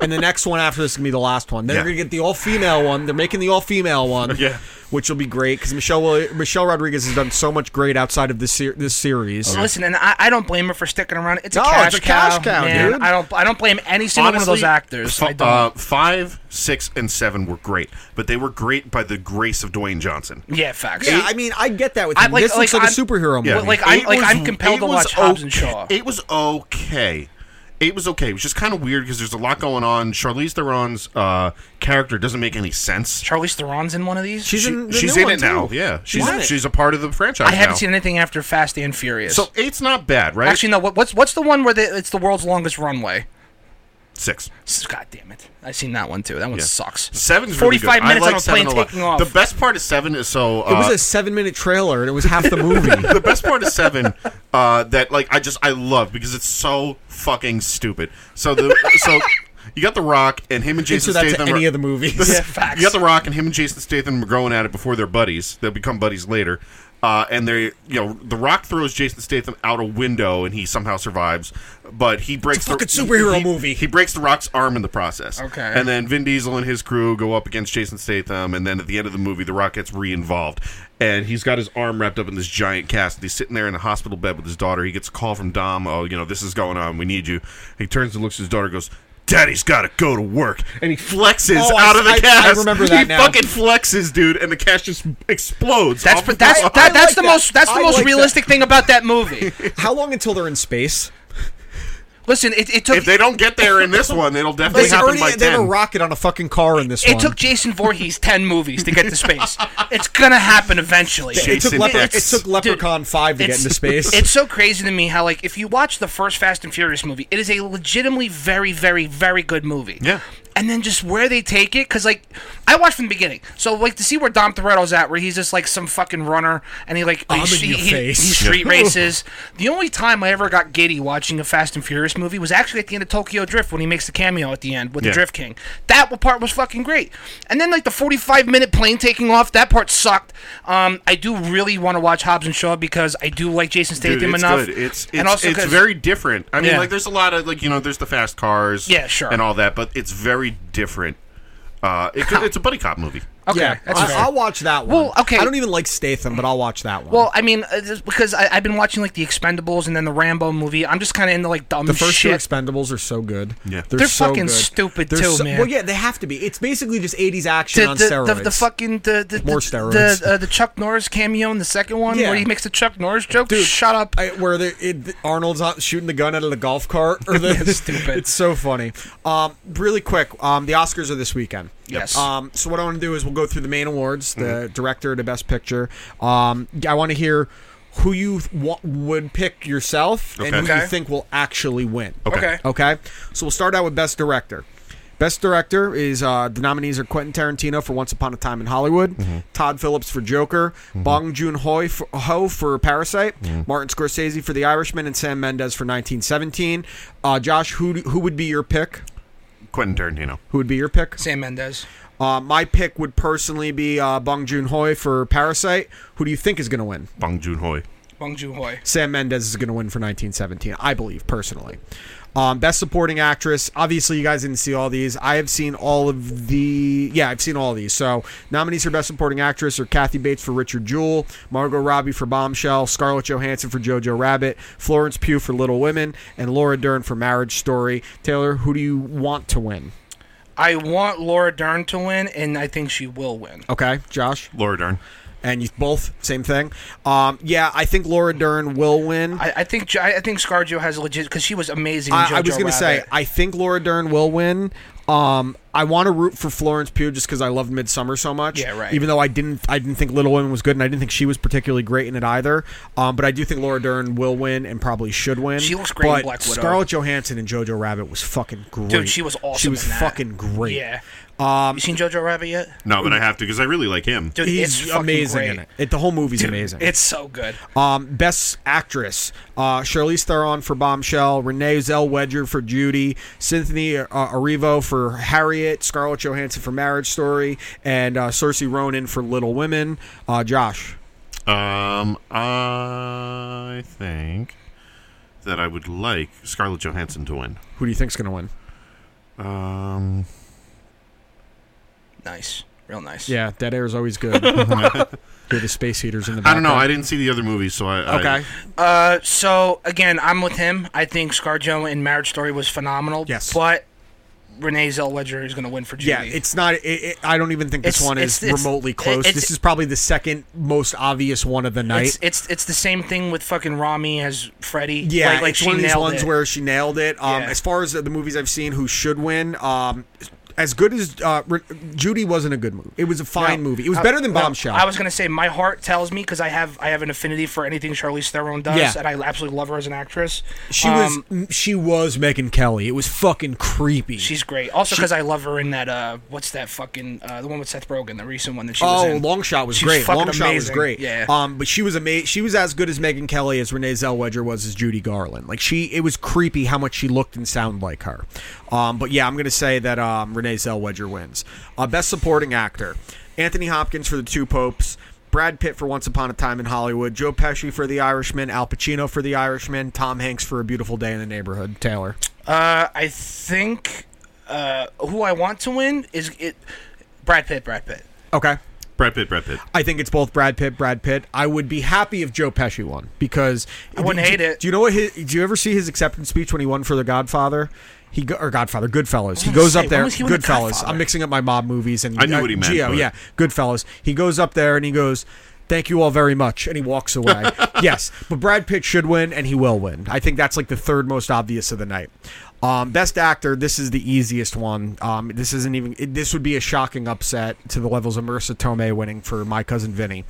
S4: and the next one after this is gonna be the last one. They're
S6: Yeah.
S4: gonna get the all female one. They're making the all female one,
S6: (laughs) Yeah.
S4: which will be great because Michelle Willi- Michelle Rodriguez has done so much great outside of this ser- this series.
S3: Listen, and I, I don't blame her for sticking around. It's a
S4: No,
S3: cash
S4: it's a cash cow,
S3: man.
S4: dude.
S3: I don't I don't blame any single one of those actors.
S6: fi-
S3: I don't.
S6: Uh, five, six, and seven were great, but they were great by the grace of Dwayne Johnson.
S3: yeah, facts.
S4: Yeah, I mean, I get that with
S3: I-
S4: him.
S3: like-
S4: this looks
S3: like,
S4: like a
S3: I'm-
S4: superhero
S3: Yeah.
S4: movie.
S3: Well, like, I-
S6: It
S3: like,
S6: was-
S3: I'm compelled
S6: it
S3: to
S6: was
S3: watch Hobbs and Shaw.
S6: It was okay. It was okay. It was just kind of weird because there's a lot going on. Charlize Theron's uh, character doesn't make any sense.
S3: Charlize Theron's in one of these.
S4: she's in, the
S6: she's
S4: new
S6: in
S4: one,
S6: it now.
S4: too.
S6: Yeah, she's
S4: in it.
S6: she's a part of the franchise.
S3: I haven't
S6: now.
S3: seen anything after Fast and Furious.
S6: So eight's not bad, right?
S3: actually, no. What, what's what's the one where the, it's the world's longest runway?
S6: six.
S3: S- God damn it! I've seen that one too. That one
S6: Yeah.
S3: sucks.
S6: Seven's really good.
S3: forty-five
S6: I
S3: minutes
S6: like
S3: on a
S6: seven
S3: plane
S6: a lot.
S3: taking off.
S6: The best part of seven is so. Uh,
S4: It was a seven minute trailer and it was half
S6: (laughs)
S4: the movie.
S6: the best part of seven uh, that like I just I love because it's so fucking stupid. So the so you got the Rock and him and
S4: Answer
S6: Jason
S4: that to
S6: Statham.
S4: any
S6: are-
S4: of the movies.
S6: (laughs)
S3: facts.
S6: You got the Rock and him and Jason Statham are growing at it before they're buddies. They'll become buddies later. Uh, and they, you know, the Rock throws Jason Statham out a window, and he somehow survives. But he breaks
S4: fucking
S6: the
S4: superhero
S6: he-
S4: movie.
S6: He breaks the Rock's arm in the process.
S3: Okay.
S6: and then Vin Diesel and his crew go up against Jason Statham, and then at the end of the movie, the Rock gets re-involved, and he's got his arm wrapped up in this giant cast. And he's sitting there in a hospital bed with his daughter. He gets a call from Dom. Oh, you know, this is going on. We need you. He turns and looks at his daughter. and Goes. Daddy's got to go to work, and he flexes
S4: Oh, I-
S6: out of the
S4: I- I
S6: cast.
S4: remember that
S6: He
S4: now.
S6: fucking flexes, dude, and the cast just explodes.
S3: That's
S6: off
S3: but
S6: the
S3: that's
S6: top.
S3: that, that's
S4: like
S3: the
S4: that.
S3: most that's the
S4: I
S3: most
S4: like that.
S3: realistic thing about that
S6: (laughs)
S3: movie.
S4: How long until they're in space?
S3: Listen, it, it took
S6: if they don't get there in this one, it'll definitely
S4: They
S6: happen
S4: already
S6: by
S4: they have a
S6: ten.
S4: rocket on a fucking car in this
S3: it
S4: one.
S3: took Jason Voorhees ten movies to get to space. it's gonna happen
S6: (laughs)
S3: eventually.
S4: it took,
S6: Jason
S4: Lepre-
S6: X.
S4: it took Leprechaun Five to get
S3: It's-
S4: into space.
S3: (laughs) It's so crazy to me how like if you watch the first Fast and Furious movie, it is a legitimately very very very good movie.
S6: Yeah.
S3: And then just where they take it, because like I watched from the beginning, so like to see where Dom Toretto's at, where he's just like some fucking runner, and he like
S4: I'm
S3: he,
S4: in your
S3: he-
S4: face.
S3: he street races. The only time I ever got giddy watching a Fast and Furious movie was actually at the end of Tokyo Drift when he makes the cameo at the end with
S6: Yeah.
S3: the Drift King. That wa- part was fucking great. And then like the 45 minute plane taking off, that part sucked. Um, I do really want to watch Hobbs and Shaw because I do like Jason Statham
S6: Dude, it's
S3: enough.
S6: good. It's it's,
S3: and also
S6: it's
S3: 'cause-
S6: very different. I mean,
S3: Yeah.
S6: like there's a lot of like you know there's the fast cars,
S3: Yeah, sure.
S6: and all that, but it's very different. Uh, it, it's a buddy cop movie.
S3: okay.
S4: yeah,
S3: that's
S4: I,
S3: fair.
S4: I'll watch that one.
S3: Well, okay.
S4: I don't even like Statham, but I'll watch that one.
S3: Well, I mean, uh, just because I, I've been watching like the Expendables and then the Rambo movie, I'm just kind of into like dumb
S4: The first
S3: shit.
S4: two Expendables are so good.
S6: Yeah.
S4: they're,
S3: They're
S4: so
S3: fucking
S4: good.
S3: stupid
S4: They're
S3: too,
S4: so-
S3: man.
S4: Well, yeah, they have to be. It's basically just '80s action
S3: the,
S4: on
S3: the,
S4: steroids.
S3: the, the fucking the, the
S4: More
S3: the-
S4: steroids.
S3: The, uh, the Chuck Norris cameo in the second one
S4: Yeah.
S3: where he makes the Chuck Norris joke.
S4: Dude,
S3: shut up.
S4: I, where the it, Arnold's out shooting the gun out of the golf
S3: (laughs)
S4: cart, or the
S3: Stupid.
S4: It's so funny. Um, really quick, um, the Oscars are this weekend.
S3: Yes.
S4: Um, so what I want to do is we'll go through the main awards, the director to best picture. Um, I want to hear who you th- wa- would pick yourself and
S6: Okay.
S4: who
S3: Okay.
S4: you think will actually win.
S3: okay.
S4: Okay. So we'll start out with Best Director. Best Director is uh, the nominees are Quentin Tarantino for Once Upon a Time in Hollywood, Todd Phillips for Joker, Bong Joon Ho for, Ho for Parasite, Martin Scorsese for The Irishman, and Sam Mendes for 1917. Uh, Josh, who do- who would be your pick?
S6: Quentin Tarantino.
S4: Who would be your pick?
S3: Sam Mendes.
S4: Uh, my pick would personally be uh, Bong Joon Ho for Parasite. Who do you think is going to win?
S6: Bong Joon Ho.
S3: Bong Joon Hoy.
S4: Sam Mendes is going to win for 1917, I believe personally. Um, best supporting actress. Obviously, you guys didn't see all these. I have seen all of the. Yeah, I've seen all these. So nominees for best supporting actress are Kathy Bates for Richard Jewell, Margot Robbie for Bombshell, Scarlett Johansson for Jojo Rabbit, Florence Pugh for Little Women, and Laura Dern for Marriage Story. Taylor, who do you want to win?
S3: I want Laura Dern to win, and I think she will win.
S4: Okay, Josh,
S6: Laura Dern.
S4: and you both same thing. Um, yeah, I think Laura Dern will win.
S3: I, I think I I think ScarJo has a legit because she was amazing. in
S4: I, I
S3: Jojo
S4: was going to say,
S3: Rabbit.
S4: I think Laura Dern will win. Um, I want to root for Florence Pugh just because I love Midsummer so much.
S3: Yeah, right.
S4: Even though I didn't, I didn't think Little Women was good, and I didn't think she was particularly great in it either. Um, but I do think Laura Dern will win and probably should win.
S3: She looks great in
S4: But
S3: Black Widow.
S4: Scarlett Johansson and Jojo Rabbit was fucking great.
S3: dude, she was awesome.
S4: She was
S3: in that.
S4: fucking great.
S3: Yeah. Um, you seen Jojo Rabbit yet?
S6: No, but I have to because I really like him.
S3: Dude, it's
S4: He's
S3: fucking
S4: amazing
S3: great.
S4: in it. it. The whole movie's amazing.
S3: It's so good.
S4: Um, best actress: uh, Charlize Theron for Bombshell, Renee Zellweger for Judy, Cynthia uh, Erivo for Harriet, Scarlett Johansson for Marriage Story, and uh, Cersei Ronan for Little Women. Uh, Josh,
S6: Um, I think that I would like Scarlett Johansson to win.
S4: who do you think's gonna win?
S6: Um,
S3: Nice, real nice.
S4: Yeah, dead air is always
S6: (laughs)
S4: good. Hear the space heaters in the
S6: I
S4: background.
S6: don't know. I didn't see the other movies, so I I-
S4: okay.
S3: Uh, so again, I'm with him. I think ScarJo in Marriage Story was phenomenal.
S4: Yes.
S3: But Renee Zellweger is going to win for Judy.
S4: Yeah, it's not. It, it, I don't even think this
S3: It's-
S4: one is
S3: it's- it's-
S4: remotely close.
S3: it's-
S4: this is probably the second most obvious one of the night.
S3: It's, it's it's the same thing with fucking Rami as Freddy.
S4: Yeah,
S3: like, like
S4: it's
S3: she
S4: one of these
S3: nailed
S4: ones
S3: it.
S4: where she nailed it. Um,
S3: Yeah.
S4: As far as the movies I've seen, who should win? Um, as good as uh, Re- Judy wasn't a good movie. It was a fine movie. It was better than
S3: No,
S4: Bombshell.
S3: uh, I was gonna say my heart tells me because I have I have an affinity for anything Charlize Theron does,
S4: Yeah.
S3: and I absolutely love her as an actress.
S4: she
S3: Um,
S4: was she was Megan Kelly. It was fucking creepy.
S3: she's great. Also because I love her in that uh what's that fucking uh the one with Seth Rogen, the recent one that she was
S4: oh,
S3: in.
S4: long shot was
S3: She was
S4: great.
S3: fucking
S4: long shot was
S3: amazing.
S4: great.
S3: Yeah.
S4: Um, but she was amazing. She was as good as Megan Kelly as Renee Zellweger was as Judy Garland. Like she, it was creepy how much she looked and sounded like her. Um, but yeah, I'm gonna say that um, Renee Zellweger wins. Uh, best supporting actor: Anthony Hopkins for The Two Popes. Brad Pitt for Once Upon a Time in Hollywood, Joe Pesci for The Irishman, Al Pacino for The Irishman, Tom Hanks for A Beautiful Day in the Neighborhood. Taylor.
S3: Uh, I think uh, who I want to win is it. Brad Pitt. Brad Pitt.
S4: Okay.
S6: Brad Pitt, Brad Pitt.
S4: I think it's both Brad Pitt, Brad Pitt. I would be happy if Joe Pesci won because I
S3: wouldn't
S4: do,
S3: hate it.
S4: Do you know what? His, do you ever see his acceptance speech when he won for The Godfather? He go, or Godfather, Goodfellas. He
S3: gonna
S4: goes
S3: say,
S4: up there,
S3: when was he winning
S4: Goodfellas.
S3: Godfather?
S4: I'm mixing up my mob movies and
S6: I knew what he meant,
S4: Gio,
S6: but-
S4: yeah, Goodfellas. He goes up there and he goes, "Thank you all very much," and he walks away. yes, but Brad Pitt should win, and he will win. I think that's like the third most obvious of the night. Um, best actor. This is the easiest one. Um, this isn't even. It, this would be a shocking upset to the levels of Marissa Tomei winning for My Cousin Vinny.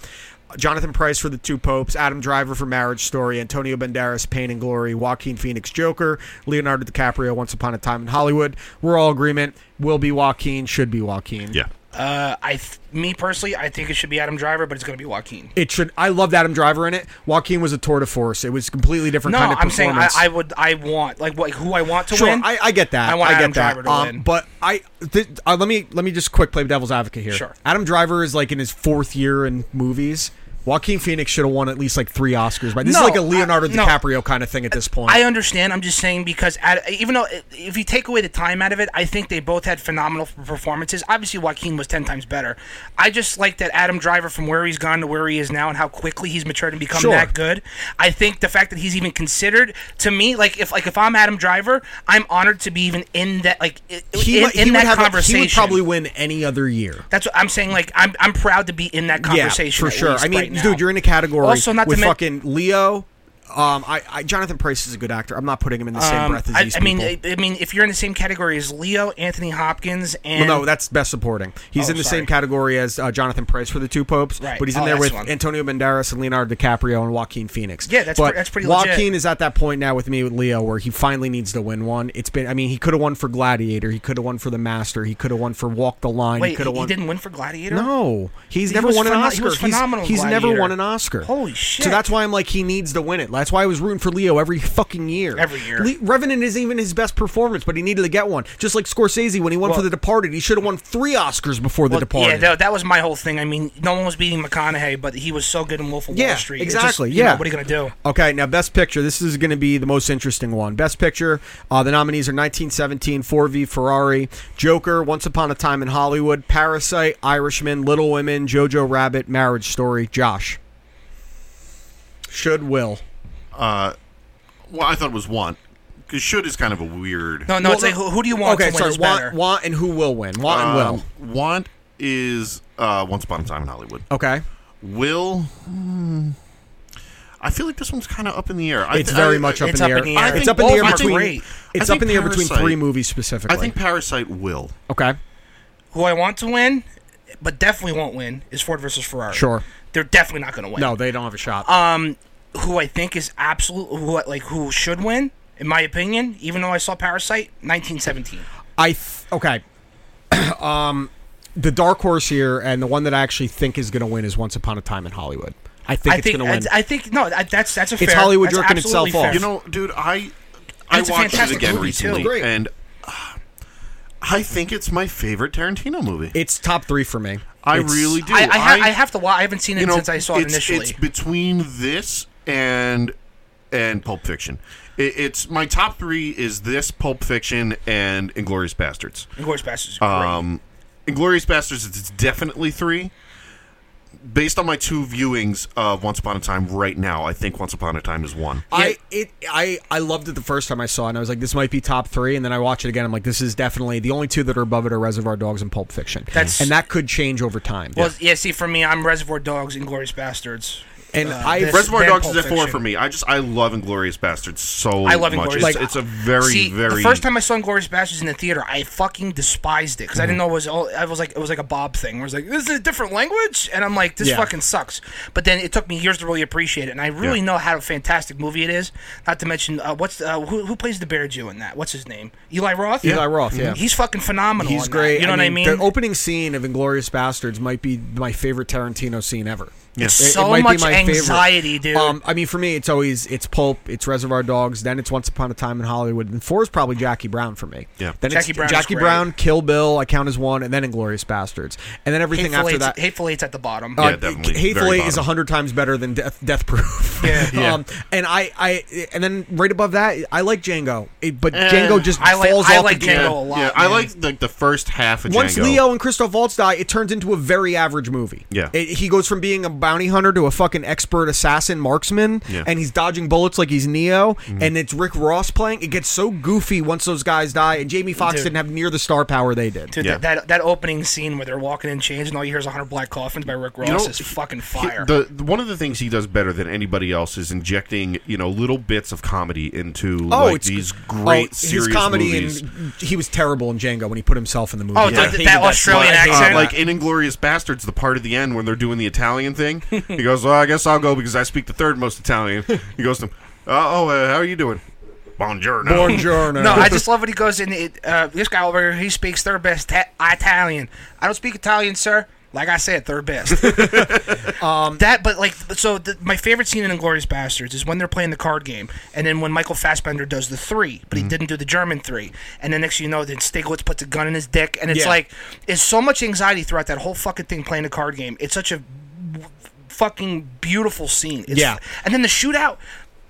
S4: Jonathan Price for The Two Popes, Adam Driver for Marriage Story, Antonio Banderas, Pain and Glory, Joaquin Phoenix, Joker, Leonardo DiCaprio, Once Upon a Time in Hollywood. We're all agreement. Will be Joaquin, should be Joaquin.
S6: Yeah.
S3: Uh, I th- me personally, I think it should be Adam Driver, but it's going to be Joaquin.
S4: It should. I loved Adam Driver in it. Joaquin was a tour de force. It was a completely different
S3: No,
S4: kind of
S3: I'm saying I,
S4: performance.
S3: I would. I want like what who I want to
S4: Sure,
S3: win.
S4: I, I get that.
S3: I want Adam
S4: get that.
S3: Driver to
S4: Um,
S3: win.
S4: But I th- uh, let me let me just quick play devil's advocate here.
S3: Sure.
S4: Adam Driver is like in his fourth year in movies. Joaquin Phoenix should have won at least like three Oscars. But this
S3: No,
S4: is like a Leonardo
S3: I- no.
S4: DiCaprio kind of thing at this point.
S3: I understand. I'm just saying because at, even though if you take away the time out of it, I think they both had phenomenal performances. Obviously, Joaquin was ten times better. I just like that Adam Driver from where he's gone to where he is now and how quickly he's matured and become
S4: Sure.
S3: that good. I think the fact that he's even considered to me, like if like if I'm Adam Driver, I'm honored to be even in that like i- in,
S4: might-
S3: in that
S4: have a-
S3: conversation.
S4: he would probably win any other year.
S3: That's what I'm saying. Like I'm I'm proud to be in that conversation
S4: yeah,
S3: at
S4: for sure.
S3: least
S4: I mean,
S3: right now.
S4: dude, you're in a category
S3: Also, not to
S4: with
S3: men-
S4: fucking Leo. Um, I, I Jonathan Price is a good actor. I'm not putting him in the same
S3: Um,
S4: breath as
S3: I,
S4: these
S3: I mean,
S4: people.
S3: I, I mean, if you're in the same category as Leo, Anthony Hopkins, and
S4: Well, no, that's best supporting. He's
S3: Oh,
S4: in the
S3: sorry.
S4: same category as uh, Jonathan Price for the two popes,
S3: Right.
S4: but he's in
S3: Oh,
S4: there
S3: that's
S4: with
S3: one.
S4: Antonio Banderas and Leonardo DiCaprio and Joaquin Phoenix.
S3: Yeah, that's
S4: but
S3: pre- that's pretty
S4: Joaquin
S3: legit.
S4: is at that point now with me with Leo, where he finally needs to win one. It's been, I mean, he could have won for Gladiator, he could have won for The Master, he could have won for Walk the Line,
S3: Wait,
S4: he
S3: he,
S4: could have won.
S3: didn't win for Gladiator.
S4: No, he's
S3: He
S4: never
S3: was
S4: won an
S3: pheno- he
S4: Oscar.
S3: was
S4: He's-
S3: phenomenal in
S4: he's never
S3: Gladiator.
S4: won an Oscar.
S3: Holy shit.
S4: So that's why I'm like he needs to win it. That's why I was rooting for Leo every fucking year.
S3: Every year.
S4: Le- Revenant isn't even his best performance, but he needed to get one. Just like Scorsese when he won for
S3: Well-
S4: The Departed, he should have won three Oscars before The
S3: yeah,
S4: Departed.
S3: that, that was my whole thing. I mean, no one was beating McConaughey, but he was so good in Wolf of
S4: Yeah,
S3: Wall Street. It's just,
S4: exactly.
S3: you know,
S4: yeah.
S3: what are you gonna do?
S4: Okay, now Best Picture. This is going to be the most interesting one. Best Picture. Uh, the nominees are 1917, 4V Ferrari, Joker, Once Upon a Time in Hollywood, Parasite, Irishman, Little Women, Jojo Rabbit, Marriage Story. Josh. Should will.
S6: Well, I thought it was want because should is kind of a weird.
S3: No, no.
S4: Well,
S3: it's like who, who do you want
S4: okay,
S3: to win
S4: sorry.
S3: is
S4: want,
S3: better? Um,
S4: want and who will win? Want and
S6: Uh,
S4: will.
S6: want is uh, Once Upon a Time in Hollywood.
S4: Okay.
S6: Will. hmm, I feel like this one's kind of up in the air. I
S4: It's
S6: thi-
S4: very
S6: I-
S4: much up
S3: it's
S4: in
S3: up
S4: the air.
S3: in the air.
S4: It's
S3: I
S4: up in
S3: think
S4: the air
S3: both are
S4: between.
S3: great.
S4: It's
S6: I
S4: up in the
S6: think
S4: air between
S6: Parasite-
S4: three movies specifically.
S6: I think Parasite will.
S4: Okay.
S3: who I want to win, but definitely won't win is Ford versus Ferrari.
S4: Sure.
S3: they're definitely not gonna win.
S4: No, they don't have a shot.
S3: who I think is absolute, who I- like who should win, in my opinion. Even though I saw Parasite, 1917.
S4: I th- okay. (clears throat) um, the dark horse here, and the one that I actually think is going to win is Once Upon a Time in Hollywood. I think
S3: I
S4: it's
S3: think,
S4: going to win.
S3: I, I think no, I, that's that's a fair.
S4: It's Hollywood
S3: that's
S4: jerking
S3: absolutely
S4: itself off.
S3: fair.
S6: You know, dude, I I
S3: it's a
S6: watched it
S3: fantastic
S6: again
S3: movie, too.
S6: recently,
S4: Great.
S6: and uh, I think it's my favorite Tarantino movie.
S4: it's top three for me.
S6: I
S4: It's-
S6: really do.
S3: I, I, ha- I have to watch. I haven't seen it
S6: you know,
S3: since I saw it
S6: it's-
S3: initially.
S6: It's between this and and Pulp Fiction. It, it's my top three is this Pulp Fiction and Inglorious Bastards.
S3: Inglourious Basterds is great.
S6: Um, Inglorious Bastards is definitely three. Based on my two viewings of Once Upon a Time right now, I think Once Upon a Time is one.
S4: I it I I loved it the first time I saw it. and I was like, this might be top three, and then I watch it again. I'm like, this is definitely the only two that are above it are Reservoir Dogs and Pulp Fiction.
S3: That's-
S4: and that could change over time.
S3: well, yeah. See, for me, I'm Reservoir Dogs, Inglorious Bastards. uh,
S4: and I
S3: this-
S6: Reservoir
S3: Then
S6: Dogs
S3: Pulp
S6: is at four
S3: Fiction.
S6: for me. I just I love Inglorious Bastards so
S3: I love
S6: much.
S3: Inglourious.
S6: It's,
S3: Like,
S6: it's a very
S3: see,
S6: very
S3: the first time I saw Inglorious Bastards in the theater, I fucking despised it because I
S6: Mm-hmm.
S3: didn't know it was. All, I was like, it was like a Bob thing. Where I was like, this is a different language, and I'm like, this
S4: Yeah.
S3: fucking sucks. But then it took me years to really appreciate it, and I really
S6: Yeah.
S3: know how fantastic movie it is. Not to mention, uh, what's uh, who, who plays the Bear Jew in that? What's his name? Eli Roth.
S4: Eli Roth, yeah.
S3: he's fucking phenomenal.
S4: He's
S3: in that.
S4: great.
S3: You know what I mean?
S4: The opening scene of Inglorious Bastards might be my favorite Tarantino scene ever.
S3: It's
S4: It- it
S3: so
S4: might be
S3: much
S4: my favorite.
S3: anxiety, dude.
S4: Um, I mean, for me, it's always it's Pulp, it's Reservoir Dogs, then it's Once Upon a Time in Hollywood, and four is probably Jackie Brown for me.
S6: Yeah.
S4: then
S3: Jackie
S4: it's
S3: Brown is
S4: Jackie
S3: great.
S4: Brown, Kill Bill, I count as one, and then Inglorious Bastards, and then everything
S3: Hateful
S4: after
S3: Eight's-
S4: that.
S3: Hateful Eight's at the bottom.
S6: Yeah,
S4: Uh,
S6: definitely.
S4: Hateful
S6: Very
S4: Eight is
S6: bottom.
S4: hundred times better than Death, death Proof.
S3: Yeah.
S4: (laughs)
S6: Yeah.
S4: Um, and I, I, and then right above that, I like Django, It- but Django just
S3: Eh, I like-
S4: falls
S3: I
S4: off
S3: like
S4: the deep
S3: Django
S4: end.
S3: a lot,
S6: yeah, I
S3: man.
S6: like the, the first half of
S4: Once
S6: Django.
S4: Leo and Christoph Waltz die, it turns into a very average movie.
S6: Yeah.
S4: It- he goes from being a bounty hunter to a fucking expert assassin marksman,
S6: Yeah. Mm-hmm.
S4: and he's dodging bullets like he's Neo, and it's Rick Ross playing. It gets so goofy once those guys die, and Jamie Foxx
S3: Dude.
S4: didn't have near the star power they did.
S3: Dude,
S6: Yeah.
S3: that, that that opening scene where they're walking in chains and all you hear is 100 Black Coffins by Rick Ross
S6: You know,
S3: is fucking
S6: he-
S3: fire.
S6: The, the- one of the things he does better than anybody else is injecting, you know, little bits of comedy into like these great
S4: oh,
S6: serious
S4: his comedy
S6: movies.
S4: and he was terrible in Django when he put himself in the movie.
S3: oh, that- that, Australian
S6: like, uh,
S3: accent.
S6: like in Inglorious Bastards, the part at the end when they're doing the Italian thing, he goes, "Well, I guess I'll go because I speak the third most Italian." He goes to, him, "Oh, oh, uh, how are you doing?" Buongiorno.
S4: Buongiorno. (laughs)
S3: no, I just love when he goes in. It, uh, this guy over here, he speaks third best ta- Italian. I don't speak Italian, sir. Like I said,
S4: (laughs)
S3: third best. um, that, but like, so the, my favorite scene in *Inglorious Bastards* is when they're playing the card game, and then when Michael Fassbender does the three, but he
S4: Mm-hmm.
S3: didn't do the German three, and then next thing you know, then Stiglitz puts a gun in his dick, and it's
S4: Yeah.
S3: like, it's so much anxiety throughout that whole fucking thing playing the card game. It's such a fucking beautiful scene. It's,
S4: Yeah.
S3: and then the shootout,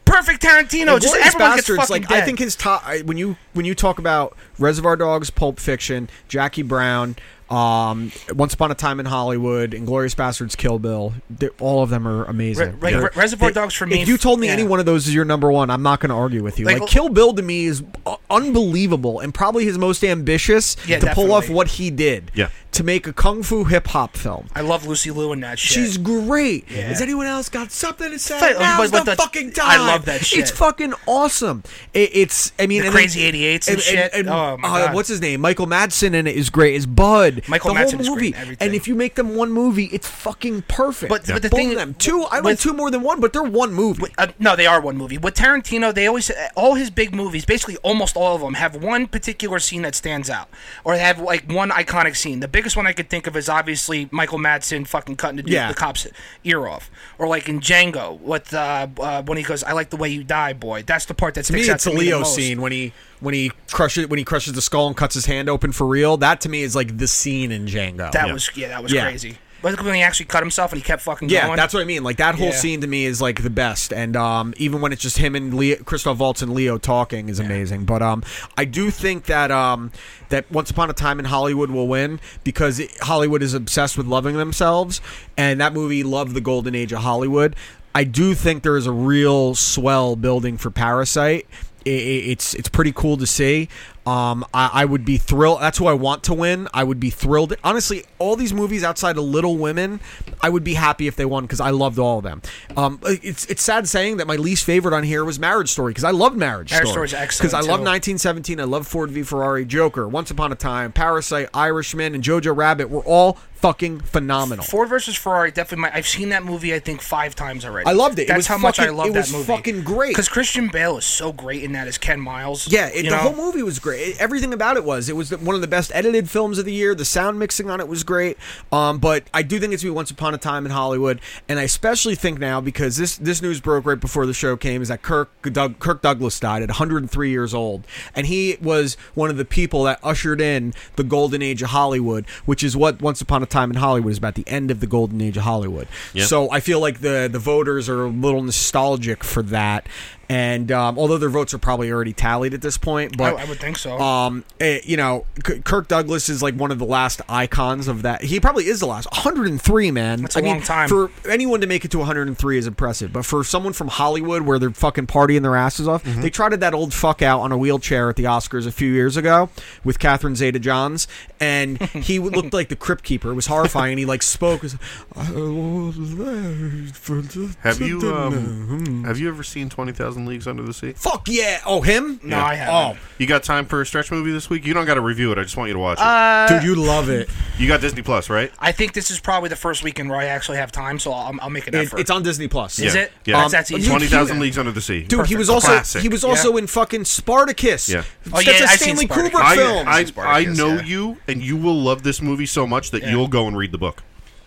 S3: perfect Tarantino. just
S4: Glorious
S3: everyone
S4: Bastards,
S3: gets fucking
S4: like
S3: dead.
S4: I think his top I- when you when you talk about Reservoir Dogs, Pulp Fiction, Jackie Brown, um, Once Upon a Time in Hollywood, Inglorious Bastards, Kill Bill, they're- all of them are amazing.
S3: Re- Re-
S4: They're-
S3: Reservoir
S4: they-
S3: Dogs for me-
S4: If you told me any
S3: yeah.
S4: one of those is your number one, I'm not going to argue with you.
S3: Like,
S4: Like,
S3: l-
S4: Kill Bill to me is u- unbelievable and probably his most ambitious
S3: Yeah,
S4: to pull off
S3: definitely.
S4: what he did.
S6: Yeah.
S4: to make a kung fu hip hop film.
S3: I love Lucy Liu in that shit.
S4: She's great.
S3: Yeah.
S4: Has anyone else got something to say?
S3: Fuck,
S4: Now's
S3: but- but
S4: the,
S3: the-
S4: fucking
S3: I
S4: time.
S3: love that shit.
S4: It's fucking awesome. It, it's I mean
S3: The
S4: and then-
S3: Crazy 88s and shit. Oh, my
S4: uh,
S3: God.
S4: what's his name? Michael Madsen in it is great. Is Bud
S3: Michael
S4: the whole
S3: Madsen is great
S4: movie?
S3: in everything.
S4: And if you make them one movie, it's fucking perfect.
S3: But- but the
S4: Both
S3: thing-
S4: of them two. I like
S3: with-
S4: two more than one, but they're one movie.
S3: uh, no, they are one movie. With Tarantino, they always all his big movies, basically almost all of them, have one particular scene that stands out, or they have like one iconic scene. The biggest one I could think of is obviously Michael Madsen fucking cutting the, dude,
S4: Yeah.
S3: the cop's ear off, or like in Django with uh, uh, when he goes, "I like the way you die, boy." That's the part that
S4: to me,
S3: sticks out
S4: it's
S3: to
S4: the
S3: me the
S4: Leo
S3: most.
S4: scene when he when he crushes when he crushes the skull and cuts his hand open for real. That to me is like the scene in Django.
S3: That was yeah, that was
S4: Yeah.
S3: crazy. But when he actually cut himself and he kept fucking
S4: Yeah,
S3: going.
S4: that's what I mean. Like that whole
S3: Yeah.
S4: scene to me is like the best, and um, even when it's just him and Leo, Christoph Waltz and Leo talking is amazing. But um, I do think that um, that Once Upon a Time in Hollywood will win because it, Hollywood is obsessed with loving themselves, and that movie loved the golden age of Hollywood. I do think there is a real swell building for Parasite. I- I it's it's pretty cool to see. Um, I, I would be thrilled. That's who I want to win. I would be thrilled. Honestly, all these movies outside of Little Women, I would be happy if they won because I loved all of them. Um, it's it's sad saying that my least favorite on here was Marriage Story because I loved Marriage,
S3: Marriage
S4: Story
S3: Story's excellent,
S4: because I love
S3: too.
S4: 1917. I love Ford v Ferrari, Joker, Once Upon a Time, Parasite, Irishman, and Jojo Rabbit were all fucking phenomenal.
S3: Ford versus Ferrari definitely. My, I've seen that movie. I think five times already.
S4: I loved it. It
S3: That's
S4: was
S3: how much I
S4: fucking-
S3: love
S4: it
S3: that
S4: was
S3: movie.
S4: fucking great.
S3: Because Christian Bale is so great in that as Ken Miles.
S4: Yeah, it, the
S3: you know?
S4: whole movie was great. It- everything about it was. It was the, one of the best edited films of the year. The sound mixing on it was great. Um, but I do think it's gonna be Once Upon a Time in Hollywood, and I especially think now because this this news broke right before the show came is that Kirk Doug, Kirk Douglas died at 103 years old, and he was one of the people that ushered in the golden age of Hollywood, which is what Once Upon a Time in Hollywood is about the end of the golden age of Hollywood. So I feel like the the voters are a little nostalgic for that. And um, although their votes are probably already tallied at this point, but
S3: Oh, I- I would think so.
S4: Um, eh, you know, K- Kirk Douglas is like one of the last icons of that. He probably is the last. 103, man. That's
S3: a long time.
S4: for anyone to make it to 103 is impressive. But for someone from Hollywood, where they're fucking partying their asses off,
S3: Mm-hmm.
S4: they trotted that old fuck out on a wheelchair at the Oscars a few years ago with Catherine Zeta-Jones, and
S3: (laughs)
S4: he looked like the crypt keeper. It was horrifying. and he like spoke. It was, "I was there for the
S6: Have you
S4: (laughs)
S6: um, have you ever seen Twenty Thousand Leagues Under the Sea?
S4: Fuck yeah! Oh, him?
S3: No, I haven't.
S6: You got time for a stretch movie this week? You don't got to review it. I just want you to watch it.
S3: Uh,
S4: dude, you love it.
S6: you got Disney Plus, right?
S3: I think this is probably the first weekend where I actually have time, so I'll, I'll make an
S4: It-
S3: effort.
S4: it's on Disney Plus.
S3: Is
S6: Yeah.
S3: it?
S6: Yeah.
S3: That's, that's easy.
S6: Um, Twenty Thousand
S3: Dude,
S6: Leagues Under the Sea.
S4: Dude, he
S3: Perfect.
S4: was also
S6: Classic.
S4: he was also
S3: Yeah.
S4: in fucking Spartacus.
S6: Yeah.
S3: Oh,
S4: That's
S3: yeah,
S4: a
S3: I've seen
S4: Stanley
S3: Spartacus.
S4: Kubrick
S6: I,
S4: film.
S6: I, I
S3: Spartacus,
S6: know
S3: yeah.
S6: you, and you will love this movie so much that you'll go and read the book.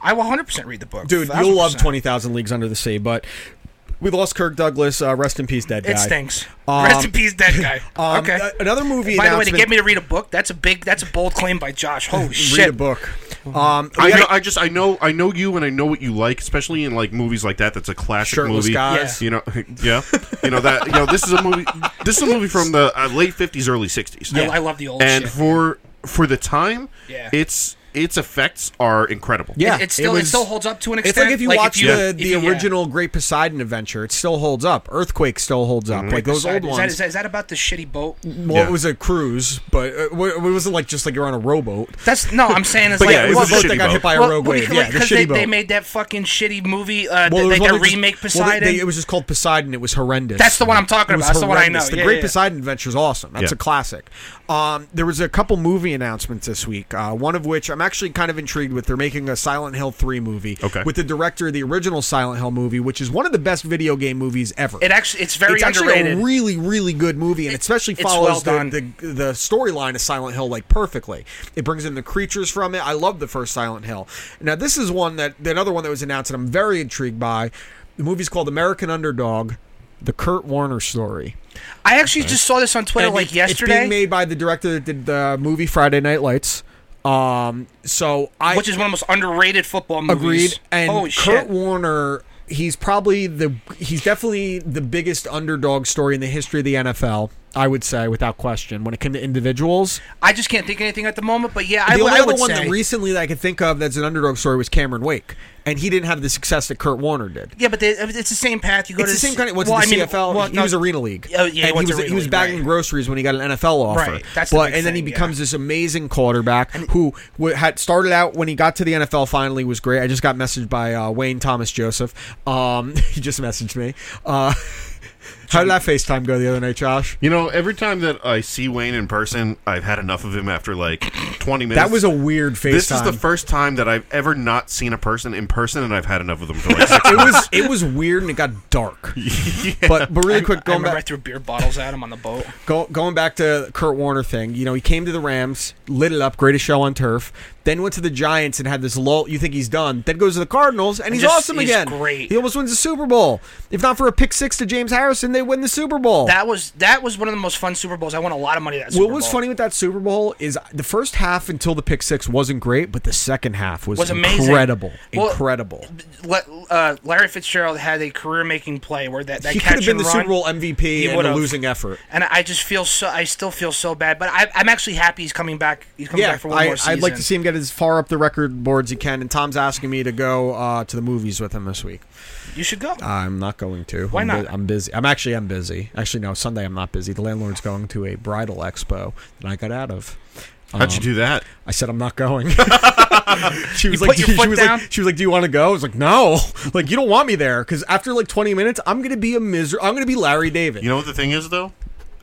S3: I will 100% read the book.
S4: Dude,
S3: 1000%.
S4: you'll love 20,000 Leagues Under the Sea, but we lost Kirk Douglas. Uh, rest in peace, dead guy.
S3: It stinks. Rest in peace, dead guy.
S4: (laughs) Um,
S3: okay.
S4: a- another movie
S3: By the way, to
S4: announcement-
S3: get me to read a book, that's a big, that's a bold claim
S4: (laughs)
S3: by Josh. Holy
S4: Read
S3: shit! Mm-hmm.
S4: a book. Um,
S6: I,
S4: we got-
S6: know, I just I know I know you and I know what you like, especially in like movies like that. That's a classic
S4: Shirtless
S6: movie.
S4: guys.
S3: Yeah.
S6: You know, (laughs) yeah, you know that. You know, this is a movie. This is a movie from the uh, late fifties, early sixties.
S3: I- I love the old
S6: and
S3: shit.
S6: for for the time,
S3: Yeah.
S6: it's its effects are incredible.
S4: yeah,
S3: It, it still, it,
S4: was-
S3: still holds up to an extent.
S4: It's like if you watch the,
S3: if
S4: the
S3: you- yeah.
S4: original Great Poseidon Adventure, it still holds up. Earthquake still holds up. Like those
S3: Sorry,
S4: old
S3: Mm-hmm. is that,
S4: ones.
S3: is, that, is that about the shitty boat?
S4: well,
S6: Yeah.
S4: it was a cruise, but uh, w- it wasn't like just like you're on a rowboat.
S3: That's no. I'm saying it's
S4: But
S3: like
S4: yeah, it
S6: well,
S4: was a boat that
S6: shitty
S4: got hit
S6: boat.
S4: by a
S3: Well,
S4: rogue
S3: well,
S4: wave.
S3: because
S4: Yeah, the
S3: 'cause
S4: shitty
S3: they,
S4: boat.
S3: they made that fucking shitty movie. Uh,
S4: Well,
S3: they,
S4: it was
S3: they
S4: one that just-
S3: remake
S4: well, they-
S3: Poseidon.
S4: they- it was just called Poseidon. It was horrendous.
S3: That's the one I'm talking
S4: It was
S3: about. That's the one I
S4: horrendous.
S3: know.
S4: The
S3: Yeah,
S4: Great
S3: yeah.
S4: Poseidon Adventure is awesome. That's
S6: Yeah.
S4: a classic. Um, there was a couple movie announcements this week. Uh, one of which I'm actually kind of intrigued with. They're making a Silent Hill three movie.
S6: Okay.
S4: With the director of the original Silent Hill movie, which is one of the best video game movies ever.
S3: it actually, it's very
S4: it's actually
S3: underrated.
S4: a really, really good movie, and it especially
S3: it's
S4: follows
S3: well done.
S4: the, the the storyline of Silent Hill like perfectly. It brings in the creatures from it. I love the first Silent Hill. Now this is one that the another one that was announced, and I'm very intrigued by. The movie's called American Underdog, the Kurt Warner story.
S3: I actually just saw this on Twitter
S4: And
S3: like
S4: it- it's
S3: yesterday,
S4: being made by the director that did the movie Friday Night Lights. Um, so I
S3: which is one of the most underrated football movies.
S4: Agreed. And
S3: Holy
S4: Kurt
S3: shit.
S4: Warner, he's probably the he's definitely the biggest underdog story in the history of the NFL. I would say, without question, when it came to individuals.
S3: I just can't think of anything at the moment, but yeah, I,
S4: the
S3: w-
S4: only
S3: I
S4: other
S3: would
S4: one
S3: say.
S4: that recently that I could think of that's an underdog story was Cameron Wake, and he didn't have the success that Kurt Warner did.
S3: yeah, but they, it's the same path. You go
S4: It's
S3: to
S4: the same kind of what's
S3: well,
S4: in the
S3: I mean,
S4: CFL.
S3: well,
S4: he
S3: no,
S4: was a Arena League.
S3: Oh, yeah, he
S4: and
S3: went
S4: he
S3: to
S4: was
S3: Arena
S4: he was
S3: League,
S4: bagging
S3: right.
S4: groceries when he got an NFL offer.
S3: Right, that's the
S4: but
S3: big
S4: and then he
S3: thing, yeah.
S4: becomes this amazing quarterback who w- had started out when he got to the NFL. Finally, was great. I just got messaged by uh, Wayne Thomas Joseph. Um, (laughs) he just messaged me. Uh, (laughs) how did that FaceTime go the other night, Josh?
S6: You know, every time that I see Wayne in person, I've had enough of him after like twenty minutes.
S4: That was a weird FaceTime.
S6: This is the first time that I've ever not seen a person in person, and I've had enough
S4: (laughs)
S6: of them. For like six
S4: it was it was weird and it got
S3: (laughs)
S4: dark. But but really quick,
S3: I
S4: going
S3: remember
S4: back
S3: I threw beer bottles at him on the boat.
S4: Go, going back to Kurt Warner thing, you know, he came to the Rams, lit it up, greatest show on turf. Then went to the Giants and had this lull. You think he's done? Then goes to the Cardinals and he's
S3: just-
S4: awesome
S3: he's
S4: again.
S3: great.
S4: He almost wins the Super Bowl. If not for a pick six to James Harrison, they win the Super Bowl.
S3: That was that was one of the most fun Super Bowls. I won a lot of money that Super
S4: what was
S3: Bowl.
S4: funny with that Super Bowl is the first half until the pick six wasn't great, but the second half was,
S3: Was amazing.
S4: incredible,
S3: Well,
S4: incredible.
S3: Le- uh, Larry Fitzgerald had a career-making play where that, that
S4: He could
S3: catch
S4: have been
S3: and
S4: the
S3: run,
S4: Super Bowl MVP
S3: He
S4: and a
S3: would've.
S4: losing effort.
S3: and I just feel so. I still feel so bad, but I, I'm actually happy he's coming back. He's coming
S4: Yeah,
S3: back for one
S4: I,
S3: more season.
S4: I'd like to see him get as far up the record board as he can. And Tom's asking me to go uh, to the movies with him this week.
S3: You should go.
S4: I'm not going to.
S3: Why
S4: I'm
S3: not?
S4: bu- I'm busy. I'm actually I'm busy. Actually, no. Sunday I'm not busy. The landlord's going to a bridal expo that I got out of. Um,
S6: How'd you do that?
S4: I said I'm not
S3: (laughs)
S4: going. she was
S3: You
S4: like,
S3: put your
S4: she
S3: foot
S4: was
S3: down?
S4: like, she was like, do you want to go? I was like, no. (laughs) Like you don't want me there because after like 20 minutes, I'm gonna be a miser. I'm gonna be Larry David.
S6: You know what the thing is though?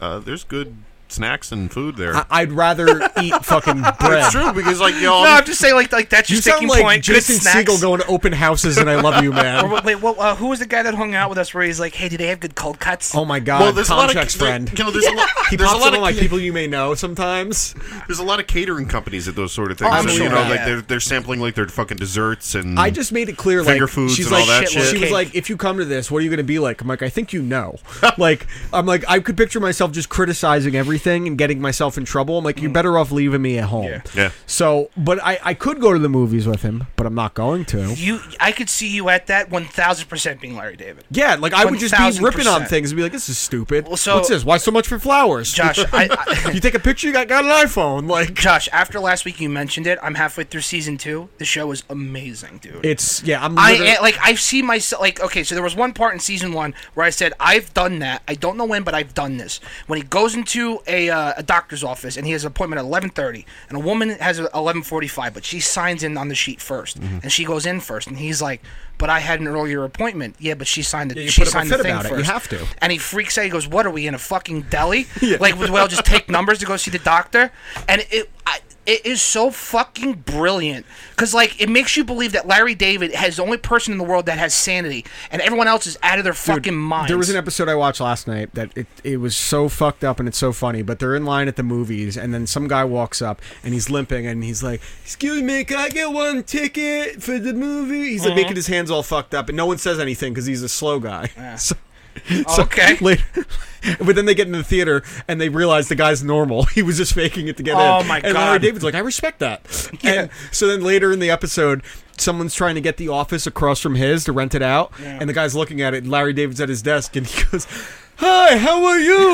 S6: Uh, there's good snacks and food there.
S4: I- I'd rather eat
S3: (laughs)
S4: fucking bread.
S6: it's true because like
S4: (laughs)
S6: y'all.
S3: no, I'm just saying like like that's your
S4: You sound
S3: sticking
S4: like
S3: point.
S4: Jason
S3: good snacks.
S4: Siegel going to open houses, and I
S3: (laughs)
S4: love you, man.
S3: Or, wait, what, uh, who was the guy that hung out with us where he's like, hey, do they have good cold cuts?
S4: Oh my God,
S6: well, there's a
S4: Tom
S6: lot of
S4: Check's
S6: there-
S4: friend.
S6: You know, there's a lot.
S4: (laughs) he
S6: there's a
S4: pops
S6: lot
S4: up
S6: of
S4: on like
S6: ca-
S4: people you may know sometimes.
S6: There's a lot of catering companies at those sort of things.
S4: I'm
S6: so,
S4: sure.
S6: you know, like
S3: Yeah.
S6: they're, they're sampling like their fucking desserts and
S4: I just made it clear,
S6: finger
S4: like
S6: foods
S4: she's
S6: and
S4: like,
S6: all that
S3: shit, like-
S6: shit.
S4: she was
S3: Cake.
S4: like, if you come to this, what are you going to be like? I'm like, I think you
S6: (laughs)
S4: know. like, I'm like, I could picture myself just criticizing everything and getting myself in trouble. I'm
S3: Mm.
S4: like, you're better off leaving me at home. Yeah.
S6: Yeah.
S4: So, but I, I could go to the movies with him, but I'm not going to.
S3: You, I could see you at that 1,000% being
S4: (laughs)
S3: Larry David.
S4: Yeah, like I would just be
S3: 1000%.
S4: ripping on things and be like, this is stupid.
S3: Well, so-
S4: What's this? Why so much for flowers?
S3: Josh, I, I, (laughs)
S4: you take a picture, you got, got an iPhone. Like,
S3: Josh, after last week you mentioned it, I'm halfway through season two. The show is amazing, dude.
S4: it's, yeah, I'm
S3: I
S4: literally-
S3: eh, like I've seen myself like okay, so there was one part in season one where I said I've done that. I don't know when, but I've done this. When he goes into a, uh, a doctor's office and he has an appointment at eleven thirty, and a woman has a eleven forty five, but she signs in on the sheet 1st
S4: Mm-hmm.
S3: and she goes in first, and he's like, "But I had an earlier appointment." Yeah, but she signed the
S4: you
S3: she
S4: put up a
S3: signed the
S4: fit
S3: thing
S4: about it. You
S3: first.
S4: have to.
S3: And he freaks out. He
S4: (laughs)
S3: goes, "What are we in a fucking deli? Like, we all just take numbers to go see the doctor?" And it. I, It is so fucking brilliant because like it makes you believe that Larry David is the only person in the world that has sanity, and everyone else is out of their
S4: Dude,
S3: fucking minds.
S4: There was an episode I watched last night that it, it was so fucked up and it's so funny, but they're in line at the movies and then some guy walks up and he's limping and he's like, Excuse me, can I get one ticket for the movie? He's like making his hands all fucked up and no one says anything because he's a slow guy. (laughs) So, so
S3: Okay.
S4: (laughs) later- but then they get in the theater and they realize the guy's normal. (laughs) He was just faking it to get
S3: Oh
S4: in.
S3: my
S4: and Larry
S3: God.
S4: David's like, I respect
S3: (laughs)
S4: that. And so then later in the episode, someone's trying to get the office across from his to rent it out, and the guy's looking at it. And Larry David's at his desk, and he goes. Hi, how are you?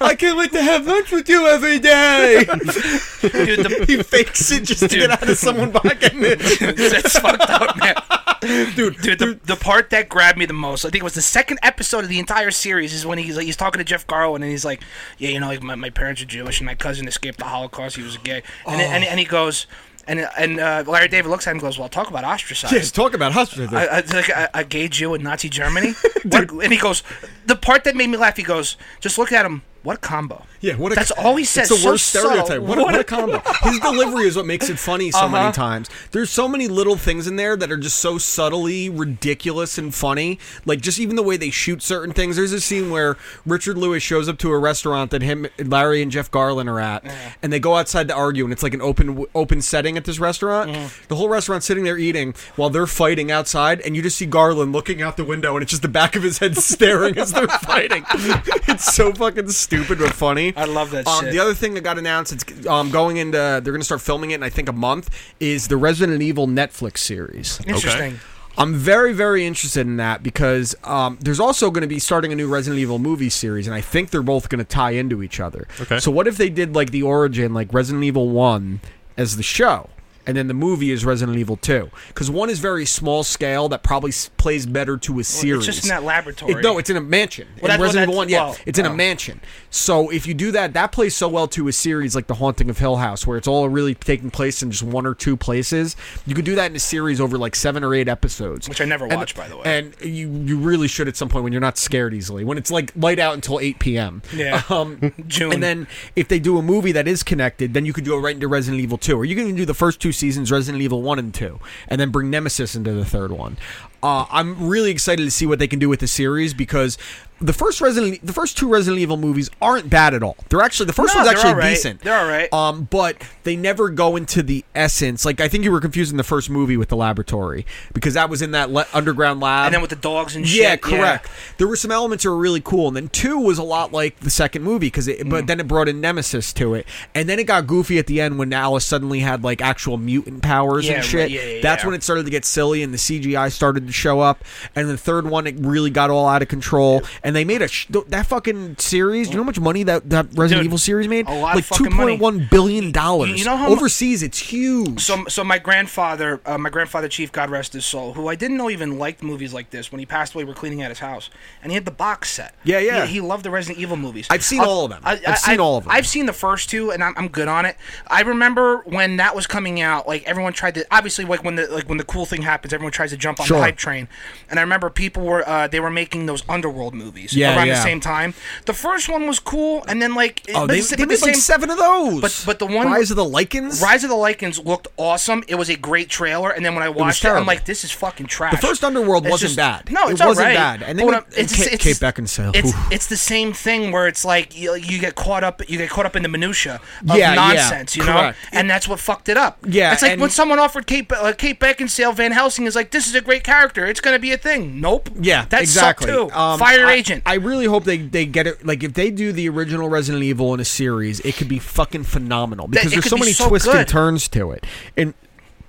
S4: I can't wait to have lunch with you every
S3: (laughs)
S4: day.
S3: Dude, the-
S4: he fakes it just to
S3: Dude.
S4: get out of someone pocketing it.
S3: (laughs) That's fucked up, man.
S4: (laughs) Dude,
S3: Dude, the, the part that grabbed me the most, I think it was the second episode of the entire series, is when he's like, he's talking to Jeff Garland and he's like, yeah, you know, like my, my parents are Jewish and my cousin escaped the Holocaust. He was gay, and then-
S4: Oh.
S3: and, and he goes, and and uh, Larry David looks at him and goes, well, talk about ostracized.
S4: yes, talk about hospital.
S3: I, I, it's like a, a gay Jew in
S4: (laughs)
S3: Nazi Germany, What- and he goes. The part that made me laugh, he goes, "Just look at him. What a combo!"
S4: Yeah, what a,
S3: that's all he says.
S4: It's the
S3: so
S4: worst stereotype.
S3: subtle. (laughs)
S4: What, a, what a combo. His delivery is what makes it funny so
S3: Uh-huh.
S4: many times. There's so many little things in there that are just so subtly ridiculous and funny. Like just even the way they shoot certain things. There's a scene where Richard Lewis shows up to a restaurant that him, Larry, and Jeff Garland are at, and they go outside to argue, and it's like an open open setting at this restaurant. The whole restaurant's sitting there eating while they're fighting outside, and you just see Garland looking out the window, and it's just the back of his head (laughs) staring as they're
S3: (laughs)
S4: fighting. it's so fucking stupid but funny.
S3: I love that
S4: Um,
S3: shit.
S4: The other thing that got announced, it's um, going into, they're going to start filming it in, I think, a month, is the Resident Evil Netflix series.
S3: Interesting.
S4: I'm very, very interested in that because um, there's also going to be starting a new Resident Evil movie series, and I think they're both going to tie into each other.
S6: Okay.
S4: So what if they did like the origin, like Resident Evil One, as the show, and then the movie is Resident Evil Two? Because one is very small scale that probably s- plays better to a series.
S3: just in that
S4: It-
S3: laboratory.
S4: no, it's in a mansion.
S3: Well,
S4: in
S3: that- well,
S4: Resident Evil
S3: that's-
S4: One, yeah,
S3: well,
S4: it's in a mansion. So if you do that, that plays so well to a series like The Haunting of Hill House, where it's all really taking place in just one or two places. You could do that in a series over like seven or eight episodes,
S3: Which I never
S4: And-
S3: watched, by the way.
S4: And you you really should at some point when you're not scared easily. When it's like light out until eight p.m.
S3: Yeah.
S4: (laughs) Um,
S3: June.
S4: And then if they do a movie that is connected, then you could go right into Resident Evil Two, or you can even do the first two seasons, Resident Evil One and Two, and then bring Nemesis into the third one. Uh, I'm really excited to see what they can do with the series because the first Resident, E, the first two Resident Evil movies aren't bad at all. They're actually the first
S3: No,
S4: one's
S3: they're
S4: actually
S3: all right.
S4: decent.
S3: They're all right.
S4: Um, but they never go into the essence. Like I think you were confusing the first movie with the laboratory because that was in that le- underground lab.
S3: And then with the dogs and shit.
S4: Yeah, correct. There were some elements that were really cool, and then two was a lot like the second movie because it.
S3: Mm.
S4: But then it brought in Nemesis to it, and then it got goofy at the end when Alice suddenly had like actual mutant powers
S3: Yeah,
S4: and
S3: right,
S4: shit.
S3: yeah, yeah,
S4: That's
S3: yeah.
S4: when it started to get silly, and the CGI started to show up. And the third one, it really got all out of control, and they made a sh- th- that fucking series. Do you know how much money that that Resident
S3: Dude,
S4: Evil series made?
S3: a lot of
S4: like two
S3: fucking money.
S4: point one billion dollars.
S3: You know how mu-
S4: overseas it's huge.
S3: (clears throat) So, so my grandfather, uh, my grandfather Chief, God rest his soul, who I didn't know even liked movies like this. When he passed away, we were cleaning out his house, and he had the box set.
S4: Yeah, yeah.
S3: He, he loved the Resident Evil movies.
S4: I've seen
S3: I'll-
S4: all of them. I've seen all of them.
S3: I've seen the first two, and I'm, I'm good on it. I remember when that was coming out, like everyone tried to. Obviously, like when the like when the cool thing happens, everyone tries to jump on
S4: Sure.
S3: the hype train. And I remember people were uh, they were making those underworld movies
S4: Yeah,
S3: around the
S4: yeah.
S3: same time. The first one was cool, and then like it-
S4: Oh,
S3: but
S4: they, they
S3: the- but the
S4: made like
S3: same-
S4: seven of those.
S3: but- but the one-
S4: Rise of the Lycans.
S3: Rise of the Lycans looked awesome. It was a great trailer, and then when I watched it, I'm
S4: terrible.
S3: like, this is fucking trash.
S4: The first Underworld
S3: It's
S4: wasn't
S3: just-
S4: bad.
S3: No,
S4: It
S3: it's
S4: wasn't
S3: alright.
S4: bad. And
S3: But
S4: then
S3: what I'm-
S4: when- and Kate- Kate Beckinsale,
S3: It's,
S4: oof.
S3: it's the same thing where it's like you, you get caught up, you get caught up in the minutia
S4: Yeah,
S3: of
S4: yeah,
S3: nonsense, you know,
S4: correct.
S3: and that's what fucked it up.
S4: Yeah,
S3: it's like
S4: and-
S3: when someone offered Kate Be- uh, Kate Beckinsale Van Helsing is like, this is a great character. It's gonna be a thing. Nope.
S4: Yeah,
S3: that
S4: exactly.
S3: sucked too.
S4: Um,
S3: Fire
S4: I-
S3: Agent.
S4: I really hope they, they get it. Like if they do the original Resident Evil in a series, it could be fucking phenomenal because
S3: it
S4: there's
S3: could
S4: so
S3: be
S4: many
S3: so
S4: twists
S3: good.
S4: and turns to it. And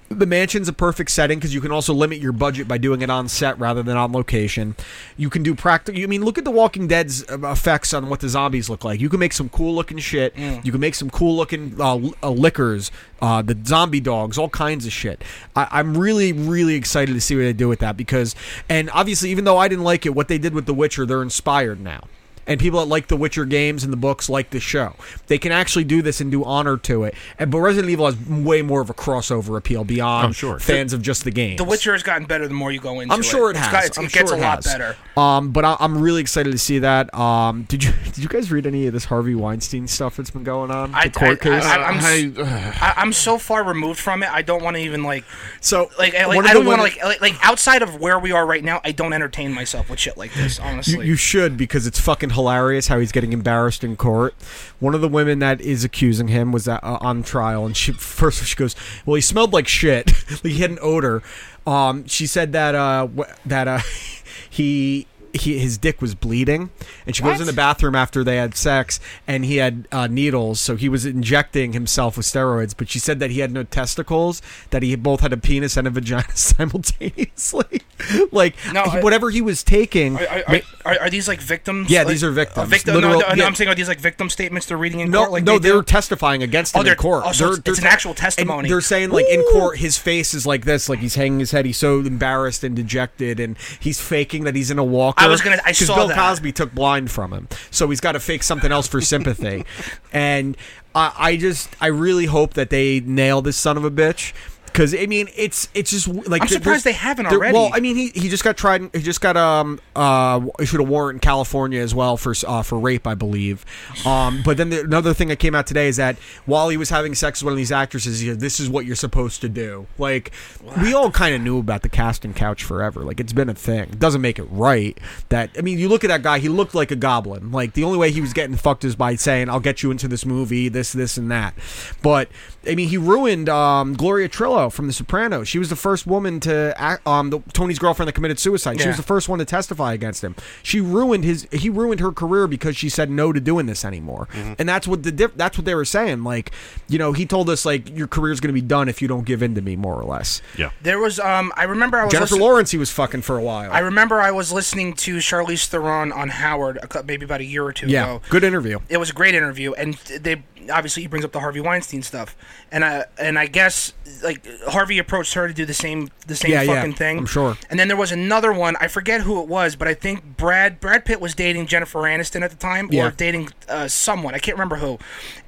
S4: the mansion's a perfect setting because you can also limit your budget by doing it on set rather than on location. You can do practical. I mean, look at The Walking Dead's uh, effects on what the zombies look like. You can make some cool looking shit. You can make some cool looking uh, l- uh, liquors, uh, the zombie dogs, all kinds of shit. I- I'm really, really excited to see what they do with that because, and obviously, even though I didn't like it, what they did with The Witcher, they're inspired now. And people that like the Witcher games and the books like the show. They can actually do this and do honor to it. And but Resident Evil has way more of a crossover appeal beyond
S6: Oh, sure.
S4: fans of just the game.
S3: The Witcher has gotten better the more you go into it.
S4: I'm sure it
S3: It's
S4: has.
S3: got- it's-
S4: I'm
S3: it gets
S4: sure
S3: a lot
S4: has.
S3: better.
S4: Um, but I, I'm really excited to see that. Um, did you (laughs) did you guys read any of this Harvey Weinstein stuff that's been going on?
S3: I,
S4: The court
S3: I,
S4: case.
S3: I, am (sighs) I, I'm so far removed from it. I don't want to even like,
S4: so
S3: like, I,
S4: one
S3: like
S4: of
S3: I
S4: the
S3: don't want to
S4: women-
S3: like, like, like outside of where we are right now. I don't entertain myself with shit like this.
S4: You,
S3: Honestly,
S4: you should because it's fucking hilarious how he's getting embarrassed in court. One of the women that is accusing him was that, uh, on trial, and she first she goes, "Well, he smelled like shit. (laughs) like he had an odor." Um, she said that uh, wh- that uh, (laughs) he. He, his dick was bleeding, and she goes in the bathroom after they had sex, and he had uh, needles, so he was injecting himself with steroids. But she said that he had no testicles, that he both had a penis and a vagina (laughs) simultaneously. (laughs) like
S3: No,
S4: he-
S3: I-
S4: whatever he was taking,
S3: Are, are, are, are, are these like victims?
S4: Yeah,
S3: Like,
S4: these are victims.
S3: uh, victim, no,
S4: Literal-
S3: no, no,
S4: yeah.
S3: I'm saying are these like victim statements they're reading in
S4: No,
S3: court? Like
S4: no,
S3: they
S4: are
S3: do?
S4: testifying against
S3: Oh,
S4: him
S3: they're-
S4: in court.
S3: oh, so
S4: They're-
S3: it's-
S4: they're
S3: it's an
S4: te-
S3: actual
S4: and
S3: testimony.
S4: they're saying like in court, his face is like this, like he's hanging his head. He's so embarrassed and dejected, and he's faking that he's in a walker.
S3: I was gonna- I
S4: 'Cause
S3: saw
S4: Bill
S3: that.
S4: Cosby took blind from him, so he's got to fake something else for
S3: (laughs)
S4: sympathy. and I, I just, I really hope that they nail this son of a bitch. Because I mean, it's it's just like there-
S3: I'm surprised
S4: there's-
S3: they haven't
S4: there-
S3: already.
S4: Well, I mean, he, he just got tried. He just got um uh issued a warrant in California as well for uh, for rape, I believe. Um, but then the, another thing that came out today is that while he was having sex with one of these actresses, he said, "This is what you're supposed to do." Like we all kind of knew about the casting couch forever. Like it's been a thing. It doesn't make it right. That I mean, you look at that guy. He looked like a goblin. Like the only way he was getting fucked is by saying, "I'll get you into this movie, this, this, and that." But I mean, he ruined um, Gloria Trillo from The Sopranos. She was the first woman to act, um, the, Tony's girlfriend that committed suicide. She
S3: Yeah.
S4: was the first one to testify against him. She ruined his he ruined her career because she said no to doing this anymore. And that's what the diff, that's what they were saying. Like, you know, he told us like your career's going to be done if you don't give in to me, more or less.
S6: Yeah.
S3: There was um, I remember I was
S4: Jennifer
S3: listen-
S4: Lawrence, he was fucking for a while.
S3: I remember I was listening to Charlize Theron on Howard a, cou- maybe about a year or two
S4: yeah,
S3: ago.
S4: good interview.
S3: It was a great interview, and they obviously he brings up the Harvey Weinstein stuff, and I and I guess like Harvey approached her to do the same the same
S4: Yeah, yeah,
S3: fucking thing.
S4: I'm sure.
S3: And then there was another one. I forget who it was, but I think Brad Brad Pitt was dating Jennifer Aniston at the time,
S4: Yeah.
S3: or dating uh, someone. I can't remember who.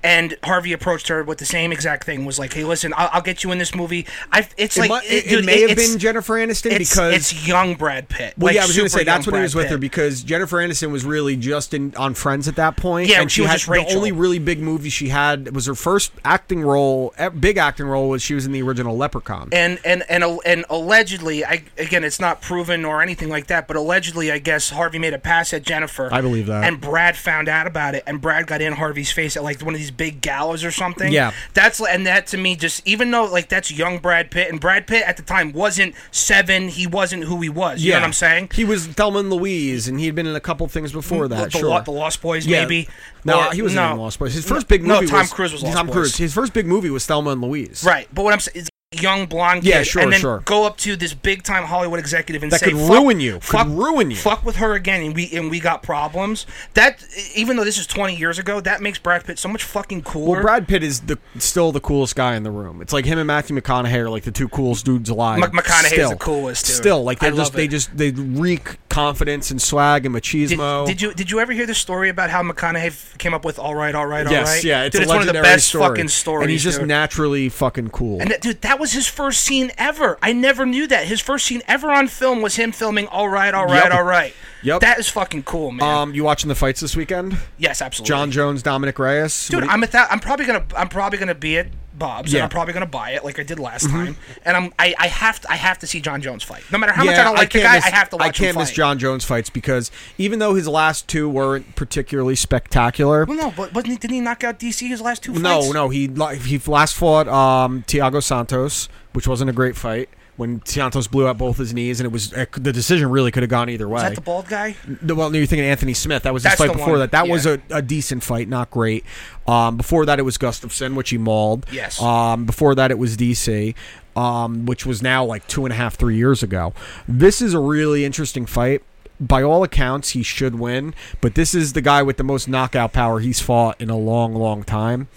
S3: And Harvey approached her with the same exact thing. Was like, "Hey, listen, I'll, I'll get you in this movie." I it's
S4: It,
S3: like
S4: mu- it- it
S3: dude,
S4: may have
S3: it's-
S4: been Jennifer Aniston
S3: it's,
S4: because
S3: it's young Brad Pitt.
S4: Well,
S3: like,
S4: yeah, I was going to
S3: super
S4: say that's
S3: young
S4: when he
S3: Brad
S4: was with
S3: Pitt.
S4: her because Jennifer Aniston was really just in on Friends at that point.
S3: Yeah,
S4: and
S3: she was
S4: had
S3: just
S4: the
S3: Rachel.
S4: only really big movie she had was her first acting role, eh, big acting role was she was in the original Leprechaun.
S3: and and and al- and allegedly, I again, it's not proven or anything like that, but allegedly, I guess Harvey made a pass at Jennifer.
S4: I believe that.
S3: And Brad found out about it, and Brad got in Harvey's face at like one of these big gallows or something.
S4: Yeah.
S3: that's li- and that to me just even though like that's young Brad Pitt, and Brad Pitt at the time wasn't seven, he wasn't who he was. You know what I'm saying?
S4: He was Thelma and Louise, and he had been in a couple things before
S3: The-
S4: that.
S3: the,
S4: sure,
S3: Lo- the Lost Boys,
S4: Yeah.
S3: maybe.
S4: No,
S3: Or-
S4: he wasn't
S3: no.
S4: in Lost Boys. His first big
S3: No,
S4: movie.
S3: Tom
S4: was,
S3: Cruise was Lost
S4: Tom
S3: Boys.
S4: Cruise. His first big movie was Thelma and Louise.
S3: Right, but what I'm saying is young blonde
S4: Yeah,
S3: kid,
S4: sure,
S3: and then
S4: sure.
S3: go up to this big time Hollywood executive and
S4: That
S3: say,
S4: could
S3: fuck,
S4: ruin you, could
S3: fuck,
S4: ruin you."
S3: fuck with her again, and we and we got problems. That even though this is 20 years ago, that makes Brad Pitt so much fucking cooler.
S4: Well, Brad Pitt is the still the coolest guy in the room. It's like him and Matthew McConaughey are like the two coolest dudes alive.
S3: Mc- McConaughey's
S4: still.
S3: the coolest, dude.
S4: Still, like
S3: I
S4: they just
S3: love
S4: they
S3: it.
S4: just they reek confidence and swag and
S3: did,
S4: machismo.
S3: did you did you ever hear the story about how McConaughey f- came up with all right, all right, all right?
S4: Yes, yeah, it's,
S3: dude,
S4: a
S3: it's one of the
S4: legendary
S3: best
S4: story.
S3: fucking stories.
S4: and he's just
S3: dude.
S4: naturally fucking cool.
S3: And that, dude, that was his first scene ever. I never knew that. His first scene ever on film was him filming All Right, All Right,
S4: Yep.
S3: All Right.
S4: Yep.
S3: That is fucking cool, man.
S4: um, you watching the fights this weekend?
S3: yes, absolutely.
S4: John Jones, Dominic Reyes. What
S3: dude
S4: do you-
S3: i'm at that i'm probably gonna i'm probably gonna be at bob's
S4: Yeah. Mm-hmm.
S3: and i'm probably gonna buy it like i did last time and i'm i, I have to i have to see john jones fight no matter how much i don't like the
S4: can't
S3: guy
S4: miss-
S3: i have to watch
S4: I can't
S3: him
S4: miss
S3: fight.
S4: John Jones fights because even though his last two weren't particularly spectacular,
S3: well no but wasn't he didn't he knock out dc his last two
S4: No,
S3: fights?
S4: no, he li- he last fought um, Tiago Santos, which wasn't a great fight. When Santos blew out both his knees, and it was it, the decision really could have gone either way.
S3: is that the bald guy
S4: No, well, no, you're thinking Anthony Smith. That was his
S3: That's
S4: fight
S3: the
S4: before
S3: one,
S4: that. That was
S3: yeah.
S4: a, a decent fight, not great. Um, before that, it was Gustafson, which he mauled.
S3: Yes.
S4: Um, before that, it was DC, um, which was now like two and a half, three years ago. This is a really interesting fight. By all accounts, he should win, but this is the guy with the most knockout power he's fought in a long, long time.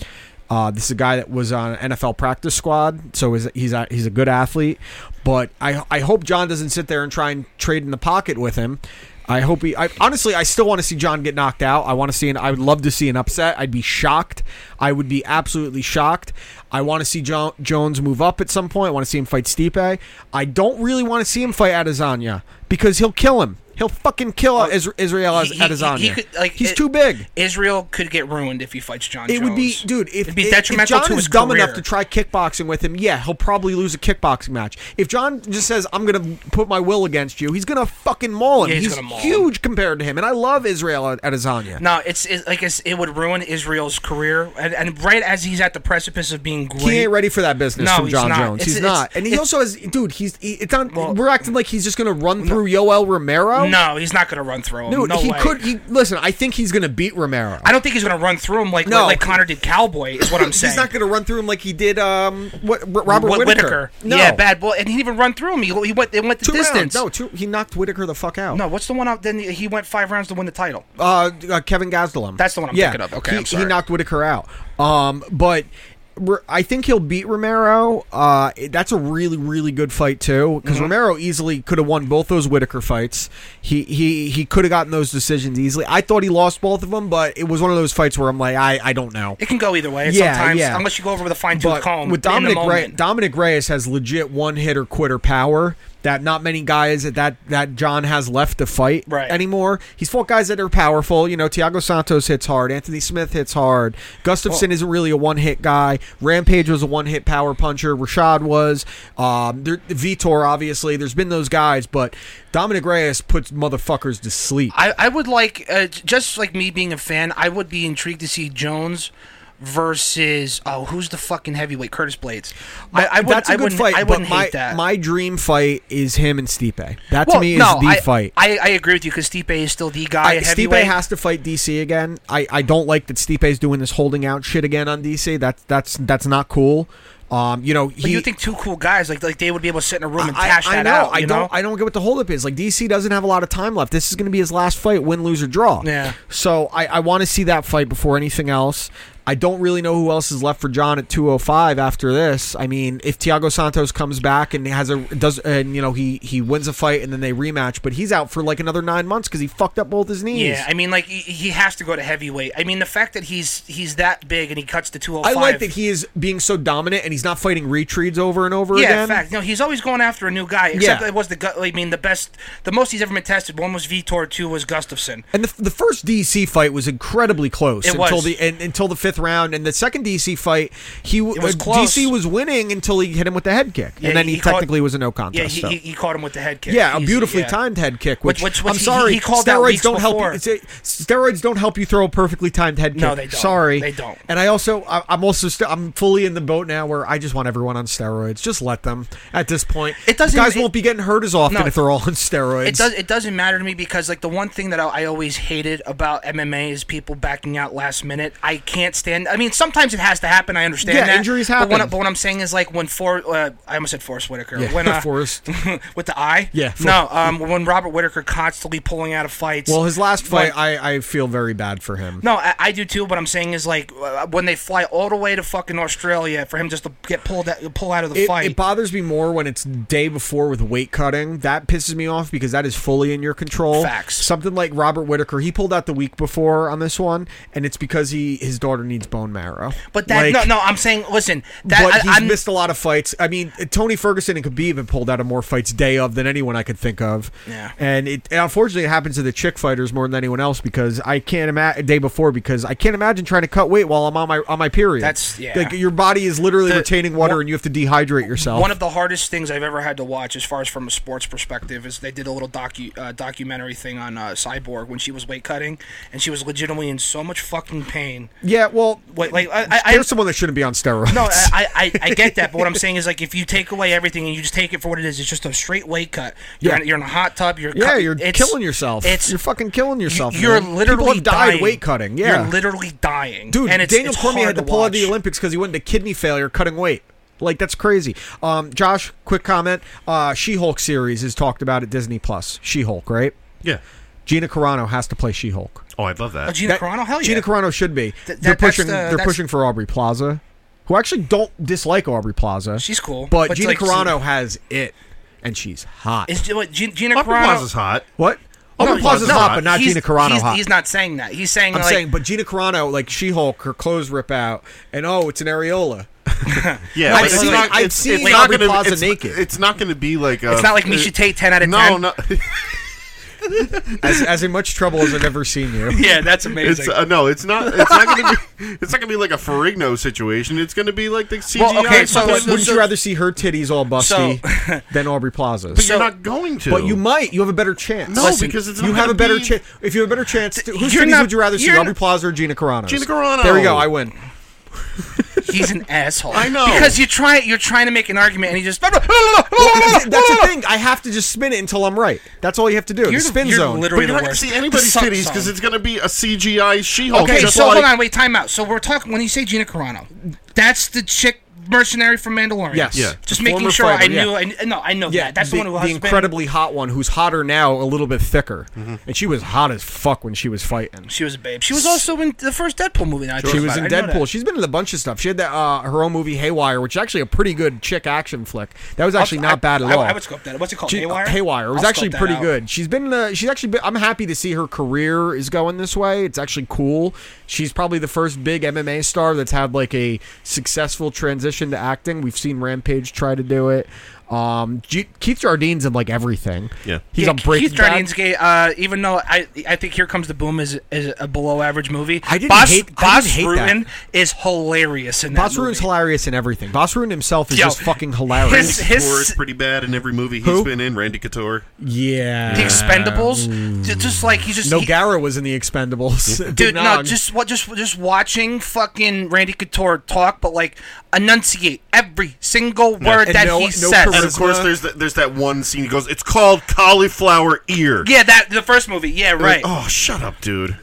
S4: Uh, this is a guy that was on an NFL practice squad, so is, he's a, he's a good athlete. But I I hope John doesn't sit there and try and trade in the pocket with him. I hope he. I, honestly, I still want to see John get knocked out. I want to see an. I would love to see an upset. I'd be shocked. I would be absolutely shocked. I want to see jo- Jones move up at some point. I want to see him fight Stipe. I don't really want to see him fight Adesanya because he'll kill him. He'll fucking kill Is- Israel
S3: Oh, He- he-
S4: Adesanya.
S3: he could, like,
S4: He's
S3: it-
S4: too big.
S3: Israel could get ruined if he fights John.
S4: It would be,
S3: Jones.
S4: dude. If,
S3: It'd be
S4: if-
S3: detrimental
S4: if John
S3: to
S4: is
S3: his
S4: dumb
S3: career.
S4: enough to try kickboxing with him, yeah, he'll probably lose a kickboxing match. If John just says, "I'm gonna put my will against you," he's gonna fucking maul him.
S3: Yeah, he's
S4: he's
S3: gonna maul him.
S4: huge compared to him, and I love Israel Adesanya.
S3: No, it's, it's like it's, it would ruin Israel's career, and, and right as he's at the precipice of being great,
S4: He ain't ready for that business
S3: No,
S4: from
S3: he's
S4: John
S3: not.
S4: Jones.
S3: It's-
S4: he's
S3: it's-
S4: not, and he
S3: it's-
S4: also has, dude. He's he, it's on.
S3: Well-
S4: we're acting like he's just gonna run through Yoel Romero.
S3: No, he's not going to run through him.
S4: dude,
S3: no
S4: he
S3: way.
S4: could. He listen. I think he's gonna beat Romero.
S3: I don't think he's going to run through him like
S4: No.
S3: like Connor did Cowboy. Is what I'm saying.
S4: He's not gonna run through him like he did. Um, what R- Robert
S3: Wh-
S4: Whitaker? No.
S3: Yeah, bad boy, and he didn't even run through him. He, he went. They went the
S4: Two rounds.
S3: distance.
S4: No, two, he knocked Whitaker the fuck out.
S3: No, what's the one out? Then he went five rounds to win the title.
S4: uh, uh, Kevin Gastelum.
S3: That's the one I'm thinking of. Okay,
S4: he,
S3: I'm sorry.
S4: he knocked Whitaker out. Um, but R- I think he'll beat Romero. Uh, it- that's a really really good fight too
S3: Mm-hmm.
S4: because Romero easily could have won both those Whitaker fights. He he he could have gotten those decisions easily. I thought he lost both of them, but it was one of those fights where I'm like, I I don't know.
S3: It can go either way.
S4: Yeah,
S3: sometimes,
S4: yeah.
S3: unless you go over with a fine tooth
S4: But
S3: comb.
S4: with
S3: in the
S4: Dominic Re-
S3: moment.
S4: Dominic Reyes has legit one hitter quitter power that not many guys that that, that John has left to fight
S3: Right.
S4: anymore. He's fought guys that are powerful. You know, Tiago Santos hits hard. Anthony Smith hits hard. Gustafson isn't really a one hit guy. Rampage was a one hit power puncher. Rashad was. Um, there, Vitor obviously. There's been those guys, but Dominic Reyes puts motherfuckers to sleep.
S3: I, I would like uh, j- just like me being a fan, I would be intrigued to see Jones versus oh who's the fucking heavyweight Curtis Blades. I, I would,
S4: That's a
S3: I
S4: good
S3: wouldn't,
S4: fight.
S3: I
S4: but
S3: wouldn't
S4: my,
S3: hate that.
S4: my dream fight is him and Stipe. That
S3: Well,
S4: to me is
S3: no,
S4: the
S3: I,
S4: fight.
S3: I, I agree with you because Stipe is still the guy.
S4: I,
S3: at
S4: Stipe
S3: heavyweight.
S4: has to fight DC again. I, I don't like that Stipe's doing this holding out shit again on DC. That's that's that's not cool. Um, you know, he,
S3: But you think two cool guys like like they would be able to sit in a room and
S4: I,
S3: cash
S4: I
S3: that
S4: know.
S3: out?
S4: I
S3: you
S4: don't.
S3: know?
S4: I don't get what the holdup is. Like DC doesn't have a lot of time left. This is going to be his last fight, win, lose or draw.
S3: Yeah.
S4: So I, I want to see that fight before anything else. I don't really know who else is left for John at 205 after this. I mean, if Thiago Santos comes back and has a does and you know he he wins a fight and then they rematch, but he's out for like another nine months because he fucked up both his knees.
S3: yeah, I mean, like he, he has to go to heavyweight. I mean, the fact that he's he's that big and he cuts to two
S4: I
S3: hundred five.
S4: like that he is being so dominant and he's not fighting retreats over and over
S3: Yeah,
S4: again.
S3: in fact, no, he's always going after a new guy. Except
S4: Yeah.
S3: it was the gu- I mean, the best, the most he's ever been tested. One was Vitor, two was Gustafson.
S4: And the, the first DC fight was incredibly close
S3: It
S4: until
S3: was.
S4: the and, until the fifth round, and the second DC fight, he w-
S3: was
S4: uh,
S3: close.
S4: DC was winning until he hit him with the head kick,
S3: Yeah,
S4: and then
S3: he-
S4: he,
S3: he caught-
S4: technically was a no
S3: Yeah,
S4: contest.
S3: he,
S4: so.
S3: he, he caught him with the head kick.
S4: yeah, a
S3: Easy,
S4: beautifully
S3: yeah.
S4: timed head kick. Which,
S3: Which- which- which
S4: I'm
S3: he-
S4: sorry,
S3: he called out
S4: steroids
S3: weeks
S4: don't help. You,
S3: before.
S4: it's a- steroids don't help you throw a perfectly timed head kick.
S3: No, they don't.
S4: Sorry,
S3: They don't.
S4: And I also, I, I'm also, st- I'm fully in the boat now where I just want everyone on steroids. Just let them. At this point,
S3: It doesn't-
S4: Guys
S3: it-
S4: won't be getting hurt as often
S3: No.
S4: if they're all on steroids.
S3: It does. It doesn't matter to me because like the one thing that I, I always hated about MMA is people backing out last minute. I can't stand. I mean, sometimes it has to happen. I understand.
S4: Yeah,
S3: that,
S4: injuries
S3: But what, I-
S4: happen.
S3: but what I'm saying is like when for uh, I almost said Forrest Whitaker.
S4: Yeah, (laughs)
S3: when uh,
S4: Forrest.
S3: (laughs) with the eye.
S4: Yeah,
S3: no. Um, when Robert Whitaker constantly pulling out of fights.
S4: Well, his last
S3: When-
S4: fight, I, I feel very bad for him.
S3: No, I, I do too. What I'm saying is like uh, when they fly all the way to fucking Australia for him just to get pulled out, pull out of the
S4: It,
S3: fight.
S4: it bothers me more when it's day before with weight cutting. That pisses me off because that is fully in your control.
S3: Facts.
S4: Something like Robert Whitaker, he pulled out the week before on this one, and it's because he his daughter needs bone marrow.
S3: but that
S4: Like,
S3: no, no. I'm saying listen. That
S4: but
S3: I,
S4: he's
S3: I'm,
S4: missed a lot of fights. I mean, Tony Ferguson and Khabib have pulled out of more fights day of than anyone I could think of.
S3: Yeah.
S4: And it and unfortunately it happens to the chick fighters more than anyone else because I can't imagine day before because I can't imagine trying to cut weight while I'm on my on my period.
S3: That's- yeah.
S4: Like your body is literally
S3: The-
S4: retaining water and you have to dehydrate yourself.
S3: One of the hardest things I've ever had to watch, as far as from a sports perspective, is they did a little docu uh, documentary thing on uh, Cyborg when she was weight cutting, and she was legitimately in so much fucking pain.
S4: yeah, well,
S3: Wait, like I, I, I
S4: there's someone that shouldn't be on steroids. (laughs)
S3: no, I, I, I get that, but what I'm saying is like if you take away everything and you just take it for what it is, it's just a straight weight cut. You're,
S4: Yeah.
S3: in, you're in a hot tub. You're
S4: yeah,
S3: cut-
S4: you're
S3: it's-
S4: killing yourself.
S3: It's
S4: you're fucking killing yourself.
S3: You're
S4: man. People
S3: literally
S4: have died
S3: dying.
S4: weight cutting. Yeah,
S3: you're literally dying,
S4: Dude,
S3: And it's,
S4: Daniel
S3: it's
S4: Cormier
S3: hard
S4: had to pull out of the
S3: watch.
S4: Olympics because he went into kidney failure cutting weight. Like that's crazy. Um, Josh, quick comment. Uh, She-Hulk series is talked about at Disney Plus. She-Hulk, right?
S6: Yeah.
S4: Gina Carano has to play She-Hulk.
S6: Oh, I'd love
S3: Oh,
S6: that.
S3: Gina
S4: That-
S3: Carano, hell yeah.
S4: Gina Carano should be.
S3: Th-
S4: they're
S3: that- that's
S4: pushing.
S3: the-
S4: they're
S3: that's-
S4: pushing for Aubrey Plaza, who I actually don't dislike Aubrey Plaza.
S3: She's cool,
S4: but,
S3: but
S4: Gina
S3: like,
S4: Carano has it, and she's hot.
S3: Is what, Gina, Gina
S6: Opera
S3: Carano?
S6: Plaza's hot.
S4: what? Aubrey
S3: No,
S4: Plaza's
S3: no,
S4: hot, but not
S3: he's-
S4: Gina Carano
S3: he's,
S4: hot.
S3: He's not saying that. He's saying
S4: I'm
S3: like
S4: saying, but Gina Carano, like She Hulk, her clothes rip out, and oh, it's an areola.
S6: Yeah,
S4: No,
S6: but
S4: I've seen- I've seen Aubrey Plaza
S6: it's,
S4: naked.
S6: It's not going to be like uh,
S3: it's not like Misha
S6: uh,
S3: Tate ten out of
S6: No,
S3: ten.
S6: no,
S4: As, as in much trouble as I've ever seen you.
S3: (laughs) (laughs) Yeah, that's amazing.
S6: it's uh, no, it's not. It's not going to be. (laughs) It's not going to be like a Ferrigno situation. It's going to be like the CGI.
S3: Well, okay, so-
S6: fucking-
S4: But
S3: so-
S4: wouldn't you rather see her titties all busty
S3: (laughs) So-
S4: than Aubrey Plaza's?
S6: but
S3: so-
S6: you're not going to.
S4: But you might. You have a better chance.
S6: No, Listen, because it's
S4: you
S6: not
S4: have
S6: gonna
S4: a better
S6: be-
S4: chance. If you have a better chance, to, whose
S3: you're
S4: titties
S3: not-
S4: would you rather see,
S3: you're
S4: Aubrey
S3: not-
S4: Plaza or Gina Carano?
S6: Gina Carano.
S4: There we go. I win.
S3: he's an asshole.
S6: I know.
S3: because you try you're trying to make an argument and he just (laughs) that's
S4: That's
S3: (laughs)
S4: the
S3: the
S4: thing. I have to just spin it until I'm right. That's all you have to do.
S3: You're
S4: the spin
S3: you're
S4: zone.
S6: But
S3: literally
S6: you're
S3: the
S6: not going to
S3: worst.
S6: see
S3: The
S6: anybody's
S3: suck
S6: titties
S3: song.
S6: because it's going to be a CGI She-Hulk.
S3: Okay,
S6: just
S3: so
S6: like,
S3: hold on, wait, time out. So we're talking when you say Gina Carano, that's the chick mercenary from Mandalorian.
S4: Yes. Yeah.
S3: Just
S4: The
S3: making
S4: former
S3: sure I
S4: fighter,
S3: knew.
S4: yeah.
S3: I kn- no, I know
S4: Yeah,
S3: that. That's the,
S4: the,
S3: one who
S4: the
S3: has been-
S4: incredibly hot one who's hotter now, a little bit thicker, and she was hot as fuck when she was fighting.
S3: Mm-hmm. She was a babe. She was also in the first Deadpool movie. That I
S4: She
S3: talked
S4: was
S3: about.
S4: in
S3: I know that.
S4: Deadpool. She's been in a bunch of stuff. She had that uh, her own movie Haywire, which is actually a pretty good chick action flick. That was actually not
S3: I-
S4: bad at
S3: I-
S4: all.
S3: I would scope that. What's it called?
S4: She-
S3: Oh, Haywire?
S4: Haywire. It was
S3: I'll
S4: actually
S3: scope that
S4: pretty
S3: out.
S4: good. She's been. Uh, she's actually. Been, I'm happy to see her career is going this way. It's actually cool. She's probably the first big MMA star that's had like a successful transition to acting. We've seen Rampage try to do it. Um, G- Keith Jardine's in like everything.
S6: Yeah.
S4: he's
S3: Yeah,
S4: on Breaking
S3: Keith
S4: Bad.
S3: Jardine's gay. Uh, even though I, I think Here Comes the Boom is is a below average movie.
S4: I didn't
S3: Boss,
S4: hate- I
S3: Boss
S4: didn't hate that.
S3: Rutan is hilarious in that
S4: Boss Rutan's
S3: movie.
S4: hilarious in everything. Boss Rutan himself is
S3: Yo,
S4: just fucking hilarious.
S3: his- his-
S6: Couture is pretty bad in every movie he's
S4: Who?
S6: been in. Randy Couture.
S4: yeah.
S3: The Expendables, ju- just like he's just
S4: No,
S3: he-
S4: Gara was in the Expendables.
S3: Dude, no,
S4: Nog.
S3: just what, just just watching fucking Randy Couture talk, but like enunciate every single word
S4: And
S3: that
S4: no-
S3: he
S4: no
S3: says.
S6: And of course,
S4: Charisma.
S6: there's that there's that one scene. He goes, "It's called cauliflower ear."
S3: yeah, that the first movie. Yeah, right.
S6: Oh, shut up, dude.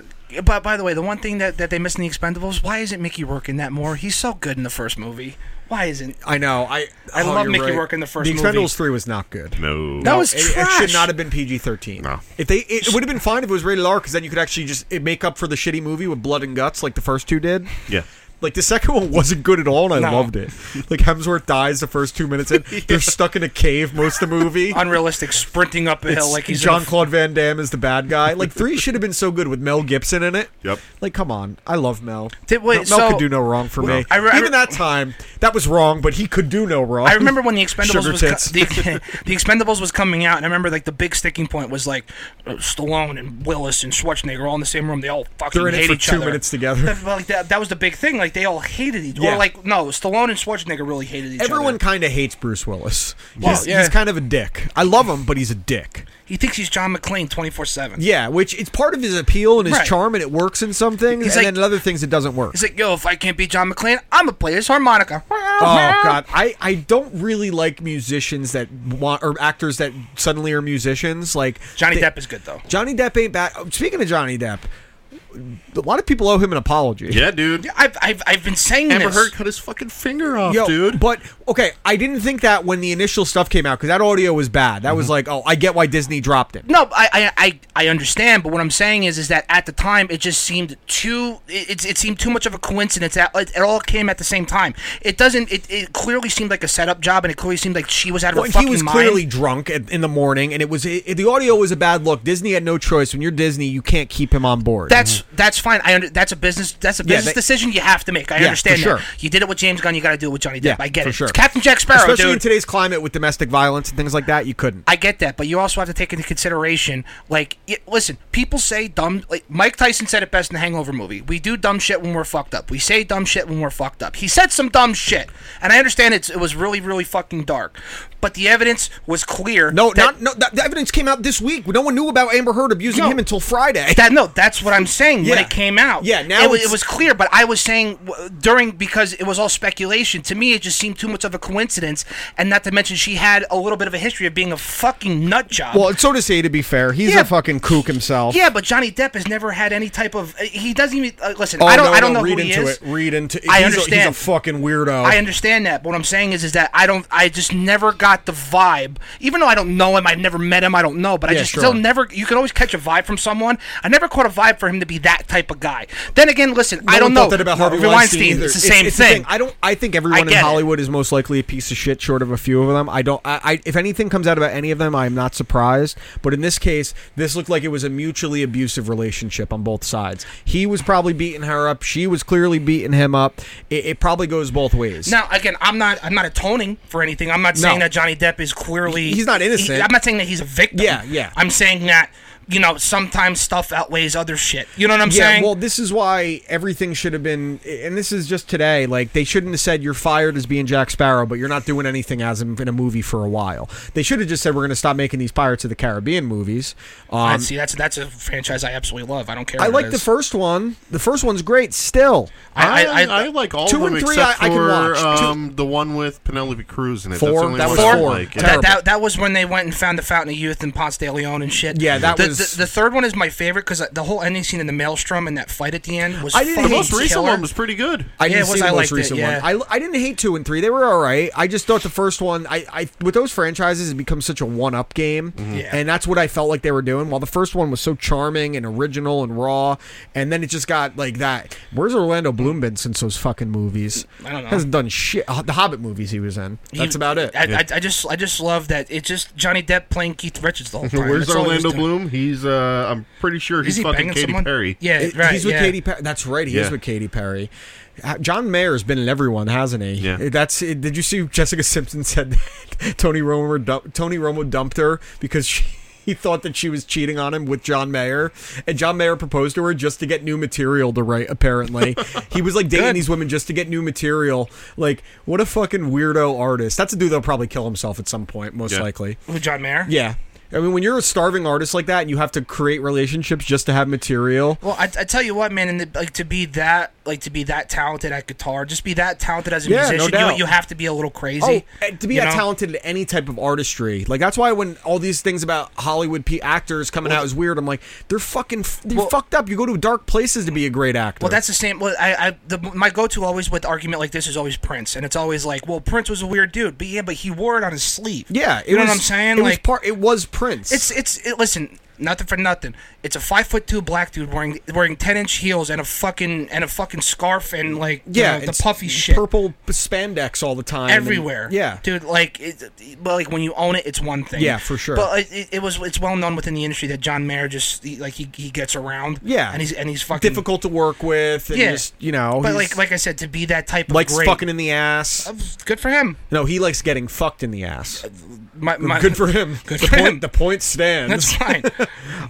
S3: But by the way, the one thing that, that they missed in the Expendables, why isn't Mickey Rourke in that more? He's so good in the first movie. Why isn't?
S4: I know. I
S3: I
S4: oh,
S3: love
S4: you're
S3: Mickey
S4: right.
S3: Rourke in the first
S4: The
S3: movie.
S4: Expendables three was not good.
S6: No.
S3: That was
S4: it, it should
S3: trash.
S4: not have been PG thirteen.
S6: No.
S4: If they, it, would have been fine if it was rated R because then you could actually just it make up for the shitty movie with blood and guts like the first two did.
S6: Yeah.
S4: Like the second one (laughs) wasn't good at all, and I
S3: No.
S4: loved it. Like Hemsworth dies the first two minutes
S3: (laughs)
S4: in. They're stuck in a cave most of the movie.
S3: unrealistic sprinting up a hill
S4: It's-
S3: like he's in a
S4: John Claude Van Damme is the bad guy. Like three should have been so good with Mel Gibson in it.
S6: Yep.
S4: Like come on, I love Mel.
S3: Did- wait,
S4: Mel
S3: so-
S4: could do no wrong for me.
S3: I re- I re-
S4: Even that time, that was wrong, but he could do no wrong.
S3: I remember when the Expendables
S4: Sugar
S3: was co-
S4: tits.
S3: the, (laughs) the Expendables was coming out, and I remember like the big sticking point was like uh, Stallone and Willis and Schwarzenegger all in the same room. They all fucking
S4: They're in it
S3: hate
S4: for
S3: each
S4: two
S3: other.
S4: minutes together.
S3: That, (laughs) like that, that was the big thing. Like they all hated each.
S4: Yeah.
S3: Or like no, Stallone and Schwarzenegger really hated each
S4: Everyone
S3: other.
S4: kind of hates Bruce Willis.
S3: Well,
S4: he's,
S3: yeah.
S4: he's kind of a dick. I love him, but he's a dick.
S3: He thinks he's John McClane twenty four seven.
S4: Yeah, which it's part of his appeal and his
S3: Right.
S4: charm, and it works in some things,
S3: He's
S4: and
S3: like-
S4: then in other things it doesn't work.
S3: He's like, yo, if I can't be John McClane, I'm gonna play this harmonica.
S4: Oh God, I, I don't really like musicians that want or actors that suddenly are musicians. Like
S3: Johnny
S4: they-
S3: Depp is good though.
S4: Johnny Depp ain't bad. Oh, Speaking of Johnny Depp, a lot of people owe him an apology.
S6: Yeah, dude.
S3: I've, I've, I've been saying
S6: Amber
S3: this.
S6: Heard cut his fucking finger off,
S4: Yo,
S6: dude.
S4: But okay, I didn't think that when the initial stuff came out because that audio was bad. That
S3: Mm-hmm.
S4: was like, oh, I get why Disney dropped it.
S3: No, I, I, I, I understand, but what I'm saying is, is that at the time it just seemed too, it, it- it seemed too much of a coincidence. That it, it all came at the same time. It doesn't. It, it clearly seemed like a setup job, and it clearly seemed like she was out of
S4: Well,
S3: her
S4: and
S3: fucking
S4: he was
S3: mind.
S4: clearly drunk at, in the morning, and it was it, the audio was a bad look. Disney had no choice. When you're Disney, you can't keep him on board.
S3: that's that's fine. I under, that's a business. That's a
S4: Mm-hmm. Yeah,
S3: business
S4: they-
S3: decision you have to make. I
S4: Yeah,
S3: understand
S4: for
S3: that.
S4: sure.
S3: You did it with James Gunn. You got to do it with Johnny Depp.
S4: Mm-hmm. yeah,
S3: I get
S4: for
S3: it.
S4: Sure.
S3: It's Captain Jack Sparrow,
S4: especially
S3: dude.
S4: in today's climate with domestic violence and things like that, you couldn't.
S3: I get that, but you also have to take into consideration, like, y listen, people say dumb. Like Mike Tyson said it best in the Hangover movie: "We do dumb shit when we're fucked up. We say dumb shit when we're fucked up." He said some dumb shit, and I understand it's, it was really, really fucking dark, but the evidence was clear.
S4: no, not
S3: that,
S4: no. That, the evidence came out this week. No one knew about Amber Heard abusing
S3: No.
S4: him until Friday.
S3: That no, that's what I'm saying. When
S4: Yeah.
S3: it came out,
S4: Yeah, now
S3: it, wa-
S4: it's-
S3: it was clear. But I was saying w- during because it was all speculation. To me, it just seemed too much of a coincidence, and not to mention she had a little bit of a history of being a fucking nut
S4: (laughs)
S3: job.
S4: well, so to say, to be fair, he's
S3: Yeah.
S4: a fucking kook himself.
S3: Yeah, but Johnny Depp has never had any type of. uh, He doesn't even uh, listen.
S4: Oh,
S3: I don't.
S4: no,
S3: I don't
S4: no,
S3: know
S4: read
S3: who he
S4: into
S3: is.
S4: It, read into it.
S3: I
S4: He's a- he's
S3: understand.
S4: a fucking weirdo.
S3: I understand that, but what I'm saying is, is that I don't. I just never got the vibe. Even though I don't know him, I've never met him. I don't know, but I
S4: Yeah,
S3: just
S4: sure.
S3: still never. You can always catch a vibe from someone. I never caught a vibe for him to be that type of guy. Then again, listen,
S4: No
S3: I don't
S4: one
S3: know
S4: thought that about Harvey Weinstein. either.
S3: it's the same
S4: it's
S3: thing.
S4: I don't. I think everyone in
S3: get it.
S4: Hollywood is most likely a piece of shit, short of a few of them. I don't. I, I if anything comes out about any of them, I'm not surprised. But in this case, this looked like it was a mutually abusive relationship on both sides. He was probably beating her up. She was clearly beating him up. It, it probably goes both ways.
S3: Now, again, I'm not I'm not atoning for anything. I'm not saying that Johnny Depp is clearly
S4: He's not innocent.
S3: he- I'm not saying that he's a victim.
S4: Yeah, yeah.
S3: I'm saying that you know sometimes stuff outweighs other shit. You know what I'm
S4: yeah,
S3: saying?
S4: well, this is why everything should have been, and this is just today. Like they shouldn't have said you're fired as being Jack Sparrow, but you're not doing anything as him in a movie for a while. They should have just said we're going to stop making these Pirates of the Caribbean movies.
S3: I
S4: Um,
S3: see. That's that's a franchise I absolutely love. I don't care.
S4: I
S3: what it
S4: like the
S3: is.
S4: first one. The first one's great still.
S3: I-
S6: I, I,
S3: I-
S6: like all
S4: two
S6: of them
S4: and three
S6: except
S4: I- I can
S6: for
S4: watch. Two-
S6: um, the one with Penelope Cruz in it.
S4: Four?
S6: That's the only
S4: That
S6: one
S4: was
S6: I
S4: four.
S6: Like.
S4: Terrible.
S3: That, that, that was when they went and found the Fountain of Youth in Ponce de Leon and shit.
S4: Yeah, that
S3: the,
S4: was-
S3: the, the third one is my favorite because the whole ending scene in the maelstrom and that fight at the end was.
S4: I didn't
S3: fucking
S6: The
S4: hate
S6: most recent
S3: killer.
S6: one was pretty good.
S4: I
S3: Yeah,
S4: didn't
S3: it was-
S4: see the
S3: I
S4: most
S3: liked it,
S4: recent
S3: yeah.
S4: one. I, I didn't hate two and three; they were all right. I just thought the first one, I, I with those franchises, it becomes such a one-up game,
S3: Yeah.
S4: and that's what I felt like they were doing. While the first one was so charming and original and raw, and then it just got like that. Where's Orlando Bloom been since those fucking movies?
S3: I don't know.
S4: Hasn't done shit. Uh, The Hobbit movies he was in. That's
S3: He-
S4: about it.
S3: I, I, I just I just love that it's just Johnny Depp playing Keith
S4: (laughs)
S3: Richards the whole time.
S6: Where's
S3: That's all he was
S6: Orlando
S3: doing.
S6: Bloom? He's uh, I'm pretty sure he's
S3: Is he
S6: fucking
S3: banging
S6: Katy
S3: someone?
S6: Perry.
S3: Yeah,
S4: It-
S3: right.
S4: he's with
S3: yeah.
S4: Katy Perry. That's right. He
S6: Yeah.
S4: is with Katy Perry. Uh, John Mayer's been in everyone, hasn't he? Uh,
S6: Yeah.
S4: That's. it- Did you see Jessica Simpson (laughs) said that Tony Romo dump, Tony Romo dumped her because she. (laughs) He thought that she was cheating on him with John Mayer, and John Mayer proposed to her just to get new material to write.
S3: (laughs)
S4: Apparently, he was like dating
S3: Good.
S4: these women just to get new material. Like, what a fucking weirdo artist! That's a dude that'll probably kill himself at some point, most
S6: Yeah.
S4: likely.
S3: With John Mayer.
S4: Yeah, I mean, when you're a starving artist like that, and you have to create relationships just to have material.
S3: Well, I, I tell you what, man, and the, like to be that like to be that talented at guitar, just be that talented as a
S4: Yeah, no
S3: musician,
S4: doubt.
S3: you, you have to be a little crazy.
S4: Oh, and to be
S3: you
S4: that
S3: know?
S4: talented at any type of artistry, like that's why when all these things about Hollywood pe actors coming out is weird, I'm like, they're fucking, f- they're
S3: Well-
S4: fucked up. You go to dark places to be a great actor.
S3: Well, that's the same. Well, I, I the, my go-to always with argument like this is always Prince, and it's always like, well, Prince was a weird dude, but yeah, but he wore it on his sleeve.
S4: yeah. It
S3: you know
S4: was,
S3: what I'm saying?
S4: It was
S3: like,
S4: part. It was Prince.
S3: it's it's it, listen, nothing for nothing. It's a five foot two black dude wearing wearing ten inch heels and a fucking and a fucking scarf and like you
S4: yeah,
S3: know, the
S4: it's
S3: puffy shit.
S4: purple spandex all the time, and-
S3: everywhere.
S4: yeah,
S3: dude. Like, it, but like when you own it, it's one thing.
S4: Yeah, for sure.
S3: But it, it was it's well known within the industry that John Mayer just he- like he, he gets around.
S4: Yeah.
S3: and he's and he's fucking
S4: difficult to work with. And
S3: Yeah,
S4: just, you know,
S3: But
S4: he's-
S3: like like I said, to be that type of
S4: likes
S3: great, (laughs) Uh,
S4: fucking in the ass.
S3: good for him.
S4: No, he likes getting fucked in the ass.
S3: My, uh, my,
S4: Good for him.
S3: (laughs) Good
S4: the
S3: for
S4: point,
S3: him.
S4: The point stands. (laughs)
S3: That's fine.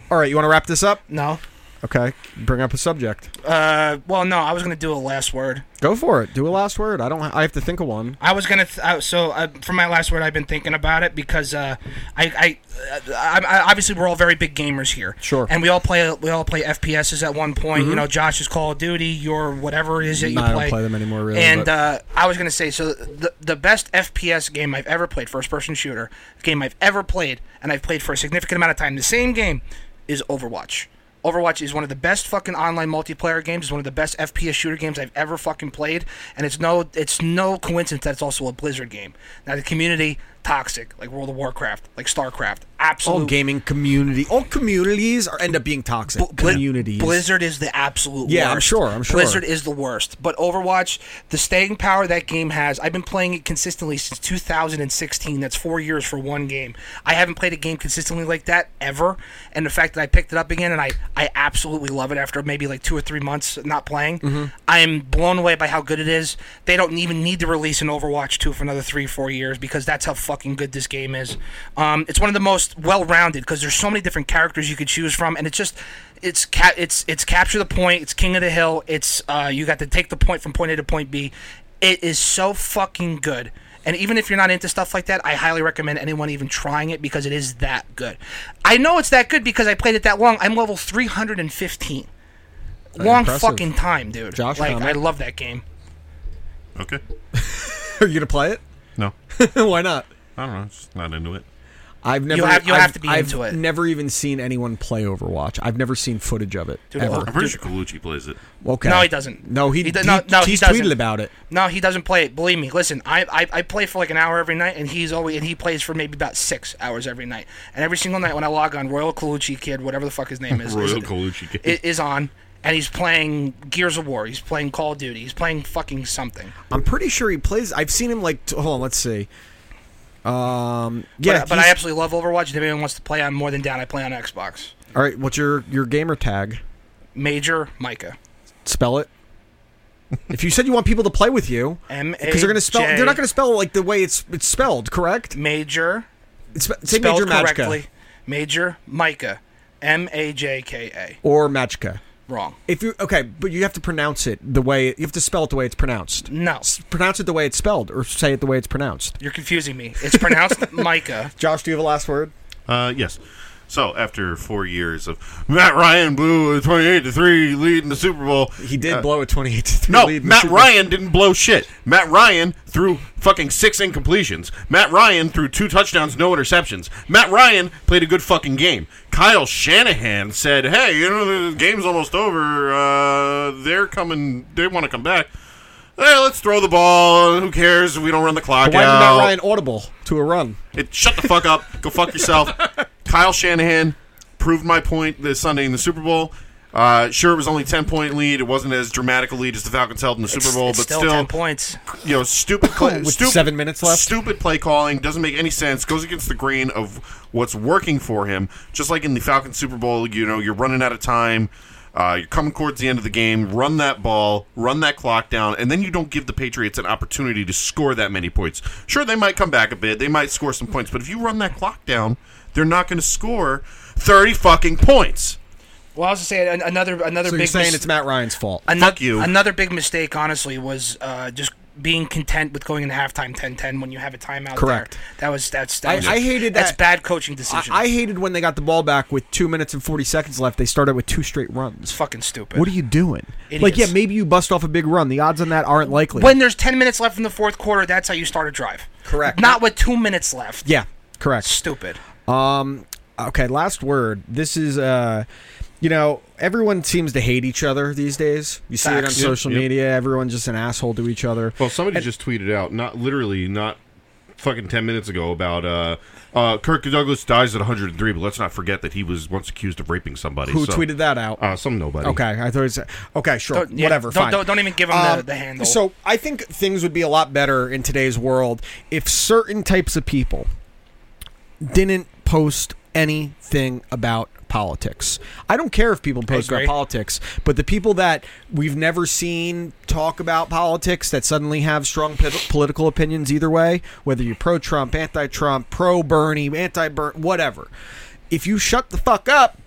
S4: all right, you want to wrap this up?
S3: no.
S4: Okay, bring up a subject.
S3: Uh, well, no, I was gonna do a last word.
S4: Go for it. Do a last word. I don't. I have to think of one.
S3: I was gonna. Th- I, so uh, for my last word, I've been thinking about it because uh, I, I, I, I, obviously we're all very big gamers here.
S4: Sure.
S3: And we all play. We all play FPSs at one point. You know, Josh is Call of Duty. Your whatever it is that you
S4: No, I
S3: play.
S4: don't play them anymore, really,
S3: And
S4: but-
S3: uh, I was gonna say, so the the best FPS game I've ever played, first person shooter game I've ever played, and I've played for a significant amount of time, the same game, is Overwatch. Overwatch is one of the best fucking online multiplayer games. It's one of the best FPS shooter games I've ever fucking played, and it's no it's no coincidence that it's also a Blizzard game. Now the community toxic, like World of Warcraft, like StarCraft, absolute
S4: All gaming community, all communities are, end up being toxic.
S3: Bl-
S4: communities.
S3: Blizzard is the absolute
S4: Yeah,
S3: worst.
S4: I'm sure, I'm sure.
S3: Blizzard is the worst. But Overwatch, the staying power that game has, I've been playing it consistently since 2016. That's four years for one game. I haven't played a game consistently like that ever. And the fact that I picked it up again and I, I absolutely love it after maybe like two or three months not playing,
S4: Mm-hmm.
S3: I'm blown away by how good it is. They don't even need to release an Overwatch 2 for another three, four years because that's how fucking good this game is. Um, it's one of the most well rounded because there's so many different characters you could choose from, and it's just it's ca- it's it's capture the point. It's king of the hill. It's uh, you got to take the point from point A to point B. It is so fucking good. And even if you're not into stuff like that, I highly recommend anyone even trying it because it is that good. I know it's that good because I played it that long. I'm level 315. long
S4: impressive.
S3: fucking time, dude.
S4: Josh,
S3: like
S4: comment?
S3: I love that game.
S6: Okay.
S4: Are you gonna play it? (laughs)
S6: (laughs) No,
S4: Why not?
S6: I don't know. Just not into it.
S4: I've never.
S3: have- you
S4: I've,
S3: have to be
S4: I've
S3: into it.
S4: never even seen anyone play Overwatch. I've never seen footage of it ever.
S6: I'm pretty sure Colucci plays it.
S4: Okay.
S3: No, he doesn't.
S4: No, he.
S3: He do-
S4: he-
S3: no, no, he
S4: he's
S3: doesn't.
S4: tweeted about it.
S3: No, he doesn't play it. Believe me. Listen, I, I I play for like an hour every night, and he's always and he plays for maybe about six hours every night. And every single night when I log on, (laughs) Royal Colucci Kid, whatever the fuck his name is,
S6: Royal
S3: is,
S6: Colucci.
S3: i- is on, and he's playing Gears of War. He's playing Call of Duty. He's playing fucking something.
S4: I'm pretty sure he plays. I've seen him like. T- hold on, let's see. Um, yeah,
S3: but, but I
S4: he's-
S3: absolutely love Overwatch. If anyone wants to play, I'm more than down. I play on Xbox.
S4: all right. What's your your gamer tag?
S3: Major Micah.
S4: Spell it. if you said you want people to play with you,
S3: M A
S4: because they're gonna spell.
S3: J-
S4: They're not gonna spell like the way it's it's spelled. Correct.
S3: Major
S4: It's, spe- say
S3: spelled
S4: Major Magica
S3: correctly. Major Micah. M A J K A.
S4: or Magica.
S3: Wrong.
S4: If you okay, but you have to pronounce it the way you have to spell it the way it's pronounced.
S3: No.
S4: S- pronounce it the way it's spelled, or say it the way it's pronounced.
S3: You're confusing me. It's
S4: (laughs)
S3: pronounced Micah.
S4: Josh, do you have a last word?
S6: Uh, yes. So after four years of Matt Ryan blew a twenty-eight to three lead in the Super Bowl, uh,
S4: He did blow a twenty-eight to three
S6: No,
S4: lead. in the
S6: Matt
S4: Super Bowl.
S6: Ryan didn't blow shit. Matt Ryan threw fucking six incompletions. Matt Ryan threw two touchdowns, no interceptions. Matt Ryan played a good fucking game. Kyle Shanahan said, "Hey, you know the game's almost over. Uh, they're coming. They want to come back. Hey, let's throw the ball. Who cares? if We don't run the clock
S4: Why did
S6: out.
S4: Matt Ryan audible to a run?
S6: It, shut the fuck up. Go fuck yourself. Kyle Shanahan proved my point this Sunday in the Super Bowl. Uh, sure, it was only ten point lead. It wasn't as dramatic a lead as the Falcons held in the Super Bowl,
S3: it's
S6: but
S3: still,
S6: still,
S3: ten points.
S6: you
S4: (laughs)
S6: know, stupid, cla-
S4: With
S6: stupid
S4: seven minutes left?
S6: Stupid play calling doesn't make any sense. Goes against the grain of what's working for him. Just like in the Falcons Super Bowl, you know, you're running out of time. Uh, you're coming towards the end of the game. Run that ball. Run that clock down, and then you don't give the Patriots an opportunity to score that many points. Sure, they might come back a bit. They might score some points, but if you run that clock down, they're not going to score thirty fucking points.
S3: Well, I was saying an- another another
S4: So
S3: big
S4: you're saying
S3: mis-
S4: it's Matt Ryan's fault?
S3: Ano-
S6: Fuck you.
S3: Another big mistake, honestly, was uh, just being content with going into halftime 10-10 when you have a timeout.
S4: Correct.
S3: There. That was that's. That
S4: I-
S3: was,
S4: I hated
S3: That's
S4: that.
S3: bad coaching
S4: I,
S3: decision.
S4: I hated when they got the ball back with two minutes and forty seconds left. They started with two straight runs.
S3: fucking stupid.
S4: What are you doing? Like, yeah,
S3: Idiots.
S4: maybe you bust off a big run. The odds on that aren't likely.
S3: When there's ten minutes left in the fourth quarter, that's how you start a drive.
S4: Correct.
S3: Not with two minutes left.
S4: yeah, correct.
S3: Stupid.
S4: okay last word this is uh you know everyone seems to hate each other these days you see it on
S3: Facts. Yep,
S4: social
S6: yep.
S4: media everyone's just an asshole to each other
S6: Well, somebody just tweeted out, not literally, not fucking 10 minutes ago, about uh, uh, Kirk Douglas dies at 103, but let's not forget that he was once accused of raping somebody.
S4: who
S6: so-
S4: tweeted that out
S6: Uh, some nobody.
S4: Okay, I thought it was okay. Sure,
S3: Don't- yeah,
S4: whatever.
S3: don't-
S4: fine. Um,
S3: don't- don't even give 'em the- the handle.
S4: So I think things would be a lot better in today's world if certain types of people didn't post anything about politics. I don't care if people post about
S3: agree.
S4: politics, but the people that we've never seen talk about politics that suddenly have strong pol- political opinions either way, whether you're pro Trump, anti Trump, pro Bernie, anti Bernie, whatever. If you shut the fuck up,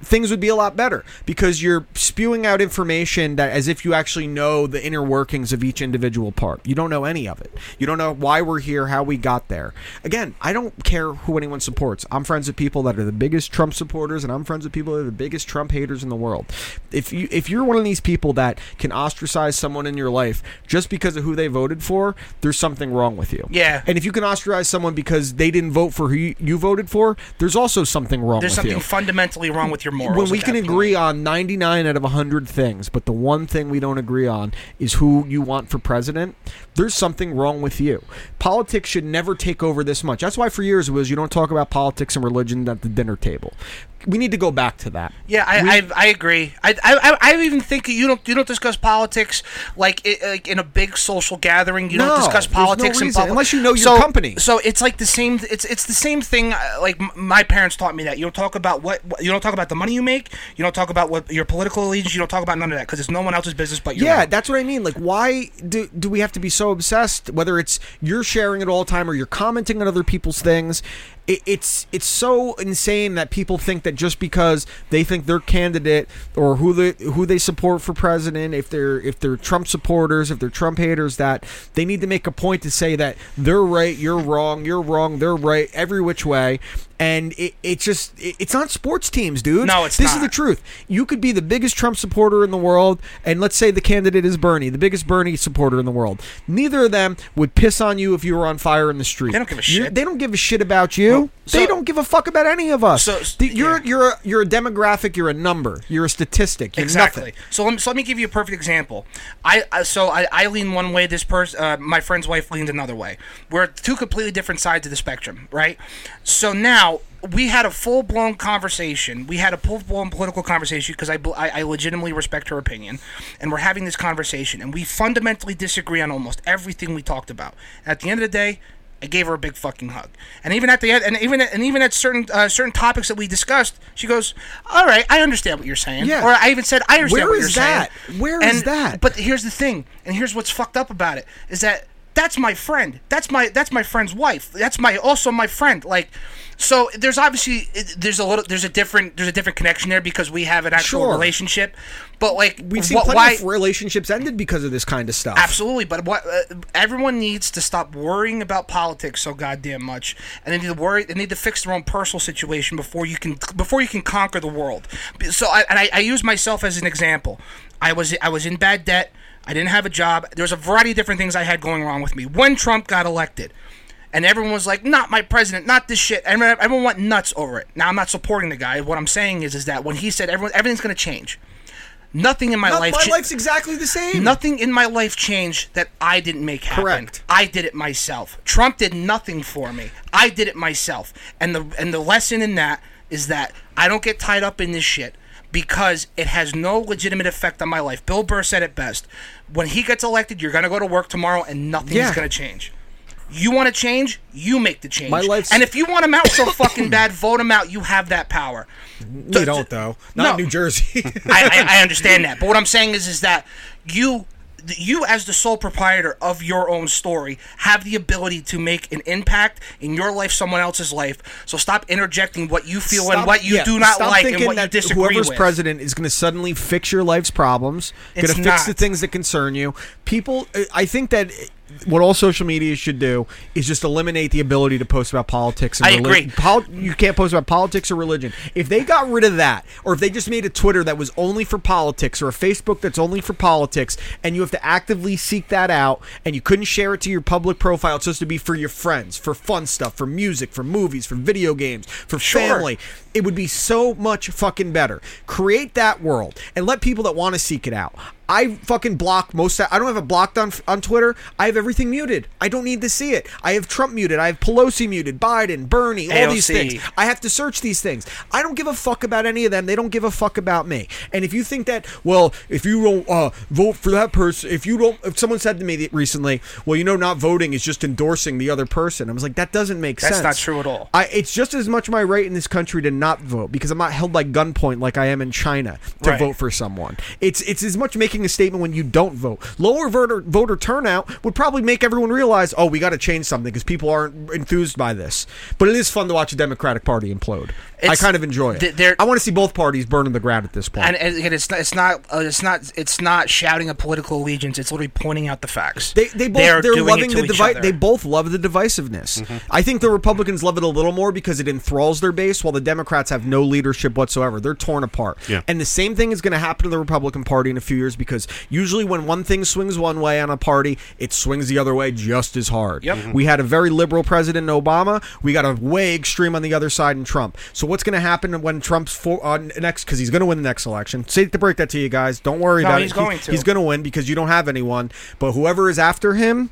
S4: things would be a lot better because you're spewing out information that as if you actually know the inner workings of each individual part. You don't know any of it. You don't know why we're here, how we got there. Again, I don't care who anyone supports. I'm friends with people that are the biggest Trump supporters and I'm friends with people that are the biggest Trump haters in the world. If you if you're one of these people that can ostracize someone in your life just because of who they voted for, there's something wrong with you.
S3: Yeah.
S4: And if you can ostracize someone because they didn't vote for who you, you voted for, there's also something wrong
S3: There's
S4: with
S3: something
S4: you
S3: fundamentally wrong with your morals.
S4: when
S3: at
S4: we
S3: that
S4: can
S3: point.
S4: agree on 99 out of 100 things but the one thing we don't agree on is who you want for president there's something wrong with you politics should never take over this much that's why for years it was you don't talk about politics and religion at the dinner table we need to go back to that
S3: Yeah, I, I, I agree. I, I I I even think you don't you don't discuss politics like, i like in a big social gathering. You
S4: No,
S3: don't discuss
S4: there's no
S3: politics in
S4: reason,
S3: public
S4: unless you know your
S3: So-
S4: company.
S3: So it's like the same. It's it's the same thing. uh, Like m- my parents taught me that you don't talk about what what- you don't talk about the money you make. You don't talk about what your political allegiance. You don't talk about none of that because it's no one else's business but your
S4: yeah,
S3: own.
S4: that's what I mean. Like, why do, do we have to be so obsessed? Whether it's you're sharing it all the time or you're commenting on other people's things, it, it's it's so insane that people think that just because they think their candidate or who they who they support for president, if they're if they're Trump supporters, if they're Trump haters, that they need to make a point to say that they're right, you're wrong, you're wrong, they're right, every which way. And it, it just it, it's not sports teams, dude.
S3: No, it's
S4: this is
S3: not.
S4: the truth. You could be the biggest Trump supporter in the world, and let's say the candidate is Bernie, the biggest Bernie supporter in the world. Neither of them would piss on you if you were on fire in the street.
S3: They don't give a
S4: You-
S3: shit.
S4: They don't give a shit about you. they
S3: so-
S4: don't give a fuck about any of us.
S3: So-
S4: The- you're
S3: yeah.
S4: you're a, you're a demographic. You're a number. You're a statistic. You're
S3: Exactly.
S4: nothing.
S3: So let me so let me give you a perfect example. I, I so I, I lean one way. This person, uh, my friend's wife, leans another way. We're two completely different sides of the spectrum, right? So now we had a full blown conversation. We had a full blown political conversation because I, bel- I I legitimately respect her opinion, and we're having this conversation, and we fundamentally disagree on almost everything we talked about. At the end of the day, I gave her a big fucking hug, and even at the end, and even at, and even at certain uh, certain topics that we discussed, she goes, "All right, I understand what you're saying."
S4: Yeah.
S3: Or I even said, "I understand
S4: Where
S3: what
S4: is
S3: you're
S4: that?
S3: saying."
S4: Where
S3: and,
S4: is that?
S3: But here's the thing, and here's what's fucked up about it is that that's my friend. That's my that's my friend's wife. That's my also my friend. Like, so there's obviously there's a little there's a different there's a different connection there because we have an actual
S4: Sure.
S3: relationship. But like,
S4: We've seen
S3: wh-
S4: plenty
S3: why?
S4: of relationships ended because of this kind of stuff.
S3: Absolutely, but what uh, everyone needs to stop worrying about politics so goddamn much, and they need to worry. They need to fix their own personal situation before you can before you can conquer the world. B- So, I, and I, I use myself as an example. I was I was in bad debt. I didn't have a job. There was a variety of different things I had going wrong with me when Trump got elected. And everyone was like, "Not my president, not this shit." And everyone- everyone went nuts over it. Now I'm not supporting the guy. What I'm saying is, is that when he said everyone, everything's going to change. Nothing in my
S4: Not-
S3: life.
S4: my
S3: cha-
S4: life's exactly the same.
S3: Nothing in my life changed that I didn't make happen.
S4: Hmm. Correct.
S3: I did it myself. Trump did nothing for me. I did it myself. And the and the lesson in that is that I don't get tied up in this shit because it has no legitimate effect on my life. Bill Burr said it best. When he gets elected, you're going to go to work tomorrow and nothing's
S4: Yeah.
S3: going to change. You want to change, you make the change.
S4: My life's-
S3: and if you want him out so fucking bad, vote him out. You have that power.
S4: We don't though. Not
S3: No.
S4: in New Jersey. (laughs)
S3: I, I, I understand that, but what I'm saying is, is that you, you as the sole proprietor of your own story, have the ability to make an impact in your life, someone else's life. So stop interjecting what you feel and
S4: Stop-
S3: what you
S4: yeah,
S3: do not
S4: stop
S3: like and
S4: thinking
S3: what you
S4: that
S3: disagree
S4: whoever's
S3: with.
S4: president is going to suddenly fix your life's problems, going
S3: It's
S4: to
S3: not.
S4: fix the things that concern you. People, I- I think that what all social media should do is just eliminate the ability to post about politics. And
S3: I
S4: religion.
S3: agree.
S4: you can't post about politics or religion. If they got rid of that, or if they just made a Twitter that was only for politics, or a Facebook that's only for politics, and you have to actively seek that out, and you couldn't share it to your public profile, it's supposed to be for your friends, for fun stuff, for music, for movies, for video games, for
S3: Sure.
S4: family. It would be so much fucking better. Create that world and let people that want to seek it out. I fucking block most. I don't have it blocked on on Twitter. I have everything muted. I don't need to see it. I have Trump muted. I have Pelosi muted. Biden, Bernie, all these
S3: AOC.
S4: things. I have to search these things. I don't give a fuck about any of them. They don't give a fuck about me. And if you think that, well, if you don't uh, vote for that person, if you don't, if someone said to me that recently, well, you know, not voting is just endorsing the other person. I was like, that doesn't make
S3: That's
S4: sense.
S3: not true at all.
S4: I, it's just as much my right in this country to not vote because I'm not held by gunpoint like I am in China to
S3: Right.
S4: vote for someone. It's it's as much making a statement when you don't vote. Lower voter voter turnout would probably make everyone realize, oh, we got to change something because people aren't enthused by this. But it is fun to watch a Democratic Party implode. I
S3: It's-
S4: kind of enjoy
S3: th-
S4: it.
S3: they're-
S4: I want to see both parties burn to the ground at this point.
S3: And, and again, it's not, it's not, uh, it's not, it's not shouting a political allegiance. It's literally pointing out the facts.
S4: They, they both
S3: They are
S4: they are
S3: doing it
S4: loving
S3: to
S4: the
S3: each
S4: divide.
S3: other. Mm-hmm.
S4: They both love the divisiveness. I think the Republicans love it a little more because it enthralls their base, while the Democrats have no leadership whatsoever. They're torn apart.
S6: Yeah.
S4: And the same thing is going to happen to the Republican Party in a few years because usually when one thing swings one way on a party, it swings the other way just as hard.
S3: Yep. Mhm.
S4: We had a very liberal president in Obama. We got a way extreme on the other side in Trump. So what's going to happen when Trump's for, uh, next? Because he's going to win the next election. Safe to break that to you guys. Don't worry
S3: No,
S4: about
S3: he's
S4: it.
S3: going to.
S4: He's going to win because you don't have anyone. But whoever is after him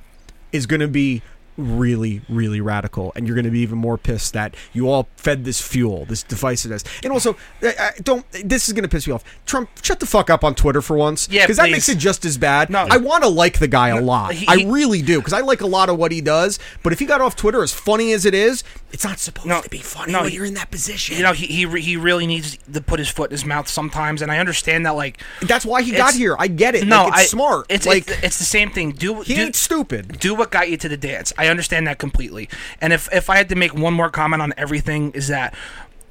S4: is going to be really, really radical, and you're going to be even more pissed that you all fed this fuel, this divisiveness. And also, I, I don't. This is going to piss me off. Trump, shut the fuck up on Twitter for once.
S3: Yeah,
S4: because that
S3: please.
S4: makes it just as bad.
S3: No.
S4: I want to like the guy a lot.
S3: he-
S4: I
S3: he-
S4: really do because I like a lot of what he does. But if he got off Twitter, as funny as it is, it's not supposed
S3: No,
S4: to be funny
S3: no,
S4: when
S3: he-
S4: you're in that position.
S3: you know, he, he re- he really needs to put his foot in his mouth sometimes, and I understand that. Like,
S4: That's why he got
S3: It's-
S4: here. I get it.
S3: no,
S4: like, it's
S3: I,
S4: smart.
S3: It's
S4: like
S3: it's, it's the same thing. Do
S4: he
S3: do,
S4: ain't stupid.
S3: do what got you to the dance. I understand that completely. And if if I had to make one more comment on everything, is that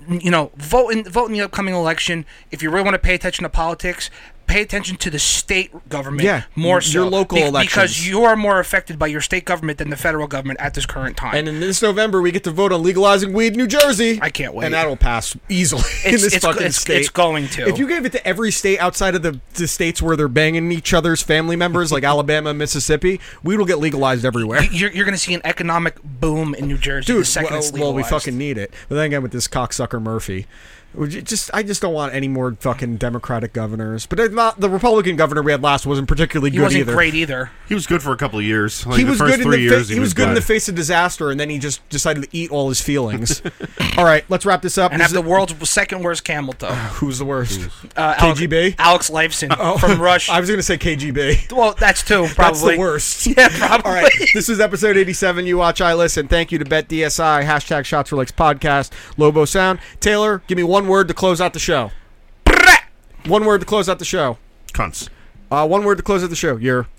S3: you know vote in vote in the upcoming election. If you really want to pay attention to politics, pay attention to the state government.
S4: Yeah,
S3: more
S4: your
S3: so
S4: local
S3: because
S4: elections.
S3: you are more affected by your state government than the federal government at this current time.
S4: And in this November, we get to vote on legalizing weed in New Jersey.
S3: I can't wait.
S4: And that'll pass easily (laughs) in
S3: It's-
S4: this
S3: it's-
S4: fucking
S3: it's-
S4: state.
S3: it's going to.
S4: If you gave it to every state outside of the, the states where they're banging each other's family members,
S3: (laughs)
S4: like Alabama and Mississippi, weed will get legalized everywhere.
S3: you're, you're going to see an economic boom in New Jersey
S4: (laughs)
S3: the
S4: Dude,
S3: second
S4: well,
S3: it's
S4: well, we
S3: legalized.
S4: fucking need it. But then again, with this cocksucker Murphy, Would you just I just don't want any more fucking Democratic governors. But it's not, the Republican governor we had last wasn't particularly
S3: He
S4: good
S3: wasn't
S4: either.
S3: great either.
S6: He was good for a couple of years. Like
S4: He
S6: the
S4: was
S6: first
S4: good in
S6: three
S4: the fa-
S6: years.
S4: he was good in the
S6: good.
S4: face of disaster, and then he just decided to eat all his
S6: (laughs)
S4: feelings. all right, let's wrap this up.
S3: And
S4: This
S3: have
S4: is-
S3: the world's second worst camel
S4: (sighs)
S3: toe. (laughs) Uh,
S4: who's the worst?
S3: Alex-
S4: KGB?
S3: Alex Lifeson
S4: (laughs)
S3: from Rush.
S4: I was going to say KGB.
S3: well, that's two, probably.
S4: Oh. That's the worst.
S3: (laughs) Yeah, probably.
S4: All right, this is episode 87. You watch, I listen. Thank you to Bet DSI, hashtag Shots for Legs podcast, Lobo Sound. Taylor, give me one word to close out the show. One word to close out the show.
S6: Cunts.
S4: Uh, one word to close out the show. You're.